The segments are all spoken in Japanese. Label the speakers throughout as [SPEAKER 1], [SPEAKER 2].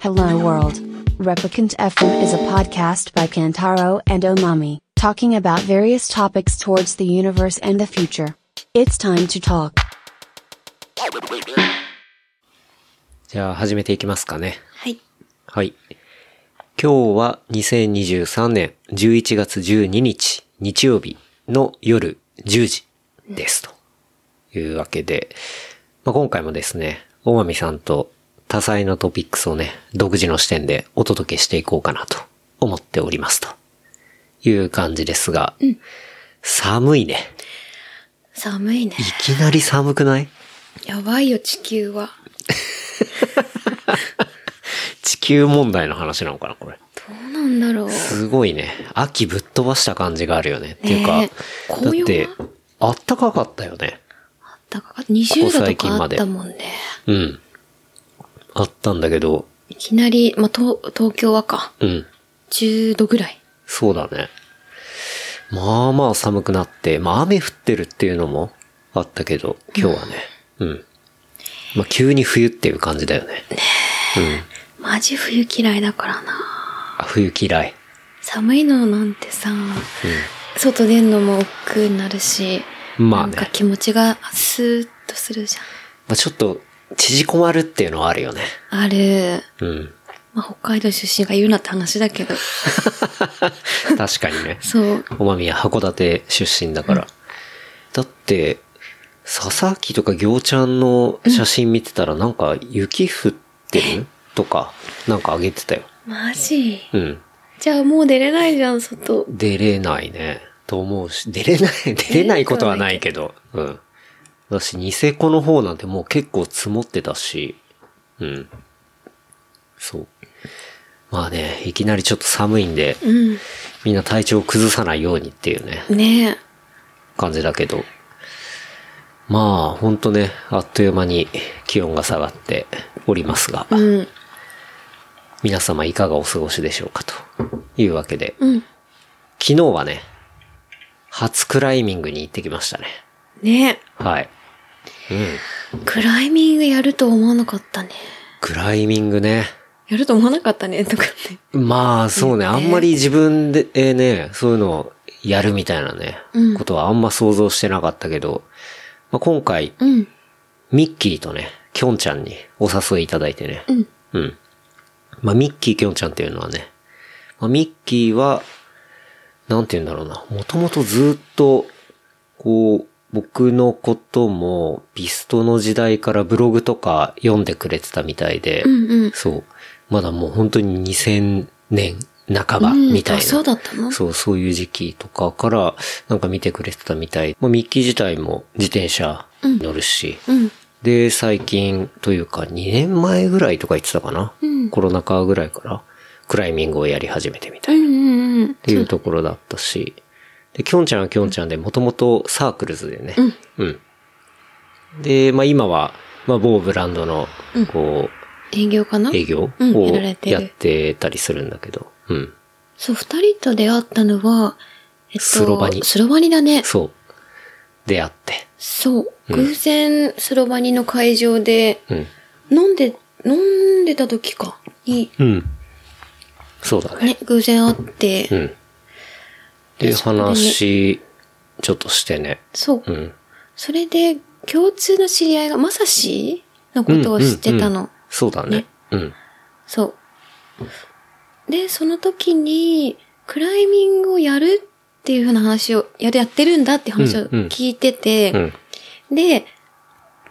[SPEAKER 1] Hello World. Replicant FM is a podcast by Kantaro and Omami, talking about various topics towards the universe and the future. It's time to talk.
[SPEAKER 2] じゃあ始めていきますかね。
[SPEAKER 3] はい。
[SPEAKER 2] はい。今日は2023年11月12日日曜日の夜10時ですというわけで、まあ、今回もですね、大網さんと多彩なトピックスをね、独自の視点でお届けしていこうかなと思っておりますという感じですが、寒いね。
[SPEAKER 3] 寒いね。
[SPEAKER 2] いきなり寒くない
[SPEAKER 3] やばいよ、地球は。
[SPEAKER 2] 地球問題の話なのかな、これ。
[SPEAKER 3] どうなんだろう。
[SPEAKER 2] すごいね。秋ぶっ飛ばした感じがあるよね。っていうか、
[SPEAKER 3] ねえ
[SPEAKER 2] だっ
[SPEAKER 3] 紅葉
[SPEAKER 2] て
[SPEAKER 3] は、
[SPEAKER 2] あったかかったよね。
[SPEAKER 3] だから20度
[SPEAKER 2] ここ最
[SPEAKER 3] と
[SPEAKER 2] 近
[SPEAKER 3] かあ
[SPEAKER 2] ま
[SPEAKER 3] っ
[SPEAKER 2] で
[SPEAKER 3] たもんね。
[SPEAKER 2] うん。あったんだけど、
[SPEAKER 3] いきなり、まあ、東、東京はか。
[SPEAKER 2] うん。
[SPEAKER 3] 10度ぐらい。
[SPEAKER 2] そうだね。まあまあ寒くなって、まあ雨降ってるっていうのもあったけど、今日はね。うん。まあ急に冬っていう感じだよね。
[SPEAKER 3] マジ冬嫌いだからな。
[SPEAKER 2] あ冬嫌い。
[SPEAKER 3] 寒いのなんてさ、外出んのも億劫になるし、
[SPEAKER 2] まあね
[SPEAKER 3] なんか気持ちがスーッとするじ
[SPEAKER 2] まあちょっと、縮こまるっていうのはあるよね。
[SPEAKER 3] ゃん。ある。
[SPEAKER 2] うん。
[SPEAKER 3] まあ、北海道出身が言うなって話だけど。
[SPEAKER 2] 確かにね。
[SPEAKER 3] そう。
[SPEAKER 2] おまみは函館出身だから。だって、佐々木とか行ちゃんの写真見てたらなんか雪降ってるとか、なんかあげてたよ。
[SPEAKER 3] マジ。
[SPEAKER 2] うん。
[SPEAKER 3] じゃあもう出れないじゃん、外。
[SPEAKER 2] 出れないね。と思うし、出れない、 出れないことはないけど。うん。だし、ニセコの方なんてもう結構積もってたし。うん。そう。まあね、いきなりちょっと寒いんで、
[SPEAKER 3] うん。
[SPEAKER 2] みんな体調を崩さないようにっていうね。
[SPEAKER 3] ねえ。
[SPEAKER 2] 感じだけど。まあ、ほんとね、あっという間に気温が下がっておりますが、
[SPEAKER 3] うん。
[SPEAKER 2] 皆様いかがお過ごしでしょうかというわけで、
[SPEAKER 3] うん。
[SPEAKER 2] 昨日はね、初クライミングに行ってきましたね。
[SPEAKER 3] ね
[SPEAKER 2] はい。うん。
[SPEAKER 3] クライミングやると思わなかったね。
[SPEAKER 2] クライミングね。
[SPEAKER 3] やると思わなかったね、とかね。
[SPEAKER 2] まあ、そうね、あんまり自分で、えーね、そういうのをやるみたいなね、
[SPEAKER 3] うん
[SPEAKER 2] ことはあんま想像してなかったけど、まあ、今回、
[SPEAKER 3] うん。
[SPEAKER 2] ミッキーとね、きょんちゃんにお誘いいただいてね。
[SPEAKER 3] うん。
[SPEAKER 2] うん。まあ、ミッキー、きょんちゃんっていうのはね、まあ、ミッキーは、なんて言うんだろうな、もともとずっと、こう、僕のことも、ビストの時代からブログとか読んでくれてたみたいで、
[SPEAKER 3] うんうん。
[SPEAKER 2] そう。まだもう本当に2000年半ばみたいな。
[SPEAKER 3] うんあそうだったの
[SPEAKER 2] そう、そういう時期とかからなんか見てくれてたみたい。まあミッキー自体も自転車乗るし。
[SPEAKER 3] うん。
[SPEAKER 2] で、最近というか2年前ぐらいとか言ってたかな。
[SPEAKER 3] うん
[SPEAKER 2] コロナ禍ぐらいからクライミングをやり始めてみた
[SPEAKER 3] う
[SPEAKER 2] い
[SPEAKER 3] んうんうん
[SPEAKER 2] っ。ていうところだったし。で、きょんちゃんはきょんちゃんでもともとサークルズでね。
[SPEAKER 3] うん。
[SPEAKER 2] うん。で、まあ今は、まあ某ブランドの、こう、
[SPEAKER 3] 営業かな
[SPEAKER 2] 営業
[SPEAKER 3] うん
[SPEAKER 2] を
[SPEAKER 3] やられてる
[SPEAKER 2] やってたりするんだけど。うん。
[SPEAKER 3] そう、二人と出会ったのは、えっと、
[SPEAKER 2] スロバニ
[SPEAKER 3] スロバニだね。
[SPEAKER 2] そう。出会って。
[SPEAKER 3] そう。偶然、スロバニの会場で、
[SPEAKER 2] うん。
[SPEAKER 3] 飲んで、飲んでた時か。に、
[SPEAKER 2] うん。そうだね。
[SPEAKER 3] ね、偶然会って、
[SPEAKER 2] うん。で、
[SPEAKER 3] そこでね
[SPEAKER 2] 話、ちょっとしてね。
[SPEAKER 3] そう
[SPEAKER 2] う。ん。
[SPEAKER 3] それで、共通の知り合いが、まさしのことを知ってたの。
[SPEAKER 2] うんうんうんそうだね
[SPEAKER 3] ね。
[SPEAKER 2] うん。
[SPEAKER 3] そう。で、その時に、クライミングをやるっていうふうな話を、やる、やってるんだって話
[SPEAKER 2] う
[SPEAKER 3] を
[SPEAKER 2] んうん
[SPEAKER 3] 聞いてて、
[SPEAKER 2] うん。
[SPEAKER 3] で、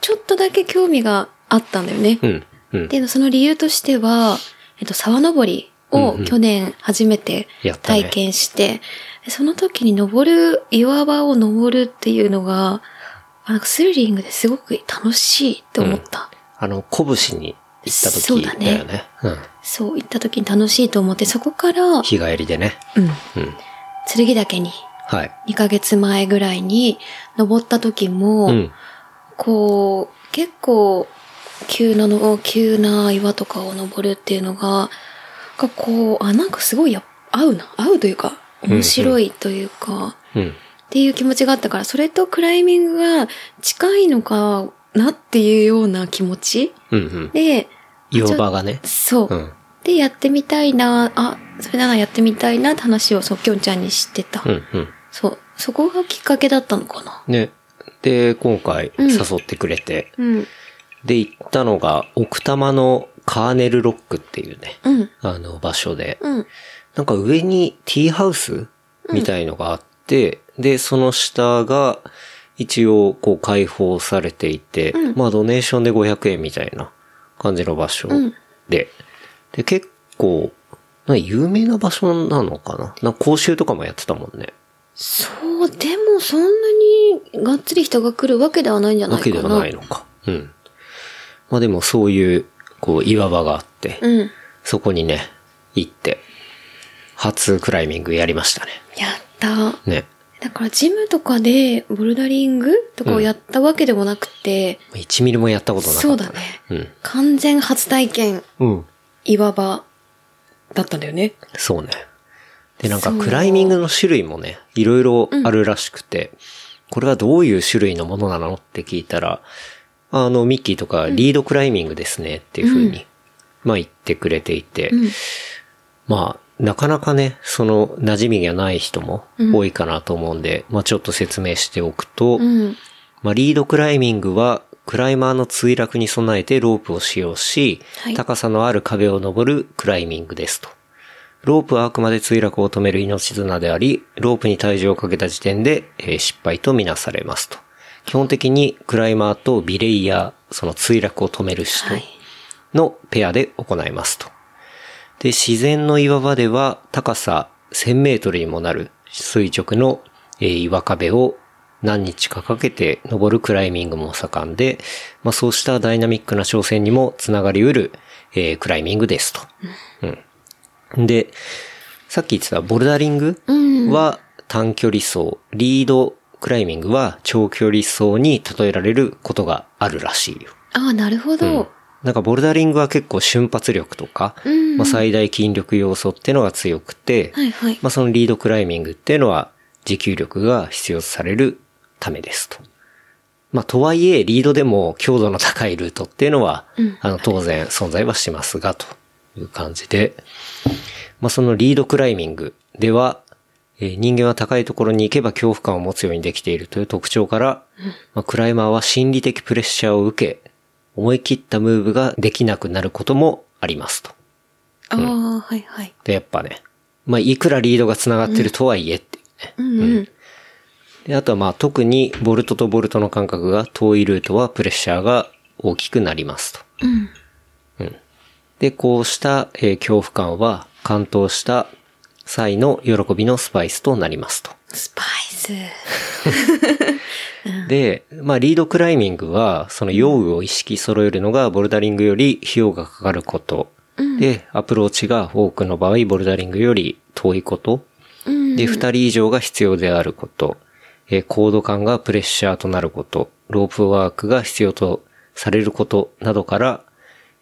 [SPEAKER 3] ちょっとだけ興味があったんだよね。
[SPEAKER 2] うん。うん。
[SPEAKER 3] で、その理由としては、えっと、沢登り
[SPEAKER 2] う
[SPEAKER 3] を
[SPEAKER 2] んうん
[SPEAKER 3] 去年初めて
[SPEAKER 2] やったね
[SPEAKER 3] 体験して、でその時に登る、岩場を登るっていうのが、あなんかスリリングですごく楽しいって思った。
[SPEAKER 2] あの、拳に行った
[SPEAKER 3] そう
[SPEAKER 2] 時だ
[SPEAKER 3] だ
[SPEAKER 2] よ
[SPEAKER 3] ね
[SPEAKER 2] ね。うん。
[SPEAKER 3] そう、行った時に楽しいと思って、そこから、
[SPEAKER 2] 日帰りでね。
[SPEAKER 3] うん。
[SPEAKER 2] うん。
[SPEAKER 3] 剣岳に、
[SPEAKER 2] はい。
[SPEAKER 3] 2ヶ月前ぐらいに登った時も、
[SPEAKER 2] うん。
[SPEAKER 3] こう、結構、急なの、急な岩とかを登るっていうのが、がこう、あ、なんかすごいや、合うな、合うというか、
[SPEAKER 2] んうん
[SPEAKER 3] 面白いというか、
[SPEAKER 2] う
[SPEAKER 3] っ
[SPEAKER 2] ん。
[SPEAKER 3] ていう気持ちがあったから、それとクライミングが近いのかなっていうような気持ち
[SPEAKER 2] うん。うん。
[SPEAKER 3] で、
[SPEAKER 2] 岩場がね。
[SPEAKER 3] そう、
[SPEAKER 2] うん。
[SPEAKER 3] で、やってみたいな、あ、それならやってみたいなって話を、そう、きょんちゃんにしてた。
[SPEAKER 2] うんうん。
[SPEAKER 3] そう、そこがきっかけだったのかな。
[SPEAKER 2] ね。で、今回
[SPEAKER 3] うん
[SPEAKER 2] 誘ってくれて、
[SPEAKER 3] うん。
[SPEAKER 2] で、行ったのが、奥多摩のカーネルロックっていうね、
[SPEAKER 3] うん。
[SPEAKER 2] あの場所で、
[SPEAKER 3] うん。
[SPEAKER 2] なんか上にティーハウスみたいのがあって、で、その下が一応こう開放されていて、
[SPEAKER 3] うん
[SPEAKER 2] まあドネーションで500円みたいな感じの場所で、
[SPEAKER 3] うん
[SPEAKER 2] で、結構、なんか有名な場所なのかななんか講習とかもやってたもんね。
[SPEAKER 3] そう、でもそんなにがっつり人が来るわけではないんじゃな
[SPEAKER 2] わ
[SPEAKER 3] いか
[SPEAKER 2] け
[SPEAKER 3] な。
[SPEAKER 2] ではないのか。うん。まあでもそういう、こう岩場があって、
[SPEAKER 3] うん。や
[SPEAKER 2] そこにね、行って、初クライミングやりましたね。
[SPEAKER 3] った。
[SPEAKER 2] ね。
[SPEAKER 3] だからジムとかでボルダリングとかをやったわけでもなくて、
[SPEAKER 2] 1ミリもやったことなかった、
[SPEAKER 3] そうだね。
[SPEAKER 2] うん。
[SPEAKER 3] 完全初体験、
[SPEAKER 2] うん。
[SPEAKER 3] 岩場だったんだよね。
[SPEAKER 2] そうね。で、なんか
[SPEAKER 3] そう
[SPEAKER 2] クライミングの種類もね、いろいろあるらしくて、これはどういう種類のものなのって聞いたら、あの、ミッキーとか、リードクライミングですねっていう風に、まあ言ってくれていて、
[SPEAKER 3] うん。
[SPEAKER 2] まあ、なかなかね、その、馴染みがない人も多いかなと思うんで、まあちょっと説明しておくと、
[SPEAKER 3] うん。
[SPEAKER 2] まあ、リードクライミングは、クライマーの墜落に備えてロープを使用し、
[SPEAKER 3] はい
[SPEAKER 2] 高さのある壁を登るクライミングですと。ロープはあくまで墜落を止める命綱であり、ロープに体重をかけた時点で、えー失敗とみなされますと。基本的にクライマーとビレイヤー、その墜落を止める人
[SPEAKER 3] はい。
[SPEAKER 2] のペアで行いますと。で、自然の岩場では高さ1000メートルにもなる垂直の、えー岩壁を何日かかけて登るクライミングも盛んで、まあそうしたダイナミックな挑戦にもつながりうる、えークライミングですと。うん。で、さっき言ってたボルダリング
[SPEAKER 3] うん
[SPEAKER 2] は短距離走、リードクライミングは長距離走に例えられることがあるらしいよ。
[SPEAKER 3] ああ、なるほど。
[SPEAKER 2] なんかボルダリングは結構瞬発力とか、
[SPEAKER 3] うん
[SPEAKER 2] まあ、最大筋力要素ってのが強くて、
[SPEAKER 3] はいはい。
[SPEAKER 2] まあ、そのリードクライミングっていうのは持久力が必要とされるためですと。まあ、とはいえ、リードでも強度の高いルートっていうのは、
[SPEAKER 3] うん
[SPEAKER 2] あの、当然存在はしますが、という感じで、まあ、そのリードクライミングでは、えー人間は高いところに行けば恐怖感を持つようにできているという特徴から、まあ、クライマーは心理的プレッシャーを受け、思い切ったムーブができなくなることもありますと。
[SPEAKER 3] ああ、はいはい。
[SPEAKER 2] で、やっぱね、まあ、いくらリードが繋がってるとはいえっていうね。
[SPEAKER 3] うんうん。
[SPEAKER 2] で、あとはまあ、特にボルトとボルトの間隔が遠いルートはプレッシャーが大きくなりますと。
[SPEAKER 3] うん。
[SPEAKER 2] で、こうした、えー恐怖感は完投した際の喜びのスパイスとなりますと。
[SPEAKER 3] スパイス。
[SPEAKER 2] で、まあ、リードクライミングは、その用具を意識揃えるのがボルダリングより費用がかかること。で、アプローチが多くの場合、ボルダリングより遠いこと。
[SPEAKER 3] うん。
[SPEAKER 2] で、二人以上が必要であること。えーコード感がプレッシャーとなること。ロープワークが必要とされることなどから、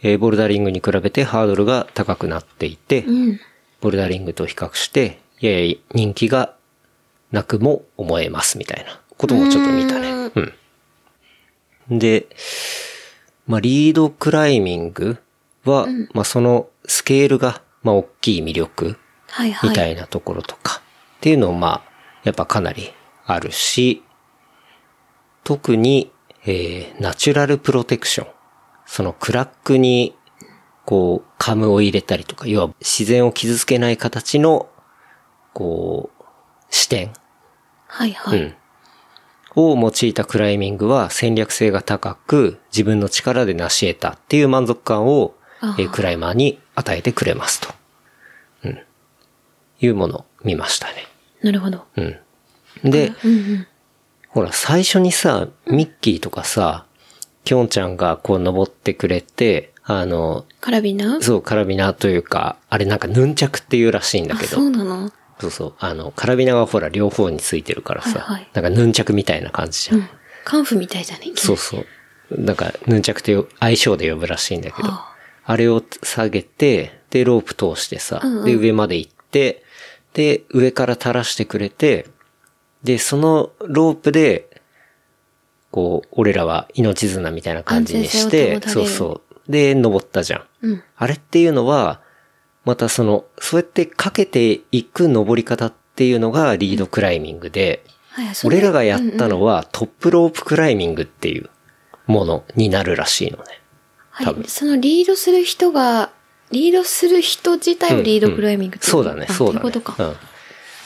[SPEAKER 2] えーボルダリングに比べてハードルが高くなっていて、
[SPEAKER 3] うん。
[SPEAKER 2] ボルダリングと比較して、やや人気がなくも思えますみたいなこともちょっと見たね。うん。で、まあ、リードクライミングは、まあ、そのスケールが、まあ、大きい魅力
[SPEAKER 3] はいはい。
[SPEAKER 2] みたいなところとか、っていうのもまあ、やっぱかなりあるし、特に、えー、ナチュラルプロテクション。そのクラックに、こう、カムを入れたりとか、要は自然を傷つけない形の、こう、視点。
[SPEAKER 3] はいは
[SPEAKER 2] う
[SPEAKER 3] い。
[SPEAKER 2] ん。を用いたクライミングは戦略性が高く自分の力で成し得たっていう満足感を
[SPEAKER 3] あ、ー
[SPEAKER 2] えークライマーに与えてくれますと。うん。いうものを見ましたね。
[SPEAKER 3] なるほど。
[SPEAKER 2] うん。で、
[SPEAKER 3] うんうん。
[SPEAKER 2] ほら、最初にさ、ミッキーとかさ、きょんちゃんがこう登ってくれて、あの、
[SPEAKER 3] カラビナ
[SPEAKER 2] そう、カラビナというか、あれなんかヌンチャクっていうらしいんだ
[SPEAKER 3] あ、
[SPEAKER 2] けど
[SPEAKER 3] そ、うなの
[SPEAKER 2] そうそう、あの、カラビナがほら両方についてるからさ、
[SPEAKER 3] はいはい
[SPEAKER 2] なんかヌンチャクみたいな感じじゃん
[SPEAKER 3] カンフみたいじゃない
[SPEAKER 2] そうそう。なんか、ヌンチャクっていう愛称で呼ぶらしいんだけど、
[SPEAKER 3] は
[SPEAKER 2] あれを下げて、で、ロープ通してさ、
[SPEAKER 3] うんうん
[SPEAKER 2] で、上まで行って、で、上から垂らしてくれて、で、そのロープで、こう、俺らは命綱みたいな感じにし
[SPEAKER 3] 安全性
[SPEAKER 2] て、
[SPEAKER 3] を保たれ
[SPEAKER 2] そう
[SPEAKER 3] る
[SPEAKER 2] そう。で、登ったじゃん。
[SPEAKER 3] うん。
[SPEAKER 2] あれっていうのは、またその、そうやってかけていく登り方っていうのがリードクライミングで、
[SPEAKER 3] はい、それ
[SPEAKER 2] 俺らがやったのはトップロープクライミングっていうものになるらしいのね。
[SPEAKER 3] は
[SPEAKER 2] 多
[SPEAKER 3] い
[SPEAKER 2] 分、
[SPEAKER 3] そのリードする人が、リードする人自体をリードクライミングってい
[SPEAKER 2] そうだね、
[SPEAKER 3] あ
[SPEAKER 2] そうだね。
[SPEAKER 3] ってことか。
[SPEAKER 2] うん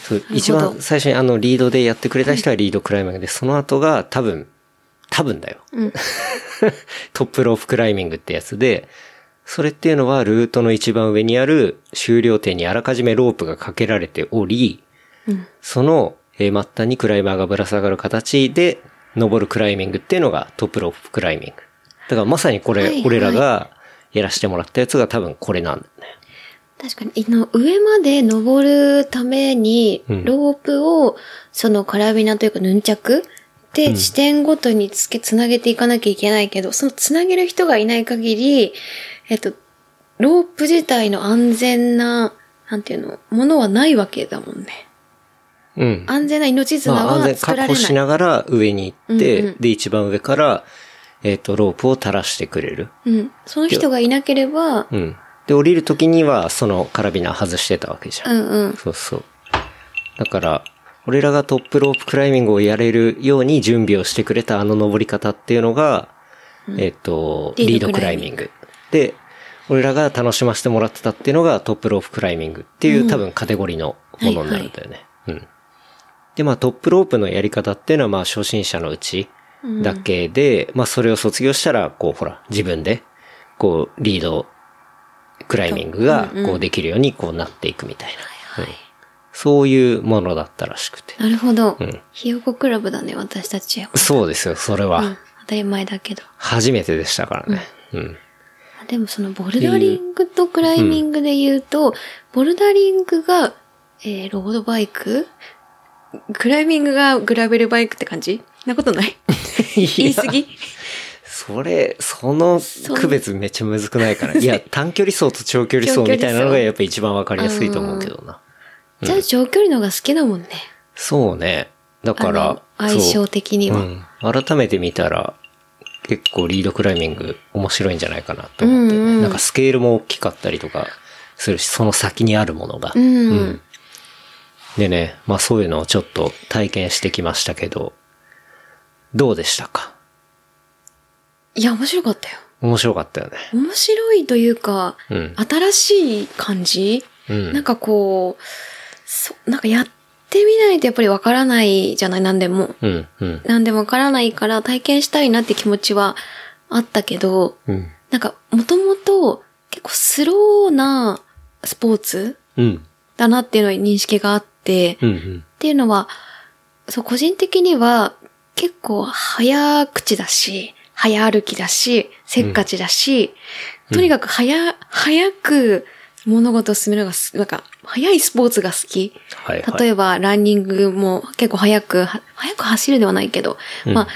[SPEAKER 2] そう
[SPEAKER 3] ほど
[SPEAKER 2] 一番最初にあのリードでやってくれた人はリードクライミングで、その後が多分、多分だよ。
[SPEAKER 3] うん。
[SPEAKER 2] トップロープクライミングってやつで、それっていうのはルートの一番上にある終了点にあらかじめロープがかけられており、
[SPEAKER 3] うん。
[SPEAKER 2] そのえー末端にクライマーがぶら下がる形で登るクライミングっていうのがトップロープクライミング。だからまさにこ
[SPEAKER 3] はいは
[SPEAKER 2] れ
[SPEAKER 3] い、
[SPEAKER 2] 俺らがやらせてもらったやつが多分これなんだよね。
[SPEAKER 3] 確かに、あの上まで登るために、
[SPEAKER 2] うん
[SPEAKER 3] ロープを、そのカラビナというかヌンチャクで、視点ごとにつけ、つなげていかなきゃいけないけど、そのつなげる人がいない限り、えっと、ロープ自体の安全な、なんていうの、ものはないわけだもんね。
[SPEAKER 2] うん。
[SPEAKER 3] 安全な命綱
[SPEAKER 2] まあ安
[SPEAKER 3] は
[SPEAKER 2] 全
[SPEAKER 3] 作
[SPEAKER 2] 確
[SPEAKER 3] られ
[SPEAKER 2] 保
[SPEAKER 3] ない。
[SPEAKER 2] しながら上に行って、
[SPEAKER 3] うんうん
[SPEAKER 2] で一番上から、えっ、と、ロープを垂らしてくれる。
[SPEAKER 3] うん。その人がいなければ、
[SPEAKER 2] うん。で、降りる時にはそのカラビナ外してたわけじゃん
[SPEAKER 3] う。んうん。
[SPEAKER 2] そうそう。だから、俺らがトップロープクライミングをやれるように準備をしてくれたあの登り方っていうのが、えっ、と、
[SPEAKER 3] リ
[SPEAKER 2] リ
[SPEAKER 3] ー
[SPEAKER 2] ー
[SPEAKER 3] ド
[SPEAKER 2] ド
[SPEAKER 3] ク
[SPEAKER 2] ク
[SPEAKER 3] ラ
[SPEAKER 2] ラ
[SPEAKER 3] イ
[SPEAKER 2] イ
[SPEAKER 3] ミ
[SPEAKER 2] ミ
[SPEAKER 3] ン
[SPEAKER 2] ング。で、俺らが楽しませてもらってたっていうのがトップロープクライミングっていう、多分カテゴリーのものになるんだよね。うん。で、まあトップロープのやり方っていうのはまあ初心者のうちだけで、まあそれを卒業したら、こうほら、自分で、こうリードクライミングがこうできるようにこうなっていくみたいな。うんそういうものだったらしくて。
[SPEAKER 3] なるほど。
[SPEAKER 2] うん
[SPEAKER 3] ひよこクラブだね、私たちは。
[SPEAKER 2] そうですよ、それ
[SPEAKER 3] うん
[SPEAKER 2] は。
[SPEAKER 3] 当たり前だけど。
[SPEAKER 2] 初めてでしたからね。うん。
[SPEAKER 3] あでもそのボルダリングとクライミングで言うと、ボルダリングが、えー、ロードバイククライミングがグラベルバイクって感じなことない言い過ぎ
[SPEAKER 2] それ、その区別めっちゃむずくないから。いや、短距離走と長距離走みたいなのがやっぱ一番わかりやすいと思うけどな。
[SPEAKER 3] じゃあ長距離のが好きだもんね。
[SPEAKER 2] そうね。だか
[SPEAKER 3] あ
[SPEAKER 2] ら
[SPEAKER 3] の、相性的に
[SPEAKER 2] う
[SPEAKER 3] は。
[SPEAKER 2] ん。改めて見たら、結構リードクライミング面白いんじゃないかなと思って、ね
[SPEAKER 3] うんうん
[SPEAKER 2] なんかスケールも大きかったりとかするし、その先にあるものが。
[SPEAKER 3] うん。
[SPEAKER 2] うんでね、まあそういうのをちょっと体験してきましたけど、どうでしたか
[SPEAKER 3] いや、面白かったよ。
[SPEAKER 2] 面白かったよね。
[SPEAKER 3] 面白いというか、
[SPEAKER 2] うん
[SPEAKER 3] 新しい感じ、
[SPEAKER 2] うん
[SPEAKER 3] なんかこう、そなんかやってみないとやっぱりわからないじゃない、何でも。
[SPEAKER 2] うん、うん、
[SPEAKER 3] 何でもわからないから体験したいなって気持ちはあったけど、
[SPEAKER 2] うん。
[SPEAKER 3] なんかもともと結構スローなスポーツ
[SPEAKER 2] うん、
[SPEAKER 3] だなっていうのに認識があって、
[SPEAKER 2] う
[SPEAKER 3] っ
[SPEAKER 2] ん、うん。
[SPEAKER 3] ていうのは、そう、個人的には結構早口だし、早歩きだし、せっかちだし、とにかく早、早く物事を進めるのがす、なんか、早いスポーツが好き。
[SPEAKER 2] はい、はい。
[SPEAKER 3] 例
[SPEAKER 2] え
[SPEAKER 3] えば、ランニングも結構早く、は早く走るではないけど、
[SPEAKER 2] うん
[SPEAKER 3] まあ、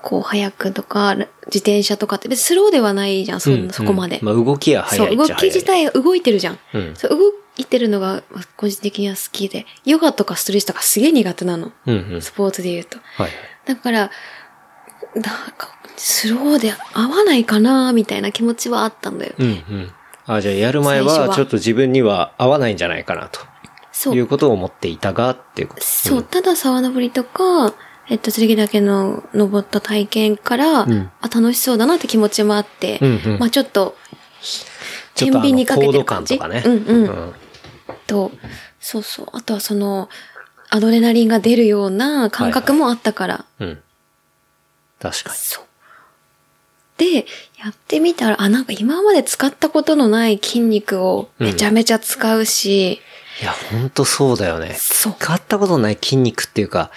[SPEAKER 3] こう、早くとか、自転車とかって、別にスローではないじゃん、そ,、そこまで。
[SPEAKER 2] まあ動きは早いっ
[SPEAKER 3] そう、
[SPEAKER 2] ちゃ
[SPEAKER 3] 動
[SPEAKER 2] 早い
[SPEAKER 3] き自体が動いてるじゃん。
[SPEAKER 2] うん
[SPEAKER 3] そう動いてるのが、まあ個人的には好きで、ヨガとかストレッチとかすげえ苦手なの。
[SPEAKER 2] うん、うん。
[SPEAKER 3] スポーツで言うと。
[SPEAKER 2] はい。
[SPEAKER 3] だから、なんか、スローで合わないかな、みたいな気持ちはあったんだよ。
[SPEAKER 2] うん、うん。あ、じゃあやる前
[SPEAKER 3] 最初
[SPEAKER 2] は
[SPEAKER 3] は
[SPEAKER 2] ちょっと自分には合わないんじゃないかな
[SPEAKER 3] そ
[SPEAKER 2] と
[SPEAKER 3] う
[SPEAKER 2] い。うことを思っていたがっていうこと。
[SPEAKER 3] そう、ただ沢登りとか、えっと、剣岳の登った体験から、
[SPEAKER 2] ん
[SPEAKER 3] あ、楽しそうだなって気持ちもあって、
[SPEAKER 2] うんうん
[SPEAKER 3] まあちょっと、
[SPEAKER 2] ちょっとあの
[SPEAKER 3] 天秤にかけてる感じ
[SPEAKER 2] 高度感とかね。
[SPEAKER 3] うんうん
[SPEAKER 2] うん。
[SPEAKER 3] と、そうそう、あとはその、アドレナリンが出るような感覚もあったから、
[SPEAKER 2] うん。確か
[SPEAKER 3] そう。で、やってみたら、あ、なんか今まで使ったことのない筋肉をめちゃめちゃ使うし、
[SPEAKER 2] に。いや、ほんとそうだよね。
[SPEAKER 3] そう
[SPEAKER 2] 使ったことない筋肉っていうか、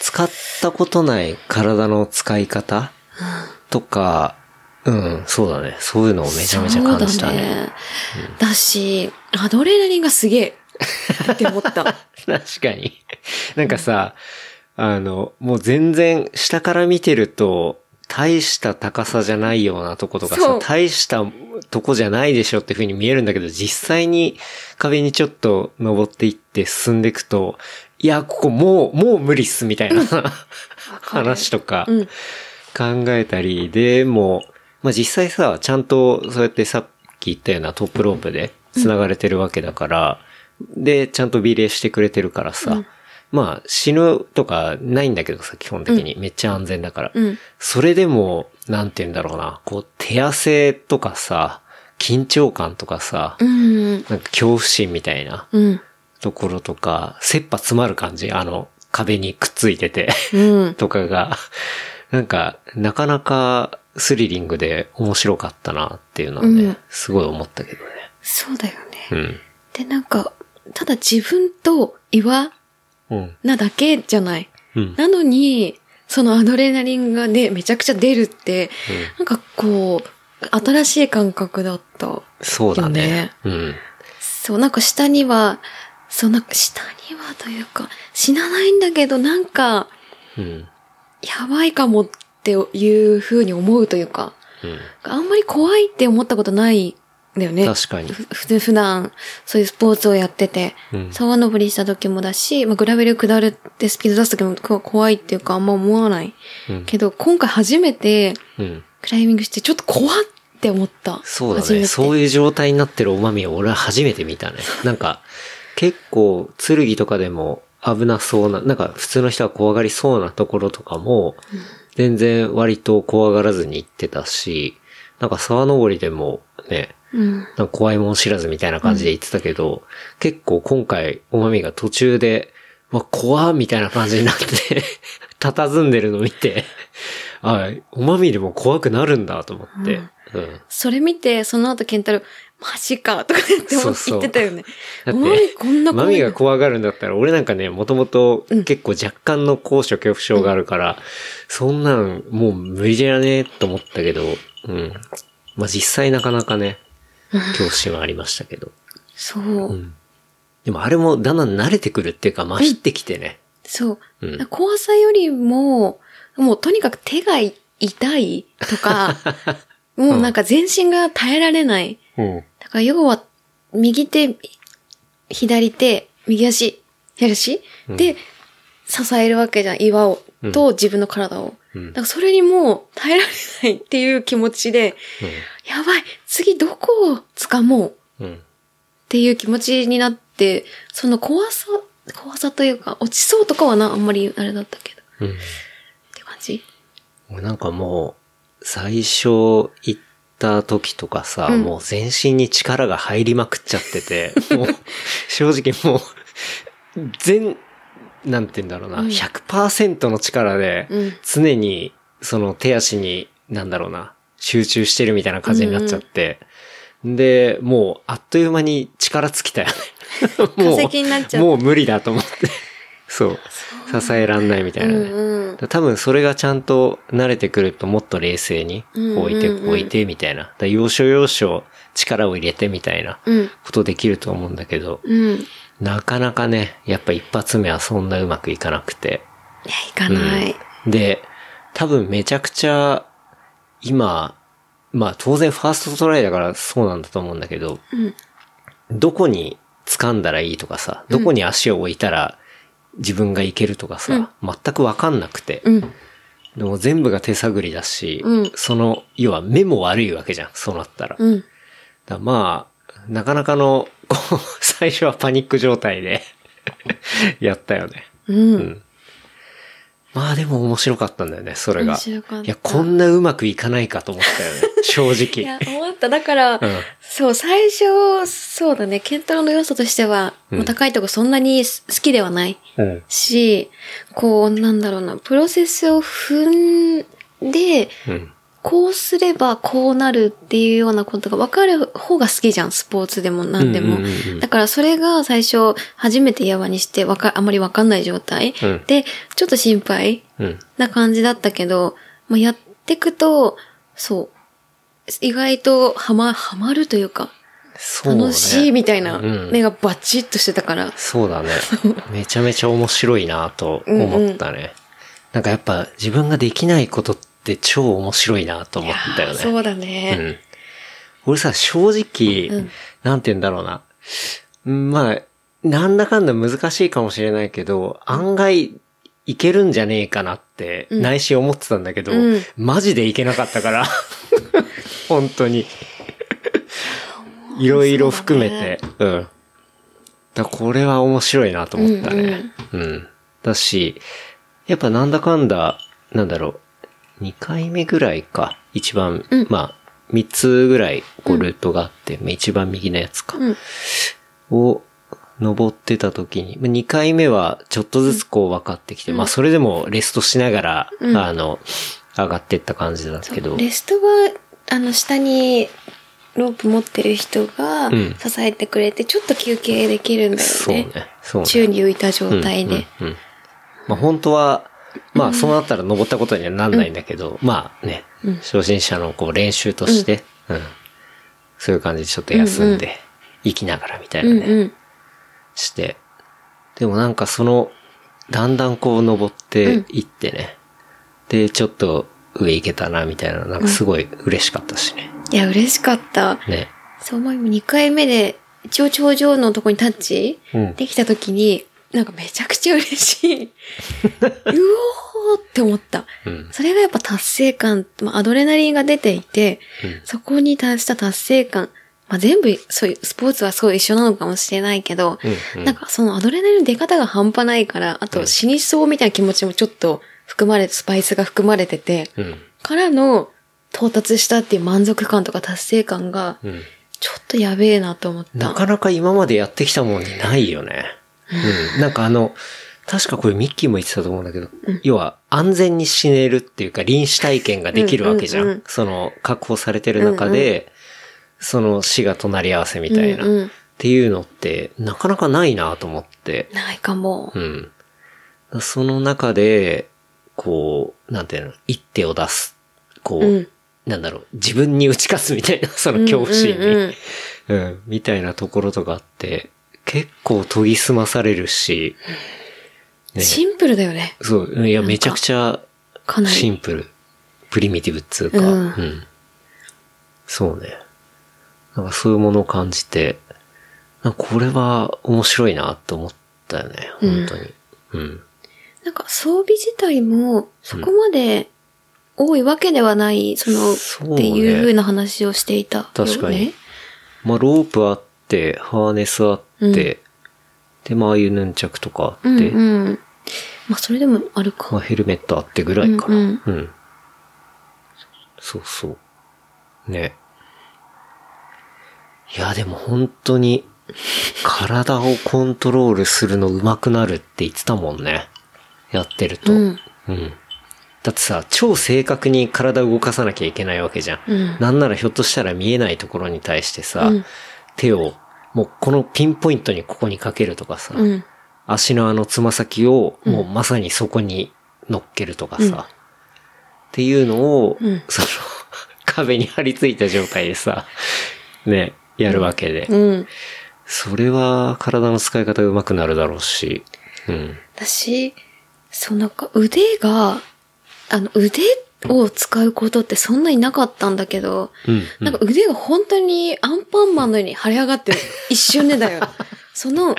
[SPEAKER 2] 使ったことない体の使い方とか、うん、そうだね。そういうのをめちゃめちゃ感じたね。
[SPEAKER 3] そうだね。だし、アドレナリンがすげえって思った。
[SPEAKER 2] 確かに。なんかさ、あの、もう全然下から見てると、大した高さじゃないようなとことか
[SPEAKER 3] そ
[SPEAKER 2] さ
[SPEAKER 3] う、
[SPEAKER 2] 大したとこじゃないでしょっていう風に見えるんだけど、実際に壁にちょっと登っていって進んでいくと、いや、ここもう、もう無理っすみたいな、 話とか
[SPEAKER 3] うん
[SPEAKER 2] 考えたり、でも、まあ、実際さ、ちゃんとそうやってさっき言ったようなトップロープで繋がれてるわけだから、で、ちゃんと美礼してくれてるからさ、まあ死ぬとかないんだけどさ、基本的に。めっちゃ安全だから。
[SPEAKER 3] うん
[SPEAKER 2] それでも、なんて言うんだろうな、こう、手汗とかさ、緊張感とかさ、
[SPEAKER 3] うん。
[SPEAKER 2] なんか恐怖心みたいな
[SPEAKER 3] うん。
[SPEAKER 2] ところとか、切羽詰まる感じ、あの、壁にくっついてて。
[SPEAKER 3] うん。
[SPEAKER 2] とかが、なんか、なかなかスリリングで面白かったなっていうのはね、
[SPEAKER 3] うん
[SPEAKER 2] すごい思ったけどね。
[SPEAKER 3] そうだよね。
[SPEAKER 2] う
[SPEAKER 3] で、なんか、ただ自分と岩
[SPEAKER 2] ん。うん。
[SPEAKER 3] なだけじゃない。
[SPEAKER 2] うん。
[SPEAKER 3] なのに、そのアドレナリンがね、めちゃくちゃ出るって、なんかこう、新しい感覚だった。
[SPEAKER 2] そうだね。うん。
[SPEAKER 3] そう、なんか下には、そう、なんか下にはというか、死なないんだけど、なんか、
[SPEAKER 2] うん。
[SPEAKER 3] やばいかもっていう風に思うというか、
[SPEAKER 2] う
[SPEAKER 3] あんまり怖いって思ったことないんだよね。
[SPEAKER 2] ん。確かに。
[SPEAKER 3] ふふ普段、そういうスポーツをやってて、
[SPEAKER 2] うん
[SPEAKER 3] 沢登りした時もだし、まあ、グラベル下るってスピード出す時もこ怖いっていうかあんま思わない。
[SPEAKER 2] うん。
[SPEAKER 3] けど、今回初めて
[SPEAKER 2] うん。
[SPEAKER 3] クライミングしてちょっと怖って思った。
[SPEAKER 2] そうだ
[SPEAKER 3] 初め
[SPEAKER 2] ね。
[SPEAKER 3] て
[SPEAKER 2] そういう状態になってるおまみを俺は初めて見たね。なんか、結構、剣とかでも危なそうな、なんか普通の人は怖がりそうなところとかも、全然割と怖がらずに行ってたし、なんか沢登りでもね、
[SPEAKER 3] う
[SPEAKER 2] な
[SPEAKER 3] ん。
[SPEAKER 2] んか怖いもん知らずみたいな感じで言ってたけど、結構今回、おまみが途中で、うわ、怖ーみたいな感じになって、 佇んでるの見て、あ、おまみでも怖くなるんだと思って。うん。
[SPEAKER 3] それ見て、その後ケンタロウ、マジかとか言って思
[SPEAKER 2] そうそう
[SPEAKER 3] 言ってたよね。
[SPEAKER 2] だって
[SPEAKER 3] マミこんな
[SPEAKER 2] マ
[SPEAKER 3] 怖い
[SPEAKER 2] ミ
[SPEAKER 3] の
[SPEAKER 2] が怖がるんだったら、俺なんかね、もともと結構若干の高所恐怖症があるから、そんなんもう無理じゃねえと思ったけど、うん。まあ、実際なかなかね、恐怖心はありましたけど。
[SPEAKER 3] そう。
[SPEAKER 2] うん。でもあれもだんだん慣れてくるっていうか、まひってきてね。
[SPEAKER 3] そう。
[SPEAKER 2] うん
[SPEAKER 3] だから怖さよりも、もうとにかく手が痛い とか、もうなんか全身が耐えられない。
[SPEAKER 2] うん。
[SPEAKER 3] だから要は、右手、左手、右足、左足、で、支えるわけじゃん。岩を、と自分の体を。
[SPEAKER 2] うん
[SPEAKER 3] だからそれにもう耐えられないっていう気持ちで、やばい次どこを掴もう
[SPEAKER 2] う
[SPEAKER 3] っ
[SPEAKER 2] ん。
[SPEAKER 3] ていう気持ちになって、その怖さ、怖さというか、落ちそうとかはな、あんまりあれだったけど。
[SPEAKER 2] うん。
[SPEAKER 3] って感じ
[SPEAKER 2] 俺なんかもう、最初行った時とかさ、
[SPEAKER 3] うん
[SPEAKER 2] もう全身に力が入りまくっちゃってて、もう、正直もう、全、なんて言うんだろうな、
[SPEAKER 3] うん
[SPEAKER 2] 100%の力で
[SPEAKER 3] うん、
[SPEAKER 2] 常に、その手足に、なんだろうな、集中してるみたいな感じになっちゃって、で、もう、あっという間に力尽きたよ ね。もう
[SPEAKER 3] 化石になっちゃう
[SPEAKER 2] もう無理だと思 って。そう。支えらんないみたいなね。
[SPEAKER 3] うんうん
[SPEAKER 2] だから多分それがちゃんと慣れてくるともっと冷静に、
[SPEAKER 3] うんうんうん
[SPEAKER 2] こう置いて、こう置いてみたいな。だから要所要所力を入れてみたいな
[SPEAKER 3] うん。
[SPEAKER 2] ことできると思うんだけど、
[SPEAKER 3] うん。いや、
[SPEAKER 2] なかなかね、やっぱ一発目はそんなうまくいかなくて。
[SPEAKER 3] 行かない。
[SPEAKER 2] うんで、多分めちゃくちゃ、今、まあ当然ファーストトライだからそうなんだと思うんだけど、
[SPEAKER 3] ん
[SPEAKER 2] どこに掴んだらいいとかさ、どこに足を置いたら自分がいけるとかさ、全くわかんなくて、
[SPEAKER 3] うん。
[SPEAKER 2] でも全部が手探りだし、
[SPEAKER 3] うん
[SPEAKER 2] その、要は目も悪いわけじゃん、そうなったら。だか
[SPEAKER 3] うん。
[SPEAKER 2] らまあ、なかなかの、こう、最初はパニック状態で、 やったよね。
[SPEAKER 3] うん。
[SPEAKER 2] まあでも面白かったんだよね、それが。
[SPEAKER 3] 面白かった
[SPEAKER 2] いや、こんなうまくいかないかと思った よね、正直
[SPEAKER 3] いや、。思った。だから、
[SPEAKER 2] うん
[SPEAKER 3] そう、最初、そうだね、ケンタロウの要素としては、
[SPEAKER 2] うん
[SPEAKER 3] もう高いとこそんなにす好きではない
[SPEAKER 2] うん。
[SPEAKER 3] し、こう、なんだろうな、プロセスを踏んで、
[SPEAKER 2] うん。
[SPEAKER 3] こうすればこうなるっていうようなことが分かる方が好きじゃん、スポーツでも何でも。
[SPEAKER 2] うんうんうんうん
[SPEAKER 3] だからそれが最初、初めて山にしてわか、あまり分かんない状態、
[SPEAKER 2] うん
[SPEAKER 3] で、ちょっと心配
[SPEAKER 2] うん。
[SPEAKER 3] な感じだったけど、まあ、やってくと、そう、意外とはま、はまるというか、
[SPEAKER 2] そうね。
[SPEAKER 3] 楽しいみたいな
[SPEAKER 2] うん
[SPEAKER 3] 目がバチッとしてたから、
[SPEAKER 2] そうだね。めちゃめちゃ面白いなと思ったね。なんかやっぱ自分ができないことって超面白いなと思ったよね。
[SPEAKER 3] そうだ
[SPEAKER 2] う
[SPEAKER 3] ね。
[SPEAKER 2] ん。俺さ、正直、
[SPEAKER 3] うん
[SPEAKER 2] なんて言うんだろうな。うんまあ、なんだかんだ難しいかもしれないけど、案外、いけるんじゃねえかなって、
[SPEAKER 3] ん
[SPEAKER 2] 内心思ってたんだけど、
[SPEAKER 3] うん
[SPEAKER 2] マジでいけなかったから。本当に。いろいろ含めて、うん。だからこれは面白いなと思ったね。うん、だし、やっぱなんだかんだ、なんだろう、2回目ぐらいか、一番、
[SPEAKER 3] うん
[SPEAKER 2] まあ、3つぐらい、こう、ルートがあって、一番右のやつか、
[SPEAKER 3] うん
[SPEAKER 2] を、登ってた時に、2回目はちょっとずつこう分かってきて、まあそれでもレストしながら、
[SPEAKER 3] うん
[SPEAKER 2] あの、上がってった感じだけど、
[SPEAKER 3] レストは、あの、下にロープ持ってる人が
[SPEAKER 2] うん
[SPEAKER 3] 支えてくれて、ちょっと休憩できるんだよね。
[SPEAKER 2] そうね。そうね。
[SPEAKER 3] 宙に浮いた状態で。
[SPEAKER 2] うんうんうんまあ本当は、まあそうなったら登ったことにはなんないんだけど、まあね、初心者のこう練習として、うんそういう感じでちょっと休んで、生きながらみたいな
[SPEAKER 3] う
[SPEAKER 2] ね、
[SPEAKER 3] んうん。
[SPEAKER 2] して。でもなんかその、だんだんこう登っていってね、で、ちょっと上行けたなみたいな、なんかすごい嬉しかったしね。
[SPEAKER 3] いや、嬉しかった。
[SPEAKER 2] ね。
[SPEAKER 3] そう思い、2回目で、一応頂上のとこにタッチ
[SPEAKER 2] うん
[SPEAKER 3] できた時に、なんかめちゃくちゃ嬉し い。うおーって思った。
[SPEAKER 2] うん。
[SPEAKER 3] それがやっぱ達成感、まあ、アドレナリンが出ていて、そこに達した達成感、まあ、全部、そういう、スポーツはそう一緒なのかもしれないけど、
[SPEAKER 2] うんうん
[SPEAKER 3] なんかそのアドレナリンの出方が半端ないから、あと死にそうみたいな気持ちもちょっと含まれて、スパイスが含まれてて、
[SPEAKER 2] うん。
[SPEAKER 3] からの到達したっていう満足感とか達成感が、
[SPEAKER 2] うん。
[SPEAKER 3] ちょっとやべえなと思った。
[SPEAKER 2] なかなか今までやってきたもんにないよね。うん。なんかあの、確かこれミッキーも言ってたと思うんだけど、要は安全に死ねるっていうか臨死体験ができるわけじゃん。
[SPEAKER 3] うんうんうん
[SPEAKER 2] その確保されてる中で、その死が隣り合わせみたいな、
[SPEAKER 3] うんうん
[SPEAKER 2] っていうのってなかなかないなと思って。
[SPEAKER 3] ないかも
[SPEAKER 2] う。ん。その中で、こう、なんていうの、一手を出す。こう、
[SPEAKER 3] うん
[SPEAKER 2] なんだろう、自分に打ち勝つみたいな、その恐怖心に。
[SPEAKER 3] うんうん
[SPEAKER 2] うん、みたいなところとかあって、結構研ぎ澄まされるし、
[SPEAKER 3] うん
[SPEAKER 2] ね
[SPEAKER 3] シンプルだよね。
[SPEAKER 2] そう、うんいや、めちゃくちゃ
[SPEAKER 3] かなり。
[SPEAKER 2] シンプル、プリミティブっつうか、
[SPEAKER 3] うん
[SPEAKER 2] うんそうね。なんかそういうものを感じて、なんかこれは面白いなと思ったよね、本当に。うん。
[SPEAKER 3] なんか装備自体も、そこまで多いわけではない、その、
[SPEAKER 2] そうね
[SPEAKER 3] っていう風な話をしていた、
[SPEAKER 2] 確かに。まあ、ロープあって、ハーネスあって、
[SPEAKER 3] うん
[SPEAKER 2] で、まあ、ああいうヌンチャクとかあ
[SPEAKER 3] う
[SPEAKER 2] っ
[SPEAKER 3] ん
[SPEAKER 2] て、
[SPEAKER 3] うん。まあ、それでもある
[SPEAKER 2] まあ、
[SPEAKER 3] か。
[SPEAKER 2] ヘルメットあってぐらいかな。
[SPEAKER 3] う
[SPEAKER 2] うんん、そうそう。ね。いや、でも本当に、体をコントロールするの上手くなるって言ってたもんね。やってると。
[SPEAKER 3] うん。
[SPEAKER 2] うんだってさ、超正確に体を動かさなきゃいけないわけじゃん。
[SPEAKER 3] うん
[SPEAKER 2] なんならひょっとしたら見えないところに対してさ、
[SPEAKER 3] うん
[SPEAKER 2] 手を、もうこのピンポイントにここにかけるとかさ、
[SPEAKER 3] うん。
[SPEAKER 2] 足のあのつま先をもうまさにそこに乗っけるとかさ、
[SPEAKER 3] うん
[SPEAKER 2] っていうのを、
[SPEAKER 3] うん
[SPEAKER 2] その 壁に張り付いた状態でさ、ね、やるわけで。
[SPEAKER 3] うん。
[SPEAKER 2] それは体の使い方上手くなるだろうし、うん。
[SPEAKER 3] 私、そうなんか腕が、あの、腕を使うことってそんなになかったんだけど、
[SPEAKER 2] うん、うん
[SPEAKER 3] なんか腕が本当にアンパンマンのように腫れ上がってる。一瞬でだよ。その、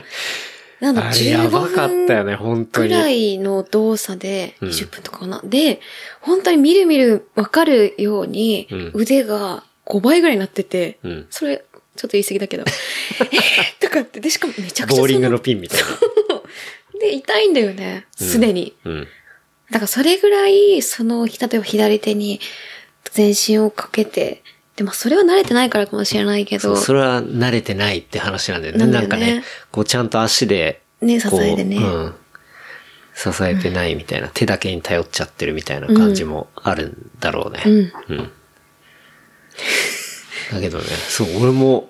[SPEAKER 3] なんだ、
[SPEAKER 2] あれや
[SPEAKER 3] 15
[SPEAKER 2] ばかったよ
[SPEAKER 3] 分
[SPEAKER 2] ね、本当
[SPEAKER 3] く
[SPEAKER 2] に。
[SPEAKER 3] らいの動作で、
[SPEAKER 2] うん
[SPEAKER 3] 20分とかかな。で、本当にみるみるわかるように
[SPEAKER 2] うん、
[SPEAKER 3] 腕が5倍ぐらいになってて、
[SPEAKER 2] うん。
[SPEAKER 3] それ、ちょっと言い過ぎ だけど、えーとかって、で、しかもめちゃくち
[SPEAKER 2] ボ
[SPEAKER 3] ゃそ
[SPEAKER 2] ーリングの
[SPEAKER 3] の、
[SPEAKER 2] ピンみたいな。
[SPEAKER 3] で、痛いんだよね、すでに。
[SPEAKER 2] うん。
[SPEAKER 3] だからそれぐらい、その、例えば左手に全身をかけて、でもそれは慣れてないからかもしれないけ
[SPEAKER 2] そ
[SPEAKER 3] ど
[SPEAKER 2] う、それは慣れてないって話なんだよね。
[SPEAKER 3] な
[SPEAKER 2] なんん
[SPEAKER 3] だよね
[SPEAKER 2] かね、こうちゃんと足で、
[SPEAKER 3] ね、支
[SPEAKER 2] こう、
[SPEAKER 3] えてね。
[SPEAKER 2] うん。支えてないみたいな、手だけに頼っちゃってるみたいな感じもあるんだろうね。
[SPEAKER 3] うん
[SPEAKER 2] うん。だけどね、そう、俺も、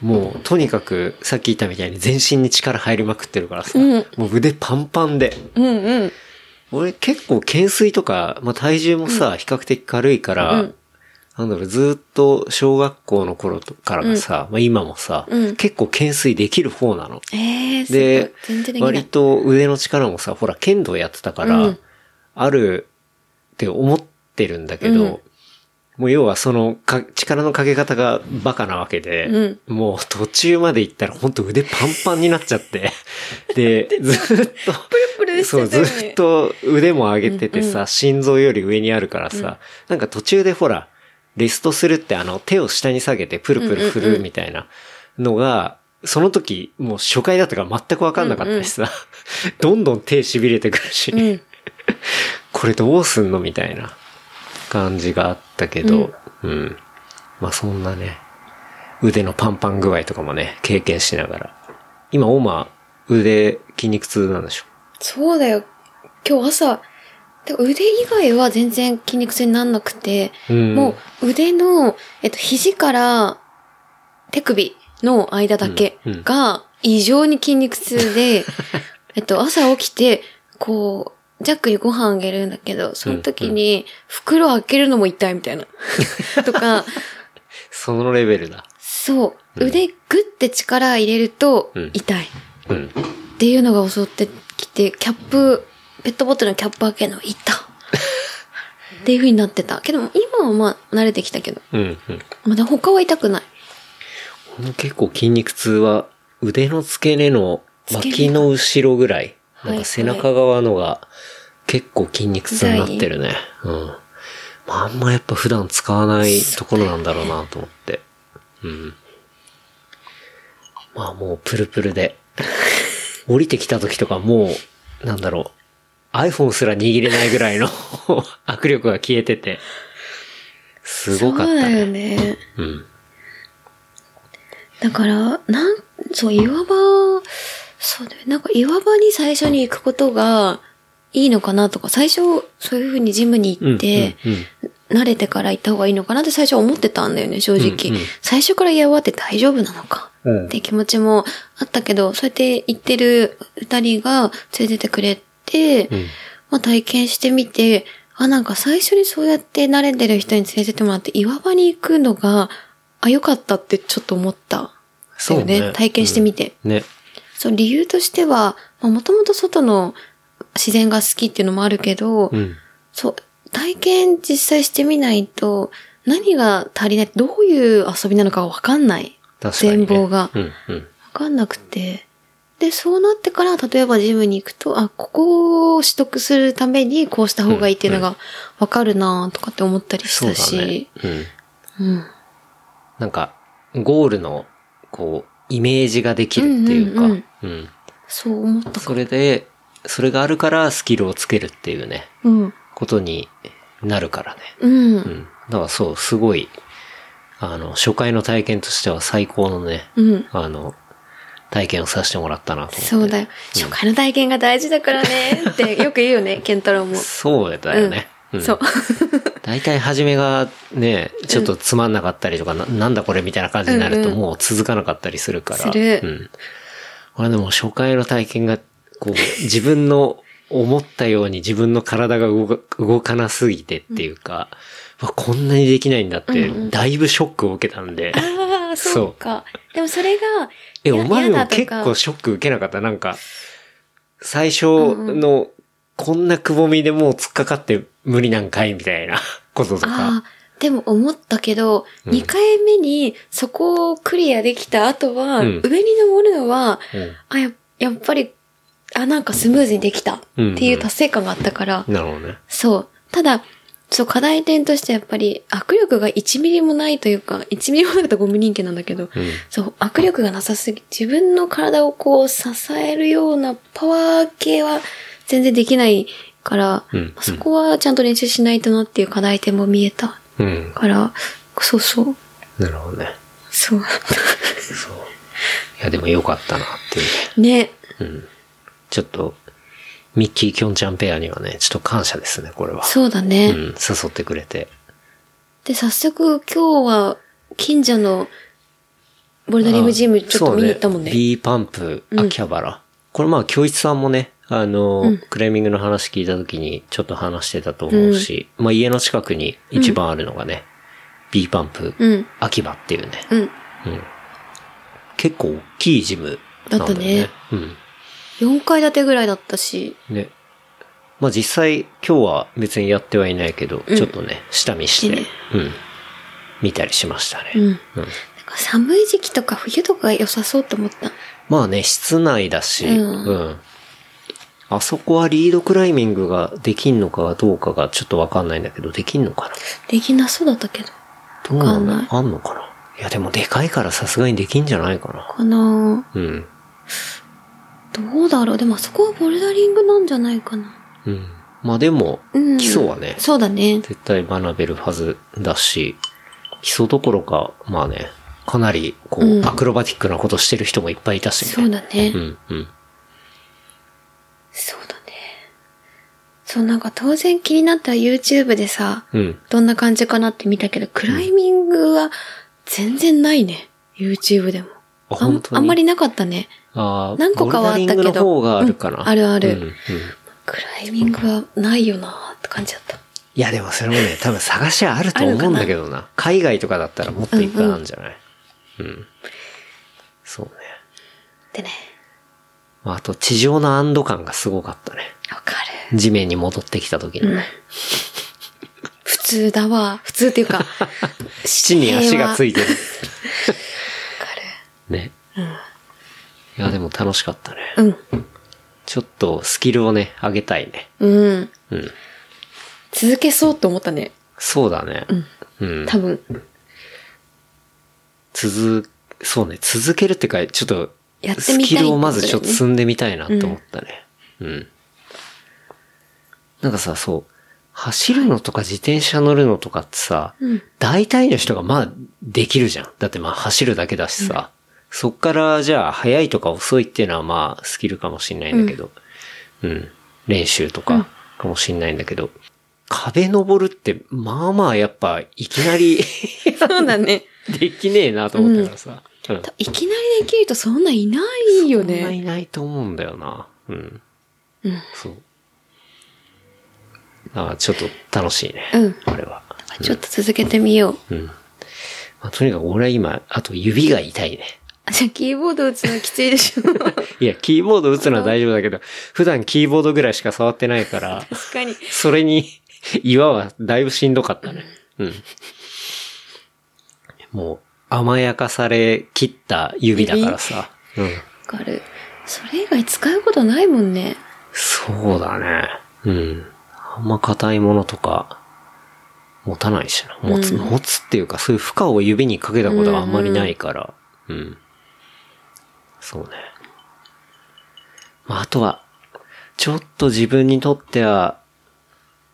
[SPEAKER 2] もう、とにかく、さっき言ったみたいに全身に力入りまくってるからさ、
[SPEAKER 3] うん
[SPEAKER 2] もう腕パンパンで。
[SPEAKER 3] うんうん。
[SPEAKER 2] 俺結構懸垂とか、まあ、体重もさ、比較的軽いから、
[SPEAKER 3] うん
[SPEAKER 2] なんだろう、ずーっと小学校の頃とからがさ、まあ、今もさ、
[SPEAKER 3] うん
[SPEAKER 2] 結構懸垂できる方なの。
[SPEAKER 3] ええー、すごい
[SPEAKER 2] で
[SPEAKER 3] 全然で、きな
[SPEAKER 2] 割
[SPEAKER 3] い。
[SPEAKER 2] と腕の力もさ、ほら、剣道やってたから、
[SPEAKER 3] うん
[SPEAKER 2] あるって思ってるんだけど、
[SPEAKER 3] うん
[SPEAKER 2] もう要はそのか、力のかけ方がバカなわけで、
[SPEAKER 3] うん
[SPEAKER 2] もう途中まで行ったらほんと腕パンパンになっちゃって、で、ずーっと、
[SPEAKER 3] プルしてた
[SPEAKER 2] そ
[SPEAKER 3] よ
[SPEAKER 2] う、
[SPEAKER 3] ね
[SPEAKER 2] ずーっと腕も上げててさ、心臓より上にあるからさ、なんか途中でほら、リストするってあの、手を下に下げてプルプル振るみたいなのが、その時、もう初回だったから全くわかんなかったしさ、 どんどん手痺れてくるし、
[SPEAKER 3] うん。
[SPEAKER 2] これどうすんのみたいな感じがあったけど、うん、まあそんなね、腕のパンパン具合とかもね、経験しながら。今、オーマー、腕、筋肉痛なんでしょ
[SPEAKER 3] そうだよ。今日朝、で腕以外は全然筋肉痛になんなくて、
[SPEAKER 2] うん
[SPEAKER 3] もう腕の、えっと、肘から手首の間だけ
[SPEAKER 2] うんうん
[SPEAKER 3] が異常に筋肉 痛で、えっと、朝起きて、こう、ジャックにご飯あげるんだけど、その時に、袋開けるのも痛いみた いな。とか、
[SPEAKER 2] そのレベルだ。
[SPEAKER 3] そう、腕グッて力入れると
[SPEAKER 2] うん
[SPEAKER 3] 痛い。
[SPEAKER 2] うん。
[SPEAKER 3] っていうのが襲ってきて、キャップ、ペットボトルのキャップ開けるの、い た。っていう風になってた。けど、今はまあ、慣れてきたけど。
[SPEAKER 2] うん、うん。
[SPEAKER 3] まだ他は痛くない。
[SPEAKER 2] この結構筋肉痛は腕の付け根の脇の後ろぐらい。
[SPEAKER 3] はい
[SPEAKER 2] なんか背中側のが結構筋肉痛になってるね。うん。まああんまやっぱ普段使わないところなんだろうなと思って。うん。まあもうプルプル で。降りてきた時とかもう、なんだろう。iPhone すら握れないぐらいの 握力が消えてて。すごかった
[SPEAKER 3] そうだよ
[SPEAKER 2] ね。
[SPEAKER 3] ね。
[SPEAKER 2] うん。
[SPEAKER 3] だから、なん、そう、岩場、そうだよ。なんか岩場に最初に行くことがいいのかなとか、最初、そういう風にジムに
[SPEAKER 2] うん
[SPEAKER 3] 行って、
[SPEAKER 2] うんうん
[SPEAKER 3] 慣れてから行った方がいいのかなって最初思ってたんだよね、正直。
[SPEAKER 2] うんうん
[SPEAKER 3] 最初から岩場って大丈夫なのか。
[SPEAKER 2] うん
[SPEAKER 3] って気持ちもあったけど、そうやって行ってる二人が連れてってくれて、
[SPEAKER 2] うん
[SPEAKER 3] まあ体験してみて、あ、なんか最初にそうやって慣れてる人に連れてってもらって岩場に行くのが、あ、良かったってちょっと思った。
[SPEAKER 2] そうね
[SPEAKER 3] だよ体験してみて。
[SPEAKER 2] ね。
[SPEAKER 3] そう、理由としては、もともと外の自然が好きっていうのもあるけど、
[SPEAKER 2] うん。
[SPEAKER 3] そう、体験実際してみないと、何が足りない、どういう遊びなのかわかんない。
[SPEAKER 2] 確かに、ね。
[SPEAKER 3] 全貌が。
[SPEAKER 2] う
[SPEAKER 3] わ
[SPEAKER 2] ん、うん。
[SPEAKER 3] かんなくて。で、そうなってから、例えばジムに行くと、あ、ここを取得するためにこうした方がいいっていうのがわかるなとかって思ったりし
[SPEAKER 2] そう
[SPEAKER 3] た
[SPEAKER 2] だね
[SPEAKER 3] し。。
[SPEAKER 2] うん。
[SPEAKER 3] うん。
[SPEAKER 2] なんか、ゴールの、こう、イメージができるっていうか、う
[SPEAKER 3] うんんうんそう思った
[SPEAKER 2] それで、それがあるからスキルをつけるっていうね、
[SPEAKER 3] うん。
[SPEAKER 2] ことになるからね。
[SPEAKER 3] うん。
[SPEAKER 2] うん。だからそう、すごい、あの、初回の体験としては最高のね、
[SPEAKER 3] うん。
[SPEAKER 2] あの、体験をさせてもらったなと思って。
[SPEAKER 3] そうだよ。初回の体験が大事だからねってよく言う よね、ケンタロウも。
[SPEAKER 2] そうだよね。
[SPEAKER 3] うん、そう。
[SPEAKER 2] 大体初めがね、ちょっとつまんなかったりとか、ななんだこれみたいな感じになると
[SPEAKER 3] うんうん
[SPEAKER 2] もう続かなかったりするから。
[SPEAKER 3] する
[SPEAKER 2] うん。これでも初回の体験が、こう、 自分の思ったように自分の体が動か動かなすぎてっていうか、うわこんなにできないんだって、だいぶショックを受けたんで。
[SPEAKER 3] ああ、そうか。でもそれが、
[SPEAKER 2] え、
[SPEAKER 3] や
[SPEAKER 2] お前
[SPEAKER 3] や
[SPEAKER 2] も
[SPEAKER 3] だと
[SPEAKER 2] 結
[SPEAKER 3] か
[SPEAKER 2] 構ショック受けなかったなんか、最初の、こんなくぼみでもう突っかかって無理なんかいみたいなこととか。
[SPEAKER 3] ああ、でも思ったけど、
[SPEAKER 2] うん
[SPEAKER 3] 2回目にそこをクリアできた後は、
[SPEAKER 2] うん
[SPEAKER 3] 上に登るのは、
[SPEAKER 2] うん
[SPEAKER 3] あや、やっぱり、あ、なんかスムーズにできたっていう達成感があったから、
[SPEAKER 2] なるほどね。
[SPEAKER 3] そう。ただ、そう、課題点としてやっぱり、握力が1ミリもないというか、1ミリもなかったらゴム人間なんだけど、
[SPEAKER 2] うん。
[SPEAKER 3] そう、握力がなさすぎ、自分の体をこう支えるようなパワー系は全然できないから、
[SPEAKER 2] うん
[SPEAKER 3] そこはちゃんと練習しないとなっていう課題点も見えた
[SPEAKER 2] うん。
[SPEAKER 3] から、そうそう、
[SPEAKER 2] なるほどね。
[SPEAKER 3] そう。
[SPEAKER 2] そう。いや、でもよかったなっていうね。
[SPEAKER 3] ね、
[SPEAKER 2] ちょっと、ミッキー・キョンちゃんペアにはね、ちょっと感謝ですね、これは。
[SPEAKER 3] そうだね。
[SPEAKER 2] うん、誘ってくれて。
[SPEAKER 3] で、早速今日は近所のボルダリングジムちょっと見に行ったもんね。
[SPEAKER 2] そう B パンプ、秋葉原。これまあ、教一さんもね、あの、クレーミングの話聞いた時にちょっと話してたと思うし、まあ家の近くに一番あるのがね、B パンプ、
[SPEAKER 3] うん
[SPEAKER 2] 秋葉っていうね、
[SPEAKER 3] うん。
[SPEAKER 2] 結構大きいジムなんだよ
[SPEAKER 3] だ
[SPEAKER 2] ね
[SPEAKER 3] っ
[SPEAKER 2] うん。
[SPEAKER 3] 4階建てぐらいだったし、
[SPEAKER 2] ね。まあ実際今日は別にやってはいないけど、ちょっとね、下見して、
[SPEAKER 3] してね
[SPEAKER 2] うん。見たりしましたね。
[SPEAKER 3] うん。なん
[SPEAKER 2] うん
[SPEAKER 3] か寒い時期とか冬とかが良さそうと思った。
[SPEAKER 2] まあね、室内だし、
[SPEAKER 3] うん
[SPEAKER 2] うん。あそこはリードクライミングができんのかどうかがちょっとわかんないんだけど、できんのかな
[SPEAKER 3] できなそうだったけど。
[SPEAKER 2] どうなんだろうあんのかないや、でもでかいからさすがにできんじゃないかな。
[SPEAKER 3] かな
[SPEAKER 2] うん。
[SPEAKER 3] どうだろうでもあそこはボルダリングなんじゃないかな。
[SPEAKER 2] うん。まあでも、
[SPEAKER 3] うん
[SPEAKER 2] 基礎はね、
[SPEAKER 3] そうだね。
[SPEAKER 2] 絶対学べるはずだし、基礎どころか、まあね、かなり、こう、
[SPEAKER 3] うん
[SPEAKER 2] アクロバティックなことしてる人もいっぱいいたしね。
[SPEAKER 3] そうだね。
[SPEAKER 2] うん、うん。
[SPEAKER 3] そうだね。そう、なんか当然気になった YouTube でさ、
[SPEAKER 2] うん。
[SPEAKER 3] どんな感じかなって見たけど、クライミングは全然ないね。YouTube でも。
[SPEAKER 2] あ
[SPEAKER 3] ん
[SPEAKER 2] 本当に
[SPEAKER 3] あんまりなかったね。
[SPEAKER 2] あー
[SPEAKER 3] 何個かはあったけど
[SPEAKER 2] ボルダリングの方があるかな。
[SPEAKER 3] うんあるある
[SPEAKER 2] うんうん
[SPEAKER 3] クライミングはないよなって感じだった。
[SPEAKER 2] いや、でもそれも ね、多分探しはあると思うんだけどな。海外とかだったらもっといっぱいなんじゃない、うん、そうね。
[SPEAKER 3] でね、
[SPEAKER 2] まあ、あと、地上の安堵感がすごかったね。
[SPEAKER 3] わかる。
[SPEAKER 2] 地面に戻ってきた時のね。
[SPEAKER 3] 普通だわ。普通っていう か、
[SPEAKER 2] 地に足がついてる。
[SPEAKER 3] わか
[SPEAKER 2] ね。いや、でも楽しかったね。
[SPEAKER 3] る。
[SPEAKER 2] ちょっとスキルをね、上げたいね。
[SPEAKER 3] うん。うん。
[SPEAKER 2] うん。
[SPEAKER 3] 続けそうと思ったね。
[SPEAKER 2] そうだね。うん。
[SPEAKER 3] 多分。
[SPEAKER 2] 続、そうね、続けるってか、ちょっと、
[SPEAKER 3] やって
[SPEAKER 2] ス
[SPEAKER 3] みた
[SPEAKER 2] キ
[SPEAKER 3] い
[SPEAKER 2] ルをま
[SPEAKER 3] っ
[SPEAKER 2] ず
[SPEAKER 3] て
[SPEAKER 2] ちょ
[SPEAKER 3] こ
[SPEAKER 2] っ
[SPEAKER 3] とだよね
[SPEAKER 2] と積んでみたいなって思ったね。うん。なんかさ、そう、走るのとか自転車乗るのとかってさ、
[SPEAKER 3] うん。
[SPEAKER 2] 大体の人がまあできるじゃん。だってまあ走るだけだしさ。そっからじゃあ速いとか遅いっていうのはまあスキルかもしんないんだけど。うん。練習とかかもしんないんだけど。壁登るってまあまあやっぱいきなり
[SPEAKER 3] そうだね。
[SPEAKER 2] できねえなと思ったからさ。うん
[SPEAKER 3] いきなりできるとそんないないよ
[SPEAKER 2] そんない
[SPEAKER 3] ね。
[SPEAKER 2] ないと思うんだよな。うん。
[SPEAKER 3] うん。
[SPEAKER 2] そう。ああ、ちょっと楽しいね。
[SPEAKER 3] うん。
[SPEAKER 2] あれは。
[SPEAKER 3] ちょっと続けてみよう。
[SPEAKER 2] うん。まあ、とにかく俺は今、あと指が痛いね。
[SPEAKER 3] あじゃあキーボード打つのきついでし ょ。確
[SPEAKER 2] いや、キーボード打つのは大丈夫だけど、普段キーボードぐらいしか触ってないから、
[SPEAKER 3] かに。
[SPEAKER 2] それに、岩はだいぶしんどかったね。うん。もう、甘やかされ切った指だからさ。うん。
[SPEAKER 3] わかる。それ以外使うことないもんね。
[SPEAKER 2] そうだね。うん。あんま硬いものとか、持たないしな。持つ、持つっていうか、そういう負荷を指にかけたことがあんまりないから。うん、うんそうね。まあ、あとは、ちょっと自分にとっては、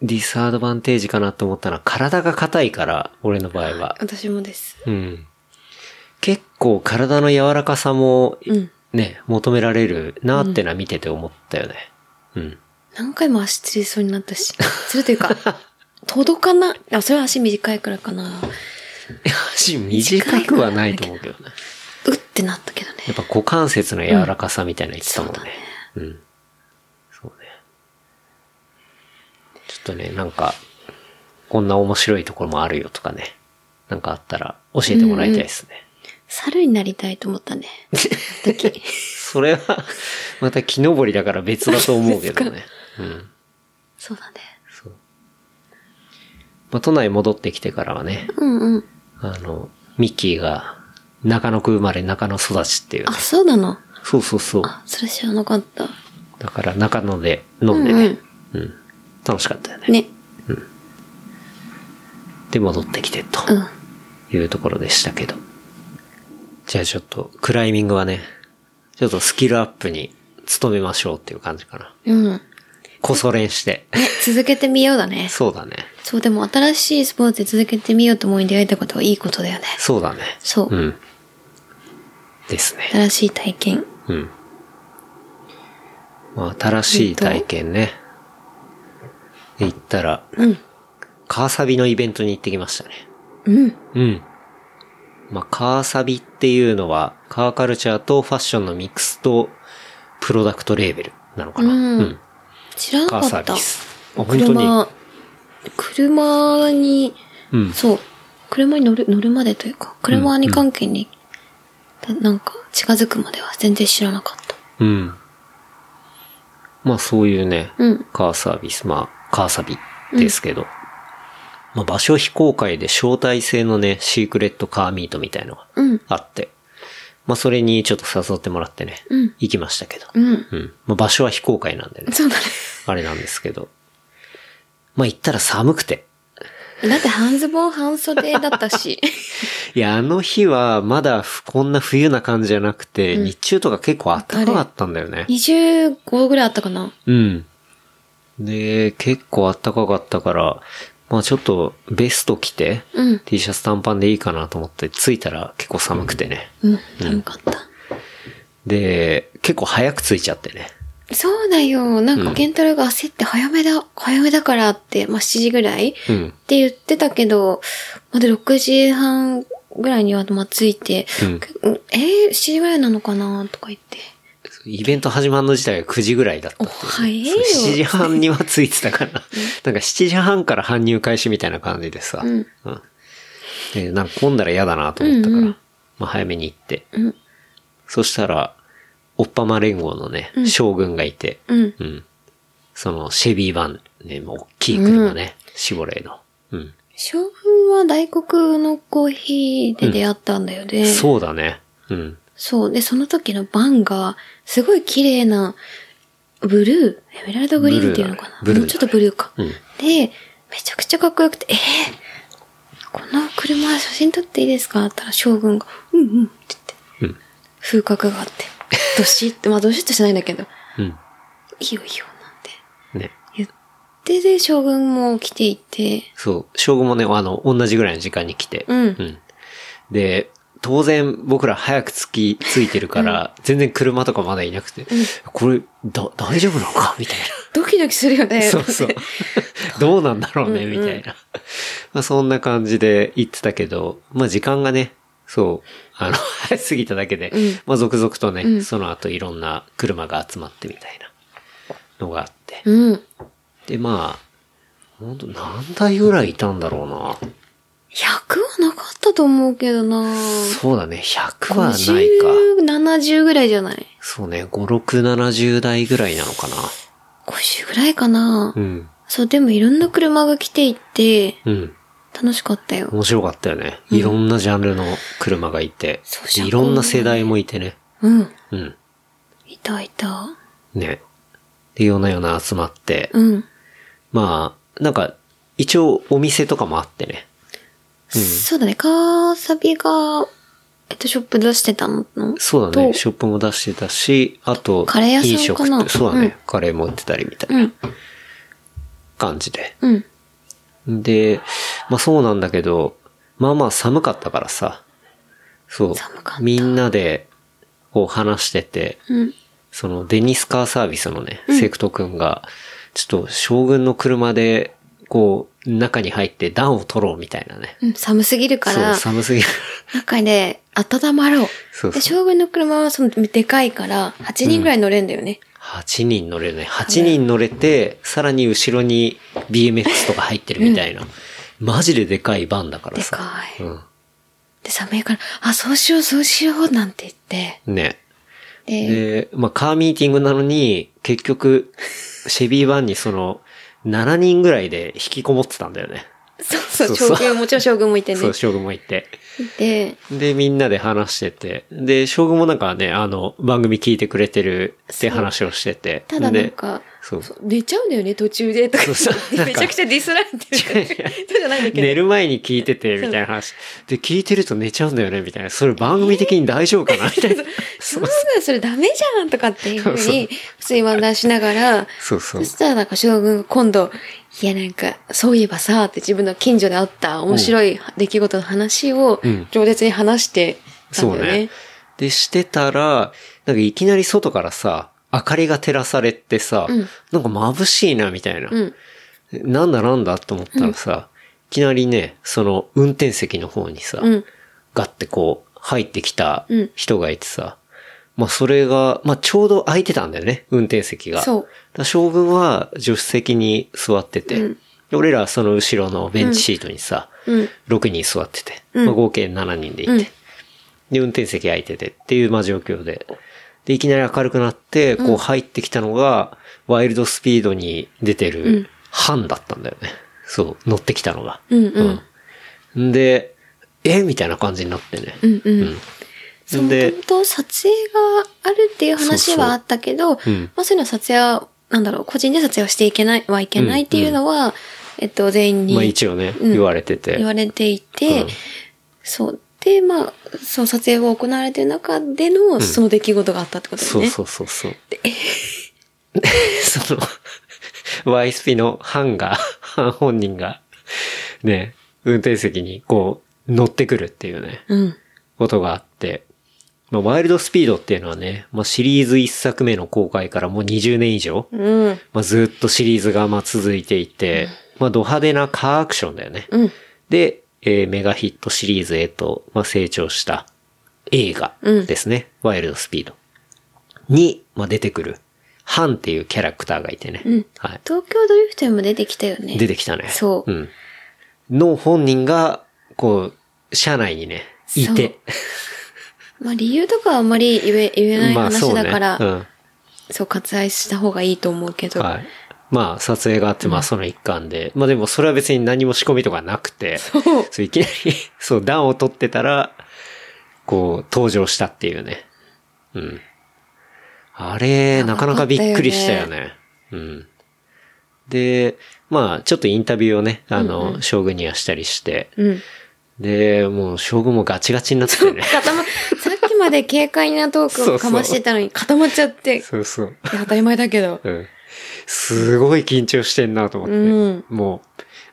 [SPEAKER 2] ディスアドバンテージかなと思ったのは、体が硬いから、俺の場合は。
[SPEAKER 3] 私もです。
[SPEAKER 2] うん。結構体の柔らかさも、
[SPEAKER 3] うん。
[SPEAKER 2] ね、求められるなってのは見てて思ったよね。うん。
[SPEAKER 3] 何回も足つりそうになったし。つるとい うか、届かな。あ、それは足短いからかな。
[SPEAKER 2] 足短くはないと思うけどね。
[SPEAKER 3] うってなったけどね。
[SPEAKER 2] やっぱ股関節の柔らかさみたいなの言ってたもんね。うん。そうね。ちょっとね、なんか、こんな面白いところもあるよとかね。なんかあったら教えてもらいたいですね。
[SPEAKER 3] 猿になりたいと思ったね。
[SPEAKER 2] それは、また木登りだから別だと思うけどね。うん。
[SPEAKER 3] そうだね。
[SPEAKER 2] そう。まあ、都内戻ってきてからはね、
[SPEAKER 3] うんうん。
[SPEAKER 2] あの、ミッキーが中野区生まれ中野育ちっていう
[SPEAKER 3] あ、。そうなの。
[SPEAKER 2] そうそうそう。
[SPEAKER 3] あ、それ知らなかった。
[SPEAKER 2] だから中野で飲んでね。うん、楽しかったよね。
[SPEAKER 3] ね。
[SPEAKER 2] で、戻ってきてと
[SPEAKER 3] うん。
[SPEAKER 2] いうところでしたけど。じゃあちょっと、クライミングはね、ちょっとスキルアップに努めましょうっていう感じかな。
[SPEAKER 3] うん。ね、
[SPEAKER 2] こそ練して。
[SPEAKER 3] 続けてみようだね。
[SPEAKER 2] そうだね。
[SPEAKER 3] そう、でも新しいスポーツで続けてみようと思い出会えたことはいいことだよね。
[SPEAKER 2] そうだね。
[SPEAKER 3] そう。
[SPEAKER 2] うん。ですね。
[SPEAKER 3] 新しい体験。
[SPEAKER 2] うん。まあ、新しい体験ね。で行ったら、
[SPEAKER 3] うん。
[SPEAKER 2] カーサビのイベントに行ってきましたね。
[SPEAKER 3] うん。
[SPEAKER 2] うん。まあ、カーサビっていうのは、カーカルチャーとファッションのミックスと、プロダクトレーベルなのかな。
[SPEAKER 3] うん知らな
[SPEAKER 2] カ
[SPEAKER 3] か
[SPEAKER 2] ーサ
[SPEAKER 3] っ
[SPEAKER 2] ー
[SPEAKER 3] た
[SPEAKER 2] ビ。ス。あ、本当に。
[SPEAKER 3] 車、車に、
[SPEAKER 2] うん。
[SPEAKER 3] そう、車に乗る、乗るまでというか、車に関係に、ななんか、近づくまでは全然知らなかった。
[SPEAKER 2] うん。まあ、そういうね、
[SPEAKER 3] うん。
[SPEAKER 2] カーサービス、まあ、カーサビですけど、まあ、場所非公開で招待制のね、シークレットカーミートみたいのが
[SPEAKER 3] うん。
[SPEAKER 2] あって、まあ、それにちょっと誘ってもらってね、
[SPEAKER 3] うん
[SPEAKER 2] 行きましたけど、
[SPEAKER 3] うん。
[SPEAKER 2] うん。まあ、場所は非公開なんでね。
[SPEAKER 3] そうだね。
[SPEAKER 2] あれなんですけど。まあ、行ったら寒くて。
[SPEAKER 3] だって半ズボン半袖だった し。
[SPEAKER 2] いや、あの日はまだふこんな冬な感じじゃなくて、日中とか結構暖かかったんだよね。
[SPEAKER 3] 25ぐらいあったかな。
[SPEAKER 2] うん。で、結構暖かかったから、まあちょっとベスト着て、
[SPEAKER 3] うん。
[SPEAKER 2] T シャツ短パンでいいかなと思って、着いたら結構寒くてね。
[SPEAKER 3] うん。寒かった。
[SPEAKER 2] で、結構早く着いちゃってね。
[SPEAKER 3] そうだよ。なんか、ケンタロウが焦って早めだ、早めだからって、まあ、7時ぐらいっ
[SPEAKER 2] うん。
[SPEAKER 3] て言ってたけど、まだ6時半ぐらいには、まあ、着いて、
[SPEAKER 2] うん
[SPEAKER 3] うんえー、7時ぐらいなのかなとか言って。
[SPEAKER 2] イベント始まるの自体が9時ぐらいだったって
[SPEAKER 3] お早いよ
[SPEAKER 2] そう7時半には着いてたから。なんか7時半から搬入開始みたいな感じでさ。
[SPEAKER 3] うん
[SPEAKER 2] で、なんか混んだら嫌だなと思ったから。
[SPEAKER 3] うんうん
[SPEAKER 2] まあ早めに行って。
[SPEAKER 3] うん
[SPEAKER 2] そしたら、オッパマ連合のね、
[SPEAKER 3] ん
[SPEAKER 2] 将軍がいて。
[SPEAKER 3] うん。
[SPEAKER 2] うん。その、シェビーバン、ね、もう大きい車ね。シボレーの。うん。
[SPEAKER 3] 将軍は大黒のコーヒーで出会ったんだよね。そう。
[SPEAKER 2] そうだね。うん。
[SPEAKER 3] で、その時のバンが、すごい綺麗な、ブルー、エメラルドグリーンっていうのかな。
[SPEAKER 2] ブルーだねブルーだね
[SPEAKER 3] もうちょっとブルーか。
[SPEAKER 2] うん
[SPEAKER 3] で、めちゃくちゃかっこよくて、えー、この車写真撮っていいですかって言ったら将軍が、うんうんって
[SPEAKER 2] う
[SPEAKER 3] 言って、
[SPEAKER 2] ん
[SPEAKER 3] 風格があって、どしって、まあどしっとしてないんだけど、
[SPEAKER 2] うん。
[SPEAKER 3] いいよいいよなんて
[SPEAKER 2] ね。
[SPEAKER 3] 言って、で、将軍も来ていて、
[SPEAKER 2] そう、将軍もね、あの、同じぐらいの時間に来て。
[SPEAKER 3] うん
[SPEAKER 2] で、当然僕ら早く着き、着いてるから、全然車とかまだいなくて、これ、だ、大丈夫なのか みたい
[SPEAKER 3] ドキドキするよね。
[SPEAKER 2] な。そう そう。どうなんだろうね、みたいな。まあそんな感じで行ってたけど、まあ時間がね、そう、あの、 早すぎただけで、
[SPEAKER 3] うん
[SPEAKER 2] まあ続々とね、
[SPEAKER 3] うん
[SPEAKER 2] その後いろんな車が集まってみたいなのがあって。
[SPEAKER 3] うん。
[SPEAKER 2] で、まあ、本当何台ぐらいいたんだろうな。
[SPEAKER 3] 100はなかったと思うけどな
[SPEAKER 2] そうだね、100はないか。
[SPEAKER 3] 50、70ぐらいじゃない
[SPEAKER 2] そうね、5、6、70代ぐらいなのかな。
[SPEAKER 3] ?50 ぐらいかな、
[SPEAKER 2] うん。
[SPEAKER 3] そう、でもいろんな車が来ていて、
[SPEAKER 2] うん。
[SPEAKER 3] 楽しかったよ。
[SPEAKER 2] 面白かったよね。いろんなジャンルの車がいて
[SPEAKER 3] そう、
[SPEAKER 2] で
[SPEAKER 3] 車高
[SPEAKER 2] いろんな世代もいてね。
[SPEAKER 3] うん。
[SPEAKER 2] うん。
[SPEAKER 3] いたいた。
[SPEAKER 2] ね。で、ようなような集まって、
[SPEAKER 3] うん。
[SPEAKER 2] まあ、なんか、一応お店とかもあってね。
[SPEAKER 3] そうだね、カーサビが、えっと、ショップ出してたの
[SPEAKER 2] そうだね、
[SPEAKER 3] と
[SPEAKER 2] ショップも出してたし、あと、
[SPEAKER 3] カレー屋さん
[SPEAKER 2] 飲食って
[SPEAKER 3] かな
[SPEAKER 2] そうだね、
[SPEAKER 3] うん
[SPEAKER 2] カレーも売ってたりみたいな
[SPEAKER 3] うん。
[SPEAKER 2] 感じで。
[SPEAKER 3] うん。
[SPEAKER 2] で、まあそうなんだけど、まあまあ寒かったからさ、そう
[SPEAKER 3] 寒かっ、た
[SPEAKER 2] みんなで、こう話してて、
[SPEAKER 3] うん。
[SPEAKER 2] そのデニスカーサービスのね、セクト君が、ちょっと将軍の車で、こう、中に入って暖を取ろうみたいなね。
[SPEAKER 3] うん、寒すぎるか
[SPEAKER 2] そう、
[SPEAKER 3] ら、
[SPEAKER 2] 寒すぎる。
[SPEAKER 3] 中で温まろう。
[SPEAKER 2] そうそう
[SPEAKER 3] で、将軍の車はその、でかいから、8人ぐらい乗れんだよね。
[SPEAKER 2] 8人乗れるね。8人乗れて、さらに後ろに BMX とか入ってるみたいな。マジででかいバンだから
[SPEAKER 3] で
[SPEAKER 2] さ。
[SPEAKER 3] かい。
[SPEAKER 2] うん。
[SPEAKER 3] で、寒いから、あ、そうしよう、そうしよう、なんて言って。
[SPEAKER 2] ね。
[SPEAKER 3] で、
[SPEAKER 2] で、まあ、カーミーティングなのに、結 局、シェビーバンにその、7人ぐらいで引きこもってたんだよね。
[SPEAKER 3] そう
[SPEAKER 2] そ
[SPEAKER 3] そうう、
[SPEAKER 2] そう
[SPEAKER 3] 将軍、もちろん将軍もいて
[SPEAKER 2] そ
[SPEAKER 3] ね
[SPEAKER 2] う、。将軍も行って。
[SPEAKER 3] で、
[SPEAKER 2] で、みんなで話してて。で、将軍もなんかね、あの、番組聞いてくれてるって話をしてて。
[SPEAKER 3] ただなん
[SPEAKER 2] で、
[SPEAKER 3] か、
[SPEAKER 2] そう。
[SPEAKER 3] そう寝ちゃうんだよね、途中で、とか言って
[SPEAKER 2] そうそうなんか
[SPEAKER 3] めちゃくちゃディスられてる。そうじゃないんだけど。
[SPEAKER 2] 寝る前に聞いてて、みたいな話。で、聞いてると寝ちゃうんだよね、みたいな。それ番組的に大丈夫かな、みたいな。
[SPEAKER 3] そうだよ、それダメじゃんとかっていうふうに、普通に漫談しながら、
[SPEAKER 2] そうそう
[SPEAKER 3] そ。したらなんか将軍が今度、いやなんか、そういえばさ、って自分の近所であった面白い出来事の話を
[SPEAKER 2] うん、
[SPEAKER 3] 饒舌に話してたん
[SPEAKER 2] そ
[SPEAKER 3] だ
[SPEAKER 2] う
[SPEAKER 3] よ
[SPEAKER 2] ね
[SPEAKER 3] ね。。
[SPEAKER 2] で、してたら、なんかいきなり外からさ、明かりが照らされてさ、
[SPEAKER 3] うん
[SPEAKER 2] なんか眩しいな、みたいな。
[SPEAKER 3] うん。
[SPEAKER 2] なんだなんだと思ったらさ、いきなりね、その運転席の方にさ、
[SPEAKER 3] うん。
[SPEAKER 2] ガッてこう、入ってきた
[SPEAKER 3] うん
[SPEAKER 2] 人がいてさ、まあそれが、まあちょうど空いてたんだよね、運転席が。
[SPEAKER 3] そ
[SPEAKER 2] だ
[SPEAKER 3] う
[SPEAKER 2] から将軍は助手席に座ってて、
[SPEAKER 3] うん
[SPEAKER 2] で俺らはその後ろのベンチシートにさ、
[SPEAKER 3] うん。
[SPEAKER 2] 6人座ってて、
[SPEAKER 3] うん
[SPEAKER 2] まあ合計7人でいて、
[SPEAKER 3] うん
[SPEAKER 2] で、運転席空いててっていう、まあ状況で。で、いきなり明るくなって、こう入ってきたのが、ワイルドスピードに出てる、ハンだったんだよね。そう、乗ってきたのが。
[SPEAKER 3] うんうん
[SPEAKER 2] うん。で、えみたいな感じになってね。
[SPEAKER 3] うんうん
[SPEAKER 2] う
[SPEAKER 3] そ
[SPEAKER 2] ん。
[SPEAKER 3] う、
[SPEAKER 2] で
[SPEAKER 3] 本、当撮影があるっていう話はあったけど、
[SPEAKER 2] そううん
[SPEAKER 3] まあそういうのは撮影は、なんだろう、個人で撮影をしていけない、はいけないっていうのは、えっと、全員に。
[SPEAKER 2] まあ一応ね、
[SPEAKER 3] うん
[SPEAKER 2] 言われてて。
[SPEAKER 3] 言われていて、
[SPEAKER 2] うん
[SPEAKER 3] そう。で、まあ、その撮影が行われてる中での、その出来事があったってことです
[SPEAKER 2] そう
[SPEAKER 3] ね。
[SPEAKER 2] そうそうそう。 その、YSP のハンが、ハン本人が、ね、運転席にこう、乗ってくるっていうね、
[SPEAKER 3] うん。
[SPEAKER 2] ことがあって、まあ、ワイルドスピードっていうのはね、まあ、シリーズ1作目の公開からもう20年以上、
[SPEAKER 3] うん。
[SPEAKER 2] まあ、ずっとシリーズがまあ続いていて、まあ、ド派手なカーアクションだよね。
[SPEAKER 3] うん。
[SPEAKER 2] で、えーメガヒットシリーズへと、まあ、成長した映画ですね。ワイルドスピードに、まあ、出てくるハンっていうキャラクターがいてね。
[SPEAKER 3] うん
[SPEAKER 2] はい。
[SPEAKER 3] 東京ドリフトにも出てきたよね。
[SPEAKER 2] 出てきたね。
[SPEAKER 3] そう
[SPEAKER 2] うん。の本人が、こう、車内にね、いて。
[SPEAKER 3] まあ理由とかはあんまり言え、言えない
[SPEAKER 2] まあ
[SPEAKER 3] 話だから、
[SPEAKER 2] そ
[SPEAKER 3] そうう,、
[SPEAKER 2] ね。うん。
[SPEAKER 3] 割愛した方がいいと思うけど。
[SPEAKER 2] はい。まあ、撮影があって、まあ、その一環で。まあ、でも、それは別に何も仕込みとかなくて。そうう。いきなり、 そう、段を取ってたら、こう、登場したっていうね。うん。あれ、なかなかびっくりしたよね。うん。で、まあ、ちょっとインタビューをね、あの、将軍にはしたりして。
[SPEAKER 3] うん。
[SPEAKER 2] で、もう、将軍もガチガチになっててね。
[SPEAKER 3] 固ま、さっきまで軽快なトークをかましてたのに固まっちゃって。
[SPEAKER 2] そうそう。
[SPEAKER 3] いや当たり前だけど。
[SPEAKER 2] うん。すごい緊張してんなと思って。
[SPEAKER 3] うん
[SPEAKER 2] も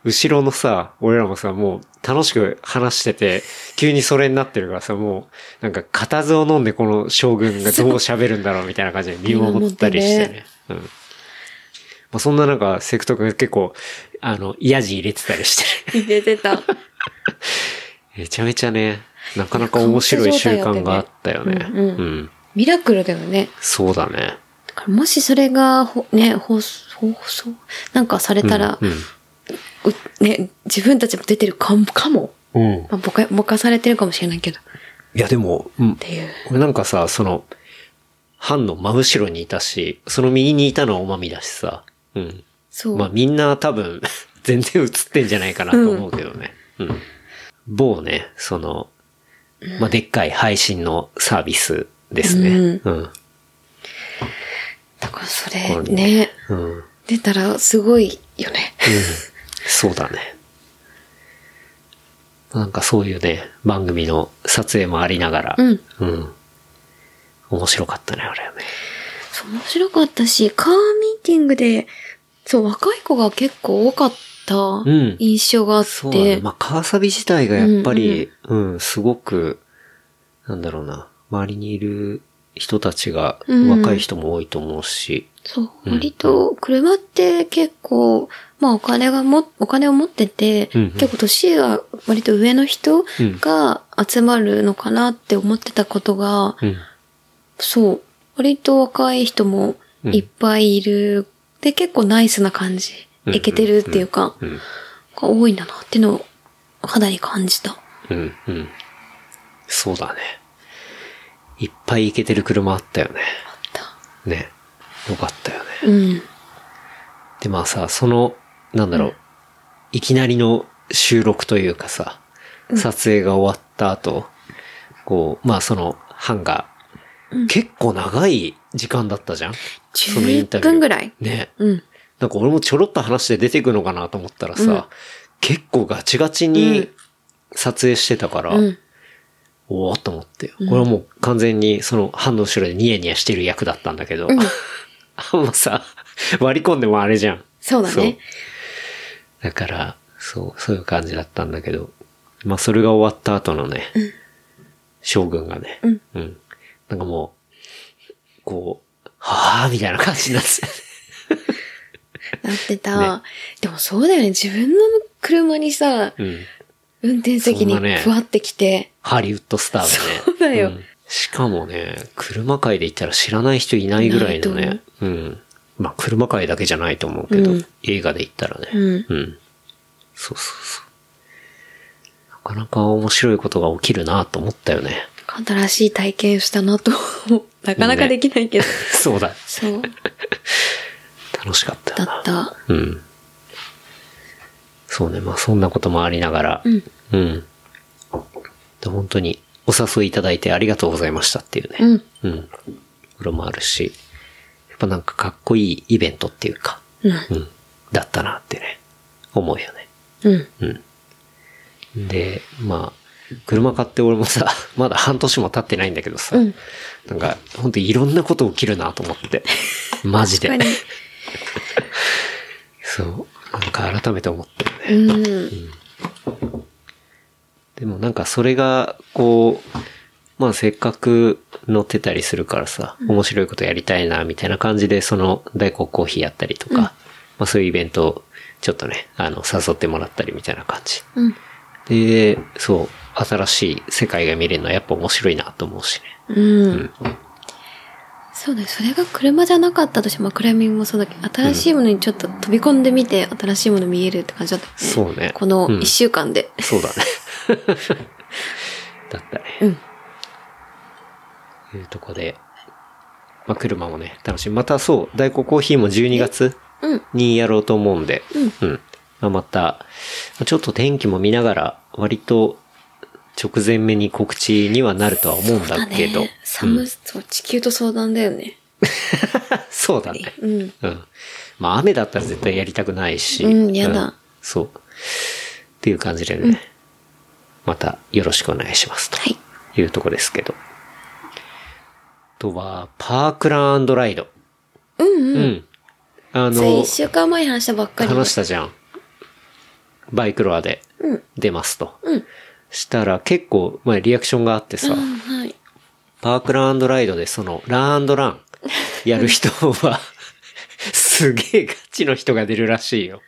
[SPEAKER 2] う、後ろのさ、俺らもさ、もう楽しく話してて、急にそれになってるからさ、もう、なんか固唾を飲んでこの将軍がどう喋るんだろうみたいな感じで見守ったりしてね。うん。まあ、そんな中、セクト君結構、あの、ヤジ入れてたりして、
[SPEAKER 3] 入れてた。
[SPEAKER 2] めちゃめちゃね、なかなか面白い習慣があったよね。
[SPEAKER 3] うんうんミラクルだよね。
[SPEAKER 2] そうだね。
[SPEAKER 3] だからもしそれが、ほね、放送、放送、なんかされたら、
[SPEAKER 2] うん。
[SPEAKER 3] うね、自分たちも出てるかも、かも。
[SPEAKER 2] うん。
[SPEAKER 3] まあ、ぼか、ぼかされてるかもしれないけど。っ
[SPEAKER 2] いやでも、うん、
[SPEAKER 3] ていう。
[SPEAKER 2] 俺なんかさ、その、班の真後ろにいたし、その右にいたのはおまみだしさ、うん。
[SPEAKER 3] そう。
[SPEAKER 2] まあみんな多分、 全然映ってんじゃないかなと思うけどね。うん。某ね、その、まあでっかい配信のサービスですね。うん。
[SPEAKER 3] だからそ
[SPEAKER 2] こ
[SPEAKER 3] れ、
[SPEAKER 2] れ
[SPEAKER 3] ね、
[SPEAKER 2] うん。
[SPEAKER 3] 出たらすごいよね。
[SPEAKER 2] そうだね。なんかそういうね、番組の撮影もありながら、
[SPEAKER 3] うん。
[SPEAKER 2] うん。面白かったね、あれはね。
[SPEAKER 3] そう、面白かったし、カーミーティングで、そう、若い子が結構多かった
[SPEAKER 2] ん
[SPEAKER 3] 印象があっ
[SPEAKER 2] そうだね。
[SPEAKER 3] て、
[SPEAKER 2] まあ、カワサビ自体がやっぱり、うん、すごく、なんだろうな、周りにいる人たちが、
[SPEAKER 3] うん
[SPEAKER 2] 若い人も多いと思うし、
[SPEAKER 3] そう、割と、車って結構、まあお金がも、お金を持ってて、
[SPEAKER 2] うんうん
[SPEAKER 3] 結構年が割と上の人
[SPEAKER 2] うん
[SPEAKER 3] が集まるのかなって思ってたことが、
[SPEAKER 2] うん。
[SPEAKER 3] そう、割と若い人もいっぱいいる。で、結構ナイスな感じ。
[SPEAKER 2] うん
[SPEAKER 3] いけてるっていうか、
[SPEAKER 2] うん。
[SPEAKER 3] が多いんだなっていうのを肌に感じた。
[SPEAKER 2] うん。うん。そうだね。いっぱい行けてる車あったよね。ね。よかったよね。
[SPEAKER 3] うん。
[SPEAKER 2] で、まあさ、その、なんだろう、いきなりの収録というかさ、撮影が終わった後、こう、まあその、班が、結構長い時間だったじゃんそのインタビュー
[SPEAKER 3] 10分ぐらい。
[SPEAKER 2] ね。
[SPEAKER 3] うん。
[SPEAKER 2] なんか俺もちょろっと話して出てくのかなと思ったらさ、
[SPEAKER 3] うん
[SPEAKER 2] 結構ガチガチに撮影してたから、
[SPEAKER 3] うん。
[SPEAKER 2] おおと思って。これはもう完全にその班の後ろでニヤニヤしてる役だったんだけ ど、あんまさ、割り込んでもあれじゃん。
[SPEAKER 3] そうだね。
[SPEAKER 2] だから、そう、そういう感じだったんだけど、まあそれが終わった後のね、将軍がね、
[SPEAKER 3] うん
[SPEAKER 2] なんかもう、こう、はぁみたいな感じになってたよ ね。
[SPEAKER 3] なってた。でもそうだよね。自分の車にさ、
[SPEAKER 2] うん。
[SPEAKER 3] 運転席に
[SPEAKER 2] そんなね
[SPEAKER 3] ふわってきて、
[SPEAKER 2] ハリウッドスターだね。
[SPEAKER 3] そうだよ
[SPEAKER 2] んしかもね、車界で言ったら知らない人いないぐらいの
[SPEAKER 3] いな
[SPEAKER 2] ねう
[SPEAKER 3] い、
[SPEAKER 2] ん。まあ車界だけじゃないと思うけど、
[SPEAKER 3] うん
[SPEAKER 2] 映画で言ったらね、
[SPEAKER 3] うん
[SPEAKER 2] そうそうそう。なかなか面白いことが起きるなと思ったよね。
[SPEAKER 3] 新しい体験をしたなと 思う。なかなかできないけど。
[SPEAKER 2] そうだ。
[SPEAKER 3] そう。
[SPEAKER 2] 楽しかった
[SPEAKER 3] だ
[SPEAKER 2] よ
[SPEAKER 3] っ
[SPEAKER 2] な。う
[SPEAKER 3] た。。
[SPEAKER 2] ん。そうね。まあ、そんなこともありながら。うんうん。で本当にお誘いいただいてありがとうございましたっていうね。
[SPEAKER 3] うん。
[SPEAKER 2] うん。これもあるし。やっぱなんかかっこいいイベントっていうか、
[SPEAKER 3] うん。
[SPEAKER 2] うん。だったなってね、思うよね。
[SPEAKER 3] うん。
[SPEAKER 2] で、まあ、車買って俺もさ、 まだ半年も経ってないんだけどさ、
[SPEAKER 3] うん
[SPEAKER 2] なんか、ほんといろんなこと起きるなと思 って。マジで
[SPEAKER 3] 確か。に
[SPEAKER 2] そう。なんか改めて思ったよね。
[SPEAKER 3] うん。
[SPEAKER 2] でもなんかそれが、こう、まあせっかく乗ってたりするからさ、面白いことやりたいな、みたいな感じで、その大黒コーヒーやったりとか、まあそういうイベントをちょっとね、あの、誘ってもらったりみたいな感じ。
[SPEAKER 3] うん。
[SPEAKER 2] で、そう、新しい世界が見れるのはやっぱ面白いなと思うしね。
[SPEAKER 3] うん。そうだね。それが車じゃなかったとしても、クライミングもそうだけど、新しいものにちょっと飛び込んでみて、新しいもの見えるって感じだった、ね。
[SPEAKER 2] そうね
[SPEAKER 3] この
[SPEAKER 2] うん
[SPEAKER 3] 一週間で。
[SPEAKER 2] そうだね。 だったね。
[SPEAKER 3] うん
[SPEAKER 2] いうとこで、まあ、車もね、楽しみ。またそう、大黒コーヒーも12月
[SPEAKER 3] うん。
[SPEAKER 2] にやろうと思うんで、うん。まあ、また、ちょっと天気も見ながら、割と直前目に告知にはなるとは思うんだけど、
[SPEAKER 3] ね、寒そう、地球と相談だよね。
[SPEAKER 2] そうだね。
[SPEAKER 3] うん。
[SPEAKER 2] うん。まあ雨だったら絶対やりたくないし。
[SPEAKER 3] うんやだ
[SPEAKER 2] そう。っていう感じでね、またよろしくお願いしますと
[SPEAKER 3] はい。
[SPEAKER 2] いうとこですけど。あとは、パークランドライド。うんうん。あ
[SPEAKER 3] それ
[SPEAKER 2] の
[SPEAKER 3] 一、週間前に話したばっかりで。
[SPEAKER 2] 話したじゃん。バイクロアで
[SPEAKER 3] うん。
[SPEAKER 2] 出ますと。
[SPEAKER 3] うん。
[SPEAKER 2] したら結構、まあリアクションがあってさ、
[SPEAKER 3] うんはい。
[SPEAKER 2] パークランドライドでその、ランドランやる人は、すげえガチの人が出るらしいよ。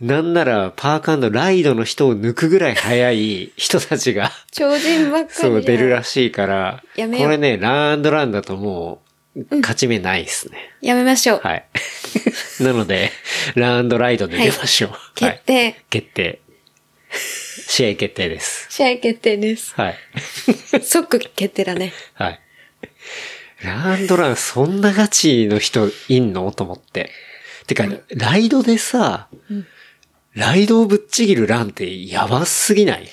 [SPEAKER 2] なんなら、パークライドの人を抜くぐらい早い人たちが、
[SPEAKER 3] 超人ばっかりじゃ
[SPEAKER 2] そ
[SPEAKER 3] ん。
[SPEAKER 2] う、出るらしいから、こ
[SPEAKER 3] やめよう
[SPEAKER 2] れね、ランドランだともう、勝ち目ないですね。
[SPEAKER 3] やめましょう。
[SPEAKER 2] はい。 なので、ランドライドで出ましょう。はい
[SPEAKER 3] 決。定。
[SPEAKER 2] 決定。試合決定です。
[SPEAKER 3] 試合決 定です。
[SPEAKER 2] はい。
[SPEAKER 3] 即決定だね。
[SPEAKER 2] はい。ランドラン、そんなガチの人いんのと思って。てか、ライドでさ、ライドをぶっちぎるランってやばすぎない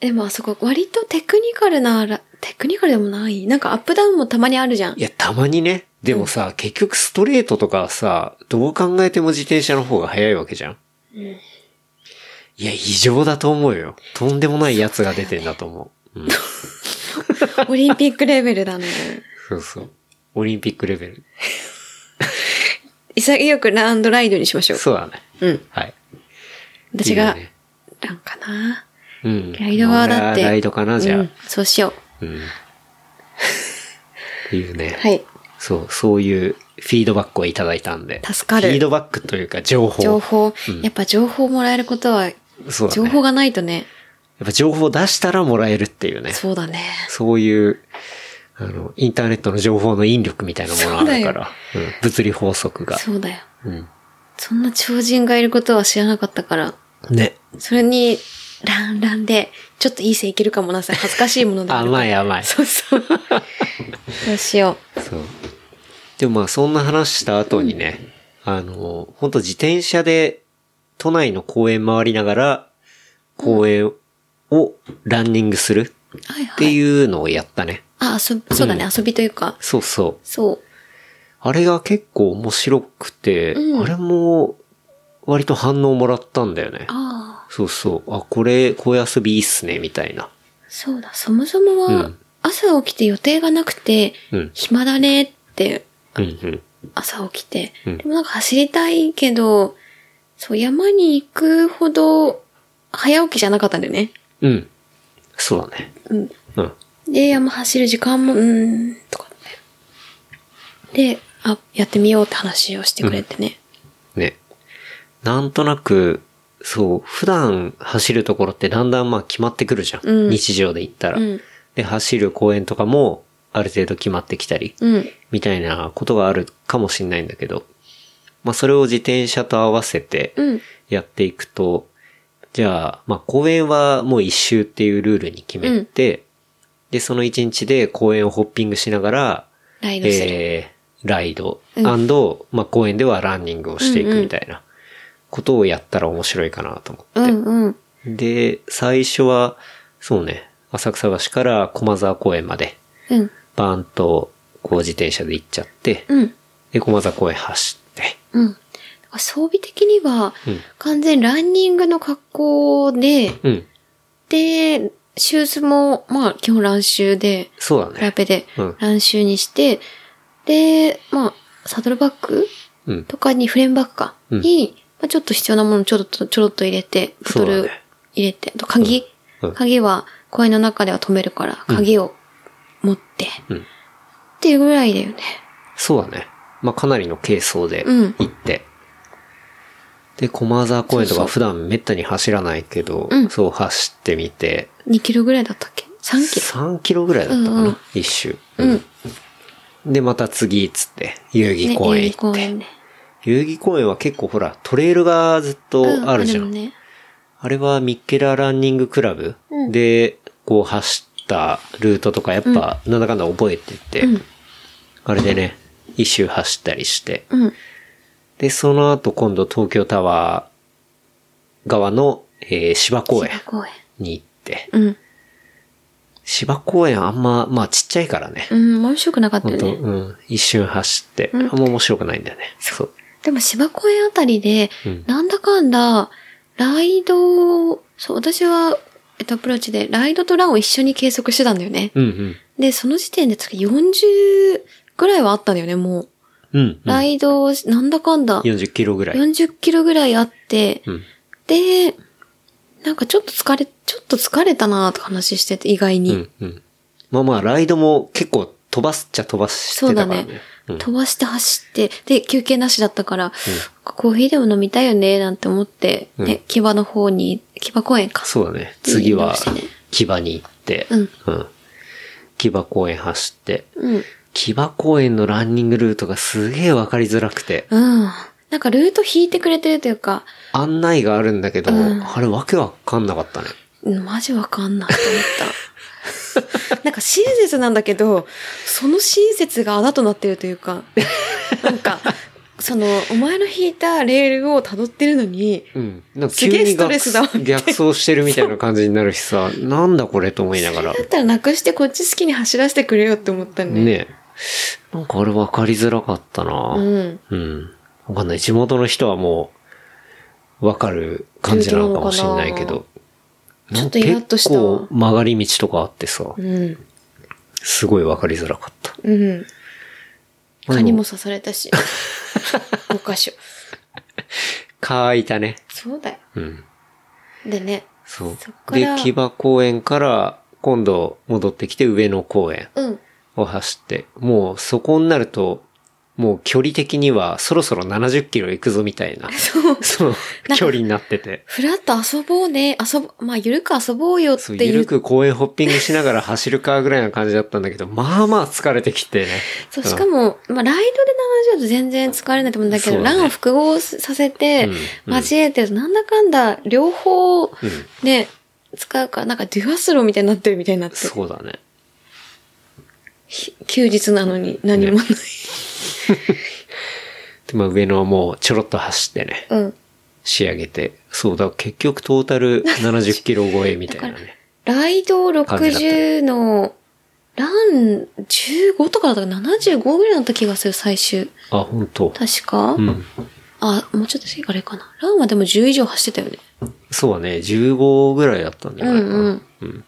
[SPEAKER 3] でもあそこ割とテクニカルなら、テクニカルでもない。なんかアップダウンもたまにあるじゃん
[SPEAKER 2] い。や、たまにね。でもさ、結局ストレートとかはさ、どう考えても自転車の方が速いわけじゃん。いや、異常だと思うよ。とんでもないやつが出てんだと思う。うん
[SPEAKER 3] オリンピックレベルだね。
[SPEAKER 2] そうそう。オリンピックレベル。
[SPEAKER 3] 潔くランドライドにしましょう。
[SPEAKER 2] そうだね。
[SPEAKER 3] うん。
[SPEAKER 2] はい。
[SPEAKER 3] 私が
[SPEAKER 2] いいよね、
[SPEAKER 3] ランかな。
[SPEAKER 2] うん。
[SPEAKER 3] ライドはだって。
[SPEAKER 2] ライドかな、じゃあ。
[SPEAKER 3] うんそうしよ
[SPEAKER 2] うん。っていうね。
[SPEAKER 3] う。はい。
[SPEAKER 2] そう、そういうフィードバックをいただいたんで。
[SPEAKER 3] 助かる
[SPEAKER 2] フィードバックというか、情報。
[SPEAKER 3] 情報、やっぱ情報もらえることは、
[SPEAKER 2] そうだね
[SPEAKER 3] 情報がないとね、
[SPEAKER 2] やっぱ情報を出したらもらえるっていうね。
[SPEAKER 3] そうだね。
[SPEAKER 2] そういう、あの、インターネットの情報の引力みたいなものがあるから。うん、物理法則が。
[SPEAKER 3] そうだよ。
[SPEAKER 2] うん。
[SPEAKER 3] そんな超人がいることは知らなかったから、
[SPEAKER 2] ね。
[SPEAKER 3] それに、ランランで、ちょっといい線いけるかもなさい。恥ずかしいもの だ
[SPEAKER 2] 甘い甘い。
[SPEAKER 3] そ うそう。どうしよ
[SPEAKER 2] そう。でもまあそんな話した後にね、あの、本当自転車で都内の公園回りながら、公園をランニングする
[SPEAKER 3] う。はい
[SPEAKER 2] っ
[SPEAKER 3] は
[SPEAKER 2] て
[SPEAKER 3] い。
[SPEAKER 2] いうのをやったね。
[SPEAKER 3] あ、遊び、そうだね、遊びというか、
[SPEAKER 2] そうそう。
[SPEAKER 3] そう。
[SPEAKER 2] あれが結構面白くて、
[SPEAKER 3] うん
[SPEAKER 2] あれも割と反応もらったんだよね。
[SPEAKER 3] ああ、
[SPEAKER 2] そうそう。あ、これ、こういう遊びいいっすね、みたいな。
[SPEAKER 3] そうだ、そもそも
[SPEAKER 2] う
[SPEAKER 3] は
[SPEAKER 2] ん、
[SPEAKER 3] 朝起きて予定がなくて、
[SPEAKER 2] うん。
[SPEAKER 3] 暇だねって、
[SPEAKER 2] うんうん。
[SPEAKER 3] 朝起きて。
[SPEAKER 2] うん
[SPEAKER 3] でもなんか走りたいけど、そう、山に行くほど、早起きじゃなかったんだよね。
[SPEAKER 2] うん。そうだね。
[SPEAKER 3] うん。
[SPEAKER 2] うん。
[SPEAKER 3] で、山走る時間も、うーん、とかね。で、あ、やってみようって話をしてくれてね。
[SPEAKER 2] ね。なんとなく、そう、普段走るところってだんだんまあ決まってくるじゃん。
[SPEAKER 3] うん
[SPEAKER 2] 日常で行ったら、
[SPEAKER 3] うん
[SPEAKER 2] で、走る公園とかもある程度決まってきたり、
[SPEAKER 3] うん。
[SPEAKER 2] みたいなことがあるかもしれないんだけど、まあそれを自転車と合わせて
[SPEAKER 3] うん。
[SPEAKER 2] やっていくと、じゃあ、まあ公園はもう一周っていうルールに決めて、で、その一日で公園をホッピングしながら、
[SPEAKER 3] ライドする。
[SPEAKER 2] えー、ライド、
[SPEAKER 3] うん
[SPEAKER 2] アンド、まあ、公園ではランニングをしていくみたいなことをやったら面白いかなと思
[SPEAKER 3] う
[SPEAKER 2] って。
[SPEAKER 3] んうん。
[SPEAKER 2] で、最初は、そうね、浅草橋から駒沢公園まで、
[SPEAKER 3] うん。
[SPEAKER 2] バーンと、こう自転車で行っちゃって、
[SPEAKER 3] うん。
[SPEAKER 2] で、駒沢公園走って、
[SPEAKER 3] うん。あ装備的には
[SPEAKER 2] うん、
[SPEAKER 3] 完全ランニングの格好で、
[SPEAKER 2] うん。
[SPEAKER 3] で、シューズも、まあ、基本乱臭で、
[SPEAKER 2] そうだ
[SPEAKER 3] フラ
[SPEAKER 2] ね。
[SPEAKER 3] ペで
[SPEAKER 2] うん
[SPEAKER 3] 乱臭にして、で、まあ、サドルバッグ
[SPEAKER 2] うん。
[SPEAKER 3] とかにフレームバッグか、
[SPEAKER 2] うん
[SPEAKER 3] に、まあ、ちょっと必要なものをちょろっと、ちょろっと入れて、ボト
[SPEAKER 2] そうだ
[SPEAKER 3] ル
[SPEAKER 2] ね
[SPEAKER 3] 入れて、あと鍵、
[SPEAKER 2] うんうん
[SPEAKER 3] 鍵は公園の中では止めるから、
[SPEAKER 2] うん
[SPEAKER 3] 鍵を持って、
[SPEAKER 2] うん
[SPEAKER 3] っていうぐらいだよね。
[SPEAKER 2] そうだね。まあ、かなりの軽装で
[SPEAKER 3] うん
[SPEAKER 2] 行って。で、駒沢公園と
[SPEAKER 3] そうそ
[SPEAKER 2] か
[SPEAKER 3] う
[SPEAKER 2] 普段めったに走らないけど、
[SPEAKER 3] うん
[SPEAKER 2] そう走ってみて、
[SPEAKER 3] 2キロぐらいだったっけ ?3 キロ。
[SPEAKER 2] 3キロぐらいだったかな、
[SPEAKER 3] うんうん
[SPEAKER 2] 一周。
[SPEAKER 3] うん。
[SPEAKER 2] で、また次、っつって、遊戯公園
[SPEAKER 3] ね
[SPEAKER 2] 行って、
[SPEAKER 3] 遊戯ね。
[SPEAKER 2] 遊戯公園は結構ほら、トレイルがずっとあるじゃん。
[SPEAKER 3] うね。
[SPEAKER 2] あれはミッケラランニングクラブ
[SPEAKER 3] うん
[SPEAKER 2] で、こう走ったルートとかやっぱ、なんだかんだ覚えてて、
[SPEAKER 3] うん。
[SPEAKER 2] あれでね、一周走ったりして、
[SPEAKER 3] うん。
[SPEAKER 2] で、その後今度東京タワー側の、えー芝公園
[SPEAKER 3] 芝公園。
[SPEAKER 2] に行って、
[SPEAKER 3] うん。
[SPEAKER 2] 芝公園あんま、まあちっちゃいからね、
[SPEAKER 3] うん、面白くなかったよ
[SPEAKER 2] 本当
[SPEAKER 3] ね。
[SPEAKER 2] うん、一瞬走って、
[SPEAKER 3] うん
[SPEAKER 2] あんま面白くないんだよね。そう。
[SPEAKER 3] でも芝公園あたりで、
[SPEAKER 2] うん
[SPEAKER 3] なんだかんだ、ライドを、そう、私は、えっと、アプローチで、ライドとランを一緒に計測してたんだよね。
[SPEAKER 2] うんうん。
[SPEAKER 3] で、その時点で、確か40ぐらいはあったんだよね、もう。
[SPEAKER 2] うん、うん。
[SPEAKER 3] ライドを、なんだかんだ、
[SPEAKER 2] 40キロぐらい。
[SPEAKER 3] 40キロぐらいあって、
[SPEAKER 2] うん。
[SPEAKER 3] で、なんかちょっと疲れ、ちょっと疲れたなーとか話してて、意外
[SPEAKER 2] う
[SPEAKER 3] に。
[SPEAKER 2] ん、うん。まあまあ、ライドも結構飛ばすっちゃ飛ばして
[SPEAKER 3] そう
[SPEAKER 2] た
[SPEAKER 3] だ
[SPEAKER 2] からね。
[SPEAKER 3] ね
[SPEAKER 2] うん
[SPEAKER 3] 飛ばして走って、で、休憩なしだったから、コーヒーでも飲みたいよね、なんて思って、
[SPEAKER 2] うん
[SPEAKER 3] ね、木場の方に、木場公園か。
[SPEAKER 2] そうだね。次
[SPEAKER 3] 移動
[SPEAKER 2] は
[SPEAKER 3] してね、
[SPEAKER 2] 木場に行って、
[SPEAKER 3] うん
[SPEAKER 2] 木場公園走って、
[SPEAKER 3] うん。
[SPEAKER 2] 木場公園のランニングルートがすげえわかりづらくて、
[SPEAKER 3] うん。なんかルート引いてくれてるというか、
[SPEAKER 2] 案内があるんだけど、
[SPEAKER 3] うん
[SPEAKER 2] あれわけわかんなかったね。
[SPEAKER 3] うんマジわかんない と思った。なんか親切なんだけど、その親切があだとなってるというか、なんか、その、お前の引いたレールを辿ってるのに、
[SPEAKER 2] うん。なんか
[SPEAKER 3] す
[SPEAKER 2] 急
[SPEAKER 3] げえ
[SPEAKER 2] に
[SPEAKER 3] スト
[SPEAKER 2] 逆
[SPEAKER 3] レスだわって
[SPEAKER 2] 逆走してるみたいな感じになるしさ、なんだこれと思いながら
[SPEAKER 3] だ。ったらなくしてこっち好きに走らせてくれよって思ったね。
[SPEAKER 2] ねえなんかあれわかりづらかったな
[SPEAKER 3] う、ん。
[SPEAKER 2] うん。わかんない。地元の人はもう、わかる感じなのかもしれないけど。
[SPEAKER 3] ちょっとイラッとした
[SPEAKER 2] なんか結構曲がり道とかあってさ、
[SPEAKER 3] うん。
[SPEAKER 2] すごいわかりづらかった。
[SPEAKER 3] うん。
[SPEAKER 2] まあ
[SPEAKER 3] 蚊にも
[SPEAKER 2] で
[SPEAKER 3] 刺され たし。5箇所。
[SPEAKER 2] 蚊開いたね。
[SPEAKER 3] そうだよ。
[SPEAKER 2] うん。
[SPEAKER 3] でね。
[SPEAKER 2] そう
[SPEAKER 3] そっ。か
[SPEAKER 2] で
[SPEAKER 3] ら、
[SPEAKER 2] 木場公園から、今度戻ってきて上野公園
[SPEAKER 3] うん。
[SPEAKER 2] を走って、もうそこになると、もう距離的にはそろそろ70キロ行くぞみた いな、
[SPEAKER 3] そう。
[SPEAKER 2] その距離になってて。
[SPEAKER 3] ふらっと遊ぼうね。遊ぼ、まあ、ゆるく遊ぼうよっ
[SPEAKER 2] そう、
[SPEAKER 3] て
[SPEAKER 2] ゆ
[SPEAKER 3] いう。
[SPEAKER 2] るく公園ホッピングしながら走るかぐらいな感じだったんだけど、まあまあ疲れてきてね。
[SPEAKER 3] そう、しかも、まあ、ライドで70だと全然疲れないと思うんだけ
[SPEAKER 2] そ
[SPEAKER 3] ど、
[SPEAKER 2] うだね
[SPEAKER 3] ランを複合させて
[SPEAKER 2] うん、うん
[SPEAKER 3] 交えてると、なんだかんだ、両方、
[SPEAKER 2] うん。
[SPEAKER 3] ね、使うから、なんかデュアスローみたいになってるみたいになって、
[SPEAKER 2] そうだね。
[SPEAKER 3] ひ休日なのに何もない。
[SPEAKER 2] で、まあ上野はもうちょろっと走ってね、
[SPEAKER 3] うん。
[SPEAKER 2] 仕上げて。そうだ、結局トータル70キロ超えみたいなね。
[SPEAKER 3] ライド
[SPEAKER 2] 感じだった
[SPEAKER 3] 60の、ラン15とかだったかな75ぐらいだった気がする、最終。
[SPEAKER 2] あ、本当
[SPEAKER 3] 確か。
[SPEAKER 2] うん。
[SPEAKER 3] あ、もうちょっとあれかな。ランはでも10以上走ってたよね。
[SPEAKER 2] そうだね、15ぐらいだったんじゃないかな。
[SPEAKER 3] うんうん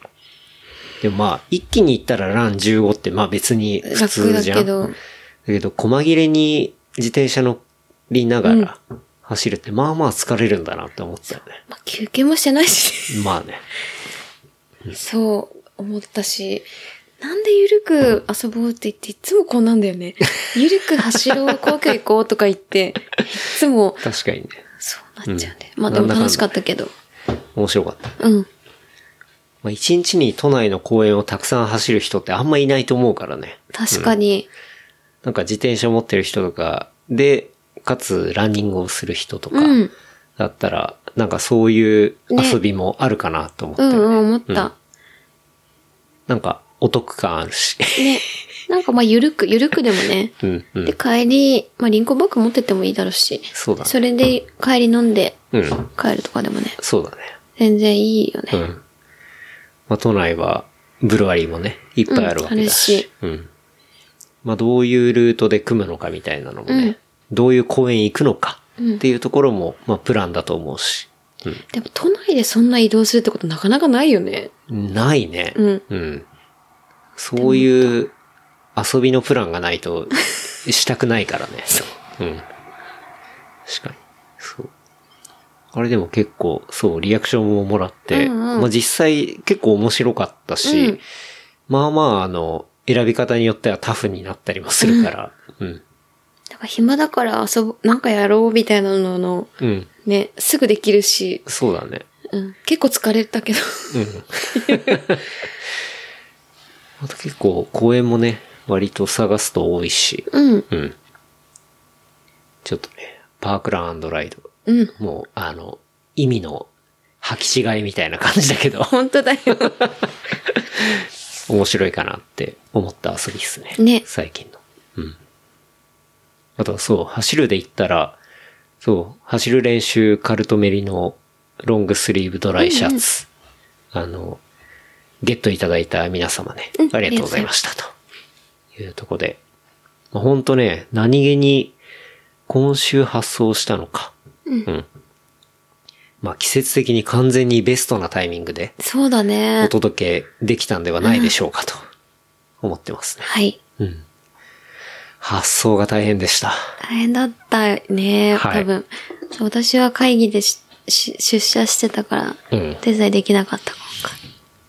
[SPEAKER 2] でもまあ、一気に行ったらラン15って、まあ別に普
[SPEAKER 3] 楽
[SPEAKER 2] 通
[SPEAKER 3] だ
[SPEAKER 2] じゃん。
[SPEAKER 3] けど。
[SPEAKER 2] だけど、細切れに自転車乗りながら走るって、まあまあ疲れるんだなって思ったよね。
[SPEAKER 3] まあ、休憩もしてないし、
[SPEAKER 2] まあね。
[SPEAKER 3] そう思ったし、なんでゆるく遊ぼうって言って、いつもこうなんだよね。ゆるく走ろう、皇居行こうとか言って、いつも、
[SPEAKER 2] 確かにね。
[SPEAKER 3] そうなっちゃうね。
[SPEAKER 2] うん
[SPEAKER 3] まあでも
[SPEAKER 2] なんだかんだ
[SPEAKER 3] 楽しかったけど。
[SPEAKER 2] 面白かった。
[SPEAKER 3] うん。
[SPEAKER 2] まあ一日に都内の公園をたくさん走る人ってあんまいないと思うからね。
[SPEAKER 3] 確かに。
[SPEAKER 2] なんか自転車持ってる人とか、で、かつランニングをする人とか
[SPEAKER 3] うん、
[SPEAKER 2] だったら、なんかそういう
[SPEAKER 3] ね
[SPEAKER 2] 遊びもあるかなと思って、
[SPEAKER 3] うん、うん、思った。
[SPEAKER 2] なんかお得感ある し。
[SPEAKER 3] ね。なんかまあゆるく、ゆるくでもね。
[SPEAKER 2] うんう
[SPEAKER 3] で、
[SPEAKER 2] ん。
[SPEAKER 3] 帰り、まあ、リンゴバッグ持ってってもいいだろうし。
[SPEAKER 2] そうだね
[SPEAKER 3] それで、帰り飲んで、
[SPEAKER 2] うん。
[SPEAKER 3] 帰るとかでもね。
[SPEAKER 2] そうだね。
[SPEAKER 3] 全然いいよね。
[SPEAKER 2] うん。まあ都内はブルワリーもね、いっぱいあるわけだし。うん。まあどういうルートで組むのかみたいなのもね、
[SPEAKER 3] うん
[SPEAKER 2] どういう公園行くのかっていうところも、まあ、プランだと思うし。
[SPEAKER 3] でも都内でそんな移動するってことなかなかないよね。
[SPEAKER 2] ないね。
[SPEAKER 3] うん
[SPEAKER 2] そういう遊びのプランがない としたくないからね。うん。確かに。そう。あれでも結構、そう、リアクションももらって、
[SPEAKER 3] うんうん
[SPEAKER 2] まあ実際結構面白かったし、
[SPEAKER 3] うん
[SPEAKER 2] まあまあ、あの、選び方によってはタフになったりもするから、うん。
[SPEAKER 3] だから暇だから遊ぶ、なんかやろうみたいなのの、
[SPEAKER 2] うん。
[SPEAKER 3] ね、すぐできるし、
[SPEAKER 2] そうだね。
[SPEAKER 3] うん、結構疲れたけど。
[SPEAKER 2] うん。あと結構公園もね、割と探すと多いし、
[SPEAKER 3] うん、
[SPEAKER 2] うん。ちょっとね、パークランライド。
[SPEAKER 3] うん。
[SPEAKER 2] もう、あの、意味の履き違いみたいな感じだけど、
[SPEAKER 3] 本当 だよ。
[SPEAKER 2] 面白いかなって思った遊びですね。
[SPEAKER 3] ね
[SPEAKER 2] 最近の。うん。あとはそう、走るで言ったら、そう、走る練習カルトメリのロングスリーブドライシャツ。あの、ゲットいただいた皆様ね、
[SPEAKER 3] うん
[SPEAKER 2] ありがとうございましたと。いうとこで。まあ、ほんとね、何気に今週発送したのか。
[SPEAKER 3] うん
[SPEAKER 2] うん。まあ季節的に完全にベストなタイミングで
[SPEAKER 3] そうだ
[SPEAKER 2] お
[SPEAKER 3] ね。
[SPEAKER 2] 届けできたんではないでしょうかと思ってますね。
[SPEAKER 3] はい。
[SPEAKER 2] うん。発想が大変でした。
[SPEAKER 3] 大変だったね、
[SPEAKER 2] はい
[SPEAKER 3] 多分。そう私は会議でしし出社してたから、
[SPEAKER 2] うん
[SPEAKER 3] 手伝いできなかった今回。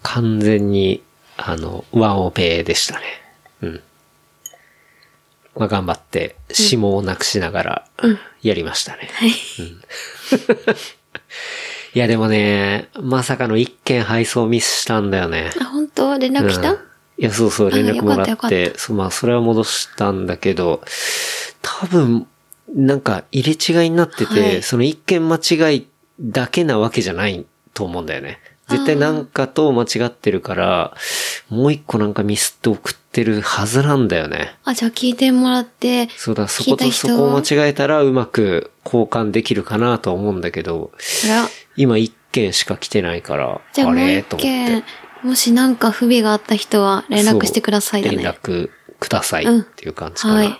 [SPEAKER 2] 完全に、あの、ワンオペでしたね。うん。まあ頑張って、指紋をなくしながら、やりましたね。
[SPEAKER 3] はい。
[SPEAKER 2] いやでもね、まさかの一件配送ミスしたんだよね。
[SPEAKER 3] あ、本当連絡来た、
[SPEAKER 2] うんいや、そうそう、連絡もら
[SPEAKER 3] あよ
[SPEAKER 2] っ
[SPEAKER 3] かったよ
[SPEAKER 2] て、そう、まあ、それは戻したんだけど、多分、なんか、入れ違いになってて、
[SPEAKER 3] はい
[SPEAKER 2] その一見間違いだけなわけじゃないと思うんだよね。絶対なんかと間違ってるから、もう一個なんかミスって送ってるはずなんだよね。
[SPEAKER 3] あ、じゃあ聞いてもらって、
[SPEAKER 2] そうだ、そ
[SPEAKER 3] 聞
[SPEAKER 2] こ
[SPEAKER 3] いた
[SPEAKER 2] と
[SPEAKER 3] 人
[SPEAKER 2] そこを間違えたらうまく交換できるかなとは思うんだけど、
[SPEAKER 3] そら、
[SPEAKER 2] 今一件しか来てないから、
[SPEAKER 3] じゃあもう
[SPEAKER 2] れ
[SPEAKER 3] 一
[SPEAKER 2] と思って。
[SPEAKER 3] 件、もしなんか不備があった人は連絡してくださいだ
[SPEAKER 2] そう連
[SPEAKER 3] ね。
[SPEAKER 2] 絡くださいっていう感じかな。
[SPEAKER 3] うんはい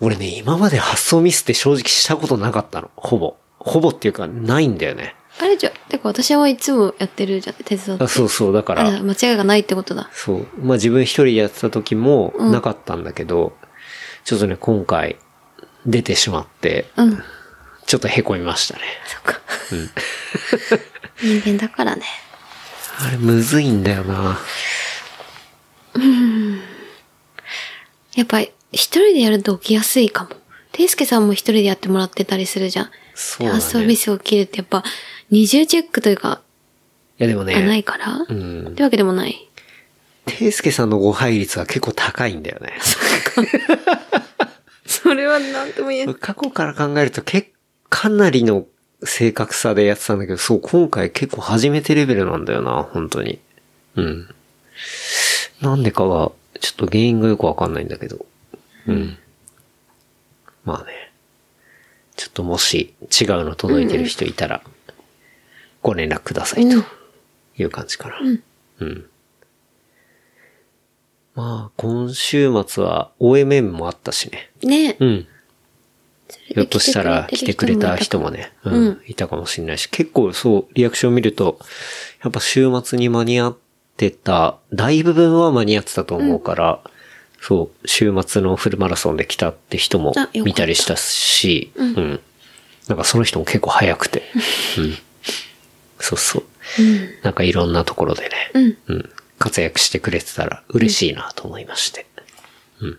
[SPEAKER 2] 俺ね、今まで発送ミスって正直したことなかったの。ほぼ。ほぼっていうか、ないんだよね。
[SPEAKER 3] あれじゃ、てか私はいつもやってるじゃん、手伝って。
[SPEAKER 2] あそうそう、だか
[SPEAKER 3] あ
[SPEAKER 2] ら、
[SPEAKER 3] 間違いがないってことだ。
[SPEAKER 2] そう。まあ自分一人でやってた時も
[SPEAKER 3] うん
[SPEAKER 2] なかったんだけど、ちょっとね、今回出てしまって、
[SPEAKER 3] うん。そ
[SPEAKER 2] ちょっと凹みましたね。
[SPEAKER 3] っか。 人間だからね。
[SPEAKER 2] あれ、むずいんだよな。
[SPEAKER 3] やっぱ、一人でやると起きやすいかも。ていすけさんも一人でやってもらってたりするじゃん。
[SPEAKER 2] そうだ
[SPEAKER 3] 発想ミ
[SPEAKER 2] ね。い
[SPEAKER 3] ス起きるってやっぱ、二重チェックというか、
[SPEAKER 2] やでも
[SPEAKER 3] がない
[SPEAKER 2] ね、
[SPEAKER 3] から、
[SPEAKER 2] うん
[SPEAKER 3] ってわけでもない。
[SPEAKER 2] ていすけさんの誤配率は結構高いんだよ ね。
[SPEAKER 3] それはなんとも言えない。
[SPEAKER 2] 過去から考えると結構かなりの正確さでやってたんだけど、そう、今回結構初めてレベルなんだよな、本当に。うん。なんでかは、ちょっと原因がよくわかんないんだけど。うん。まあね。ちょっともし違うの届いてる人いたら、ご連絡くださいと
[SPEAKER 3] うん
[SPEAKER 2] いう感じかな。うん。まあ、今週末は OMM もあったしね。
[SPEAKER 3] ね
[SPEAKER 2] うん。
[SPEAKER 3] ひ
[SPEAKER 2] ひょっとしたら来てくれた人もね、うん
[SPEAKER 3] うん
[SPEAKER 2] いたかもしれないし、結構そう、リアクション見ると、やっぱ週末に間に合ってた、大部分は間に合ってたと思うから、そう、週末のフルマラソンで来たって人も
[SPEAKER 3] あよかった
[SPEAKER 2] 見たりしたし、うん。なんかその人も結構早くて、 うん。そうそう。なんかいろんなところでね、
[SPEAKER 3] うん。
[SPEAKER 2] うん、活躍してくれてたら嬉しいなと思いまして。うん。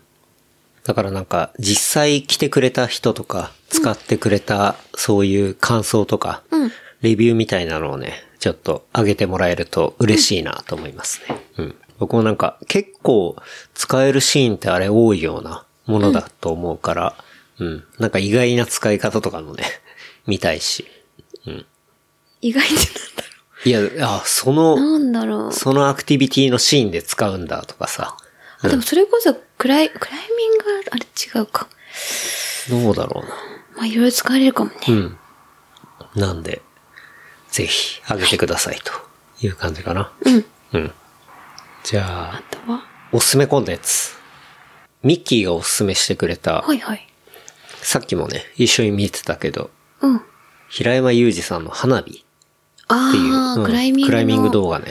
[SPEAKER 2] だからなんか、実際来てくれた人とか、使ってくれた、そういう感想とか、
[SPEAKER 3] うん
[SPEAKER 2] レビューみたいなのをね、ちょっと上げてもらえると嬉しいなと思いますね。うん。僕もなんか、結構使えるシーンってあれ多いようなものだと思うから、うん、なんか意外な使い方とかもね、 見たいし。
[SPEAKER 3] 意外に
[SPEAKER 2] いや、あ、その、
[SPEAKER 3] なんだろう。なんだろう。
[SPEAKER 2] そのアクティビティのシーンで使うんだとかさ。
[SPEAKER 3] あでもそれこそ、クライ、クライミングはあれ違うか。
[SPEAKER 2] どうだろうな。
[SPEAKER 3] まあいろいろ使われるかもね。
[SPEAKER 2] うん。なんで、ぜひ、あげてくださいという感じかな。
[SPEAKER 3] うん。
[SPEAKER 2] うん。じゃあ
[SPEAKER 3] あ、とは、
[SPEAKER 2] おすすめコンテンツ。ミッキーがおすすめしてくれた、
[SPEAKER 3] はいはい。
[SPEAKER 2] さっきもね、一緒に見てたけど、
[SPEAKER 3] うん。
[SPEAKER 2] 平山裕二さんの花火っていう、
[SPEAKER 3] ああ、
[SPEAKER 2] うん
[SPEAKER 3] クライミングの。
[SPEAKER 2] クライミング動画ね。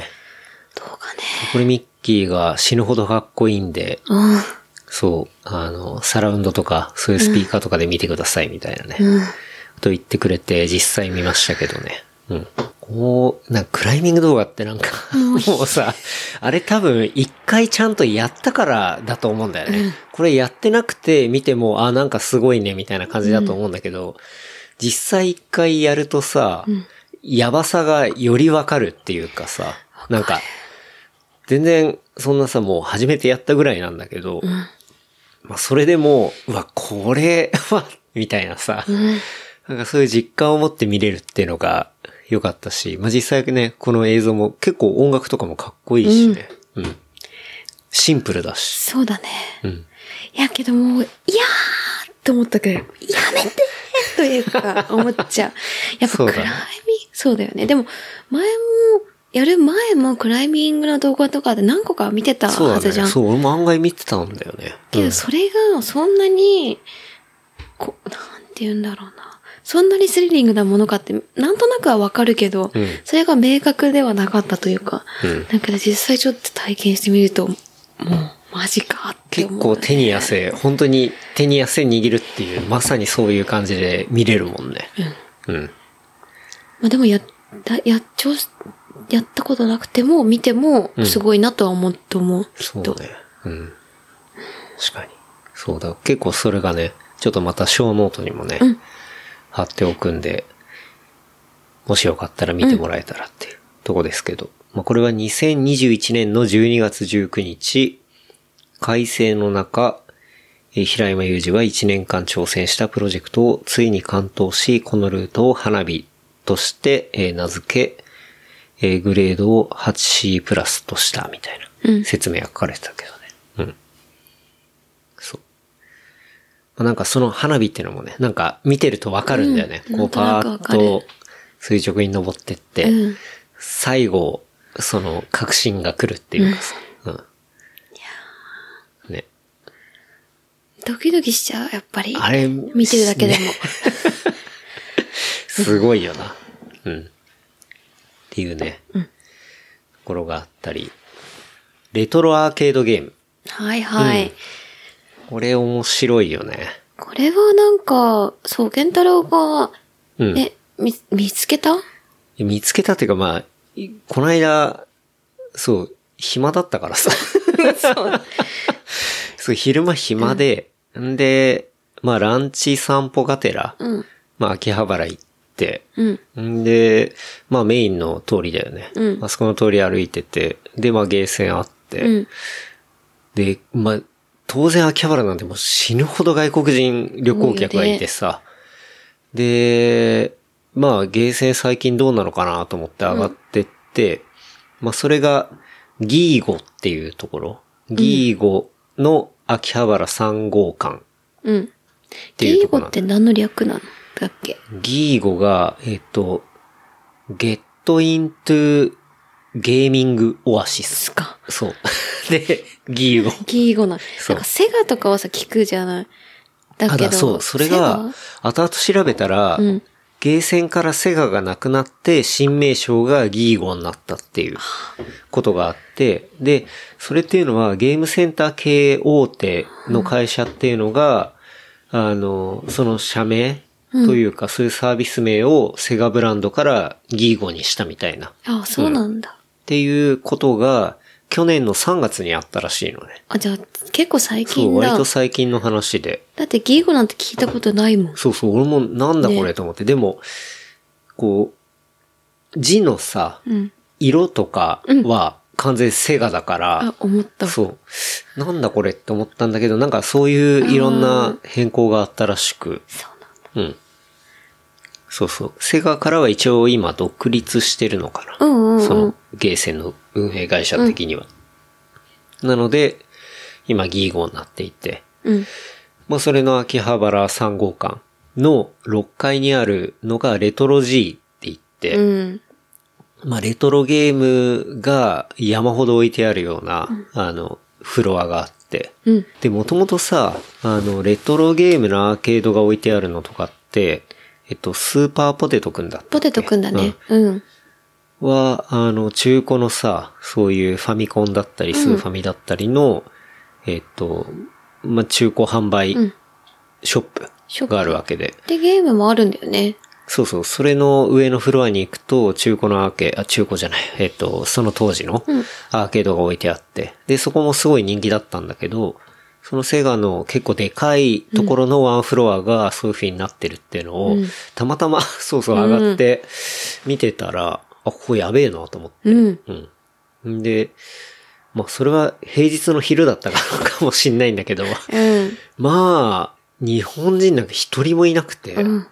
[SPEAKER 3] 動画ね。
[SPEAKER 2] これミッキーが死ぬほどかっこいいんで、
[SPEAKER 3] うん。
[SPEAKER 2] そう、あの、サラウンドとか、そういうスピーカーとかで見てくださいみたいなね。と言ってくれて、実際見ましたけどね。うん。こう、なんかクライミング動画ってなんか、 もうさ、あれ多分一回ちゃんとやったからだと思うんだよね。これやってなくて見ても、あ、なんかすごいねみたいな感じだと思うんだけど、実際一回やるとさ、やばさがよりわかるっていうかさ、なんか、全然、そんなさ、もう初めてやったぐらいなんだけど、まあ、それでもう、うわ、これは、みたいなさ、なんかそういう実感を持って見れるっていうのが良かったし、まあ、実際ね、この映像も結構音楽とかもかっこいいしね、うん。シンプルだし、
[SPEAKER 3] そうだね。
[SPEAKER 2] うん。
[SPEAKER 3] いやけどもう、いやーって思ったけど、やめてーというか、思っちゃう。やっぱ
[SPEAKER 2] そう
[SPEAKER 3] ク
[SPEAKER 2] だ
[SPEAKER 3] ライ
[SPEAKER 2] ね
[SPEAKER 3] ミング、そうだよね。でも、前も、やる前もクライミングの動画とかで何個か見てた
[SPEAKER 2] そう
[SPEAKER 3] はずじ
[SPEAKER 2] だ
[SPEAKER 3] ゃ
[SPEAKER 2] ね。
[SPEAKER 3] ん。
[SPEAKER 2] そう、俺も案外見てたんだよね。
[SPEAKER 3] け
[SPEAKER 2] う
[SPEAKER 3] ど、
[SPEAKER 2] ん
[SPEAKER 3] それがそんなに、こう、なんて言うんだろうな。そんなにスリリングなものかって、なんとなくはわかるけど、
[SPEAKER 2] うん
[SPEAKER 3] それが明確ではなかったというか、
[SPEAKER 2] うん
[SPEAKER 3] なんか実際ちょっと体験してみると、もう、マジかって
[SPEAKER 2] 結
[SPEAKER 3] 思う、
[SPEAKER 2] 構手に。汗、本当に手に汗握るっていう、まさにそういう感じで見れるもんね。うん。
[SPEAKER 3] まあでもやった、やっちょ、やったことなくても、見ても、
[SPEAKER 2] うん
[SPEAKER 3] すごいなとは思うと思う。き
[SPEAKER 2] そ
[SPEAKER 3] っ
[SPEAKER 2] う
[SPEAKER 3] と。
[SPEAKER 2] ね。うん。確かに。そうだ。結構それがね、ちょっとまた小ノートにもね、
[SPEAKER 3] うん
[SPEAKER 2] 貼っておくんで、もしよかったら見てもらえたらっていうとこですけど。まあ、これは2021年の12月19日、改正の中、えー平山裕二は1年間挑戦したプロジェクトをついに完登し、このルートを花火としてえー名付け、えーグレードを 8C プラスとしたみたいうなん説明が書かれてたけどね。うん。そう。まあなんかその花火っていうのもね、なんか見てるとわかるんだよね。
[SPEAKER 3] うん
[SPEAKER 2] こうパ
[SPEAKER 3] なんと
[SPEAKER 2] ー
[SPEAKER 3] な
[SPEAKER 2] ッ
[SPEAKER 3] くわかる
[SPEAKER 2] と垂直に登ってって、
[SPEAKER 3] うん
[SPEAKER 2] 最後、その確信が来るっていうかさ。うん。ね。
[SPEAKER 3] ドキドキしちゃう、やっぱり。
[SPEAKER 2] あれ、
[SPEAKER 3] 見てるだけでも。
[SPEAKER 2] ねすごいよな。うん。っていうね。ところがあったり。レトロアーケードゲーム。
[SPEAKER 3] はいはい。
[SPEAKER 2] うんこれ面白いよね。
[SPEAKER 3] これはなんか、そう、健太郎が、
[SPEAKER 2] うん。
[SPEAKER 3] え、み、見つけた
[SPEAKER 2] 見つけたっていうかまあ、いこの間、そう、暇だったからさ。 そう、昼間暇で、んで、まあランチ散歩がてら、
[SPEAKER 3] うん、
[SPEAKER 2] まあ秋葉原行って、
[SPEAKER 3] うん、
[SPEAKER 2] んで、まあメインの通りだよね。
[SPEAKER 3] うん
[SPEAKER 2] あそこの通り歩いてて、で、まあゲーセンあって、
[SPEAKER 3] うん。
[SPEAKER 2] で、まあ、当然秋葉原なんてもう死ぬほど外国人旅行客がいてさ、で、まあゲーセン最近どうなのかなと思って上がってって、まあそれがギーゴっていうところ、ギーゴの秋葉原3号館
[SPEAKER 3] うん。
[SPEAKER 2] ていう
[SPEAKER 3] ゲ
[SPEAKER 2] と
[SPEAKER 3] ー
[SPEAKER 2] こ
[SPEAKER 3] ゴ
[SPEAKER 2] なんだ
[SPEAKER 3] って何の略なんだっけ
[SPEAKER 2] ギーゴが、えっ、と、ゲットイントゥゲーミングオアシ
[SPEAKER 3] す
[SPEAKER 2] ス。
[SPEAKER 3] か。
[SPEAKER 2] そう。 で、ギーゴ。
[SPEAKER 3] ゲーゴなん。
[SPEAKER 2] そう
[SPEAKER 3] な
[SPEAKER 2] ん
[SPEAKER 3] かセガとかはさ、聞くじゃない。だ
[SPEAKER 2] た
[SPEAKER 3] けど。
[SPEAKER 2] だそう、それが、後々調べたら、
[SPEAKER 3] ん
[SPEAKER 2] ゲーセンからセガがなくなって、新名称がギーゴになったっていうことがあって、で、それっていうのはゲームセンター系大手の会社っていうのが、あの、その社名というか、そういうサービス名をセガブランドからギーゴにしたみたいな。
[SPEAKER 3] セガあ、そうなんだ。
[SPEAKER 2] っていうことが、去年の3月にあったらしいのね。
[SPEAKER 3] あ、じゃあ、結構最
[SPEAKER 2] そ
[SPEAKER 3] 近
[SPEAKER 2] う、割
[SPEAKER 3] だ。
[SPEAKER 2] と最近の話で。
[SPEAKER 3] だってゲーゴなんて聞いたことないもん。
[SPEAKER 2] そうそう、俺もなんだ
[SPEAKER 3] ね
[SPEAKER 2] これと思って。でも、こう、字のさ、
[SPEAKER 3] うん。
[SPEAKER 2] 色とかは完全セガだから
[SPEAKER 3] あ、、思った。
[SPEAKER 2] そう、なんだこれって思ったんだけど、なんかそういういろんな変更があったらしく、
[SPEAKER 3] そうなん
[SPEAKER 2] うん。そうそう。セガからは一応今独立してるのかな。
[SPEAKER 3] うんうんうん
[SPEAKER 2] そのゲーセンの運営会社的には。なので、今ギーゴになっていて。
[SPEAKER 3] うん。
[SPEAKER 2] まあ、それの秋葉原3号館の6階にあるのがレトロ G って言って、
[SPEAKER 3] うん。
[SPEAKER 2] まあ、レトロゲームが山ほど置いてあるような、あの、フロアがあって。
[SPEAKER 3] うん。
[SPEAKER 2] で、もともとさ、あの、レトロゲームのアーケードが置いてあるのとかって、えっと、スーパーポテトくんだったっけ
[SPEAKER 3] ポテトくんだね。うん。
[SPEAKER 2] は、あの、中古のさ、そういうファミコンだったり、スーファミだったりの、えっと、まあ、中古販売
[SPEAKER 3] うん
[SPEAKER 2] ショ
[SPEAKER 3] ショ
[SPEAKER 2] ップ
[SPEAKER 3] ップ
[SPEAKER 2] があるわけで。
[SPEAKER 3] で、ゲームもあるんだよね。
[SPEAKER 2] そうそう、それの上のフロアに行くと、中古のアーケあ、中古じゃない、えっと、その当時の
[SPEAKER 3] うん
[SPEAKER 2] アーケードが置いてあって、で、そこもすごい人気だったんだけど、そのセガの結構でかいところのワンフロアがそういう風になってるっていうのを、
[SPEAKER 3] うん
[SPEAKER 2] たまたま、そうそう上がって見てたら、あ、ここやべえなと思って。
[SPEAKER 3] うん。
[SPEAKER 2] うん。んで、まあそれは平日の昼だったから かもしんないんだけど、
[SPEAKER 3] うん。
[SPEAKER 2] まあ、日本人なんか一人もいなくて、
[SPEAKER 3] ん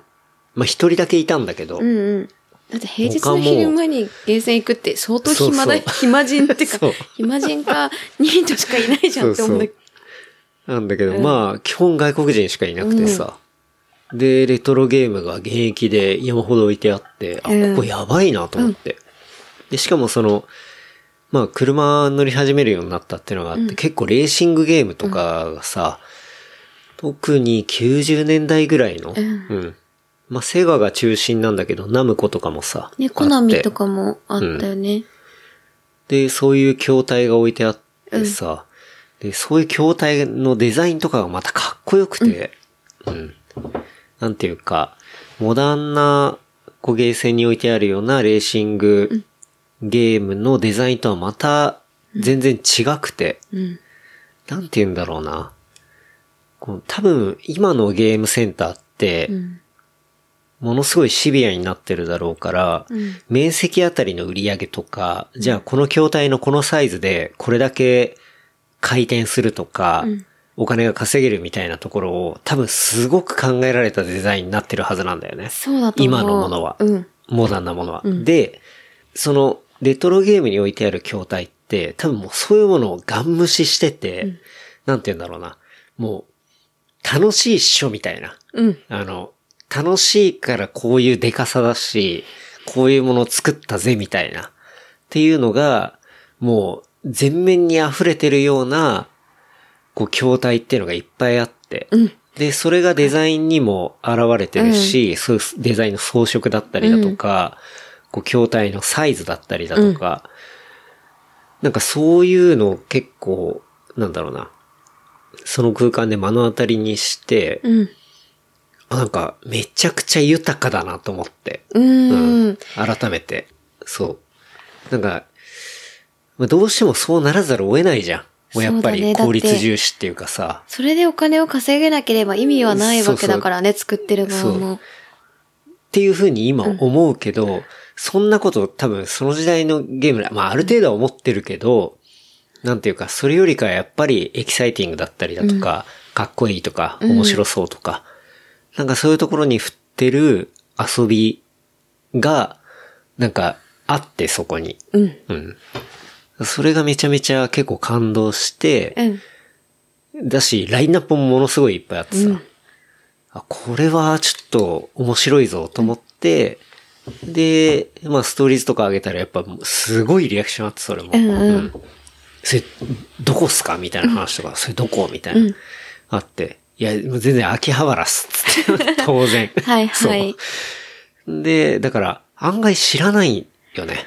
[SPEAKER 2] まあ一人だけいたんだけど、
[SPEAKER 3] うんうん。だって平日の昼間にゲーセン行くって相当暇だ、
[SPEAKER 2] そうそ
[SPEAKER 3] 暇人ってか
[SPEAKER 2] そう、
[SPEAKER 3] 暇人かニートしかいないじゃんって思うんだけど。
[SPEAKER 2] なんだけど、まあ基本外国人しかいなくてさ、で、レトロゲームが現役で山ほど置いてあって、あ、
[SPEAKER 3] うん
[SPEAKER 2] ここやばいなと思って。で、しかもその、まあ車乗り始めるようになったっていうのがあって、結構レーシングゲームとかがさ、特に90年代ぐらいの、
[SPEAKER 3] うん
[SPEAKER 2] うんまあセガが中心なんだけど、ナムコとかもさ、
[SPEAKER 3] ね、コナミと
[SPEAKER 2] か
[SPEAKER 3] かもあったよね。
[SPEAKER 2] で、そういう筐体が置いてあってさ、で、そういう筐体のデザインとかがまたかっこよくて、うん。なんていうか、モダンな、こうゲーセンに置いてあるようなレーシングゲームのデザインとはまた全然違くて、
[SPEAKER 3] うん。
[SPEAKER 2] なんて言うんだろうな。こう多分、今のゲームセンターって
[SPEAKER 3] う、ん。
[SPEAKER 2] ものすごいシビアになってるだろうから、
[SPEAKER 3] うん
[SPEAKER 2] 面積あたりの売り上げとか、じゃあこの筐体のこのサイズでこれだけ回転するとか、
[SPEAKER 3] うん
[SPEAKER 2] お金が稼げるみたいなところを多分すごく考えられたデザインになってるはずなんだよね。
[SPEAKER 3] そうだと思う。
[SPEAKER 2] 今のものは
[SPEAKER 3] うん。
[SPEAKER 2] モダンなものは。で、そのレトロゲームに置いてある筐体って、多分もうそういうものをガン無視してて、なんて言うんだろうな。もう、楽しいっしょみたいな。
[SPEAKER 3] うん。
[SPEAKER 2] あの、楽しいからこういうデカさだし、こういうものを作ったぜみたいな。っていうのが、もう全面に溢れてるような、こう、筐体っていうのがいっぱいあって。
[SPEAKER 3] うん。
[SPEAKER 2] で、それがデザインにも現れてるし、そういうデザインの装飾だったりだとか、こう、筐体のサイズだったりだとか、なんかそういうのを結構、なんだろうな、その空間で目の当たりにして、
[SPEAKER 3] うん。
[SPEAKER 2] なんか、めちゃくちゃ豊かだなと思って。
[SPEAKER 3] うん。
[SPEAKER 2] 改めて。そう。なんか、まあどうしてもそうならざるを得ないじゃん。もうやっぱ
[SPEAKER 3] そうだ
[SPEAKER 2] り
[SPEAKER 3] ねだって
[SPEAKER 2] 効率重視っていうかさ。
[SPEAKER 3] それでお金を稼げなければ意味はないわけだからね、作ってる側も。
[SPEAKER 2] っていうふうに今思うけど、そんなこと多分その時代のゲームで、まあある程度は思ってるけど、なんていうか、それよりかはやっぱりエキサイティングだったりだとか、かっこいいとか、面白そうとか、なんかそういうところに振ってる遊びが、なんかあってそこに。
[SPEAKER 3] うん。
[SPEAKER 2] うん。それがめちゃめちゃ結構感動して、
[SPEAKER 3] うん。
[SPEAKER 2] だし、ラインナップもものすごいいっぱいあってさ、あこれはちょっと面白いぞと思って、で、まあストーリーズとか上げたらやっぱすごいリアクションあって、それも。
[SPEAKER 3] うんうん
[SPEAKER 2] それ、どこっすかみたいな話とか、それどこみたいな、あって。いや、もう全然秋葉原っす。つって当然。
[SPEAKER 3] はいはい
[SPEAKER 2] そう。で、だから、案外知らないよね。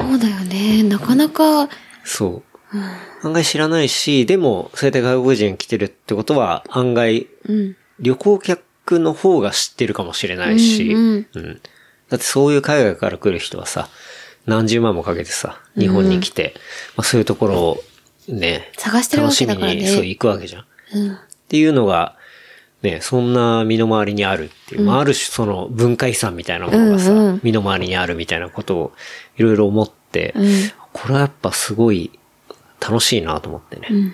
[SPEAKER 2] うん。
[SPEAKER 3] そうだよね。なかなか、
[SPEAKER 2] そう。案外知らないし、でも、そうやって外国人来てるってことは、案外、
[SPEAKER 3] うん。
[SPEAKER 2] 旅行客の方が知ってるかもしれないし、
[SPEAKER 3] うん
[SPEAKER 2] うんだってそういう海外から来る人はさ、何十万もかけてさ、日本に来て、まあ、そういうところをね、
[SPEAKER 3] 探してるわけだからね
[SPEAKER 2] 楽しみにそう行くわけじゃん。っ
[SPEAKER 3] うん。
[SPEAKER 2] ていうのが、ね、そんな身の回りにあるっていう、まあ、ある種その文化遺産みたいなものがさ、
[SPEAKER 3] うんうん
[SPEAKER 2] 身の回りにあるみたいなことをいろいろ思って、
[SPEAKER 3] うん。
[SPEAKER 2] これはやっぱすごい楽しいなと思ってね。
[SPEAKER 3] うん。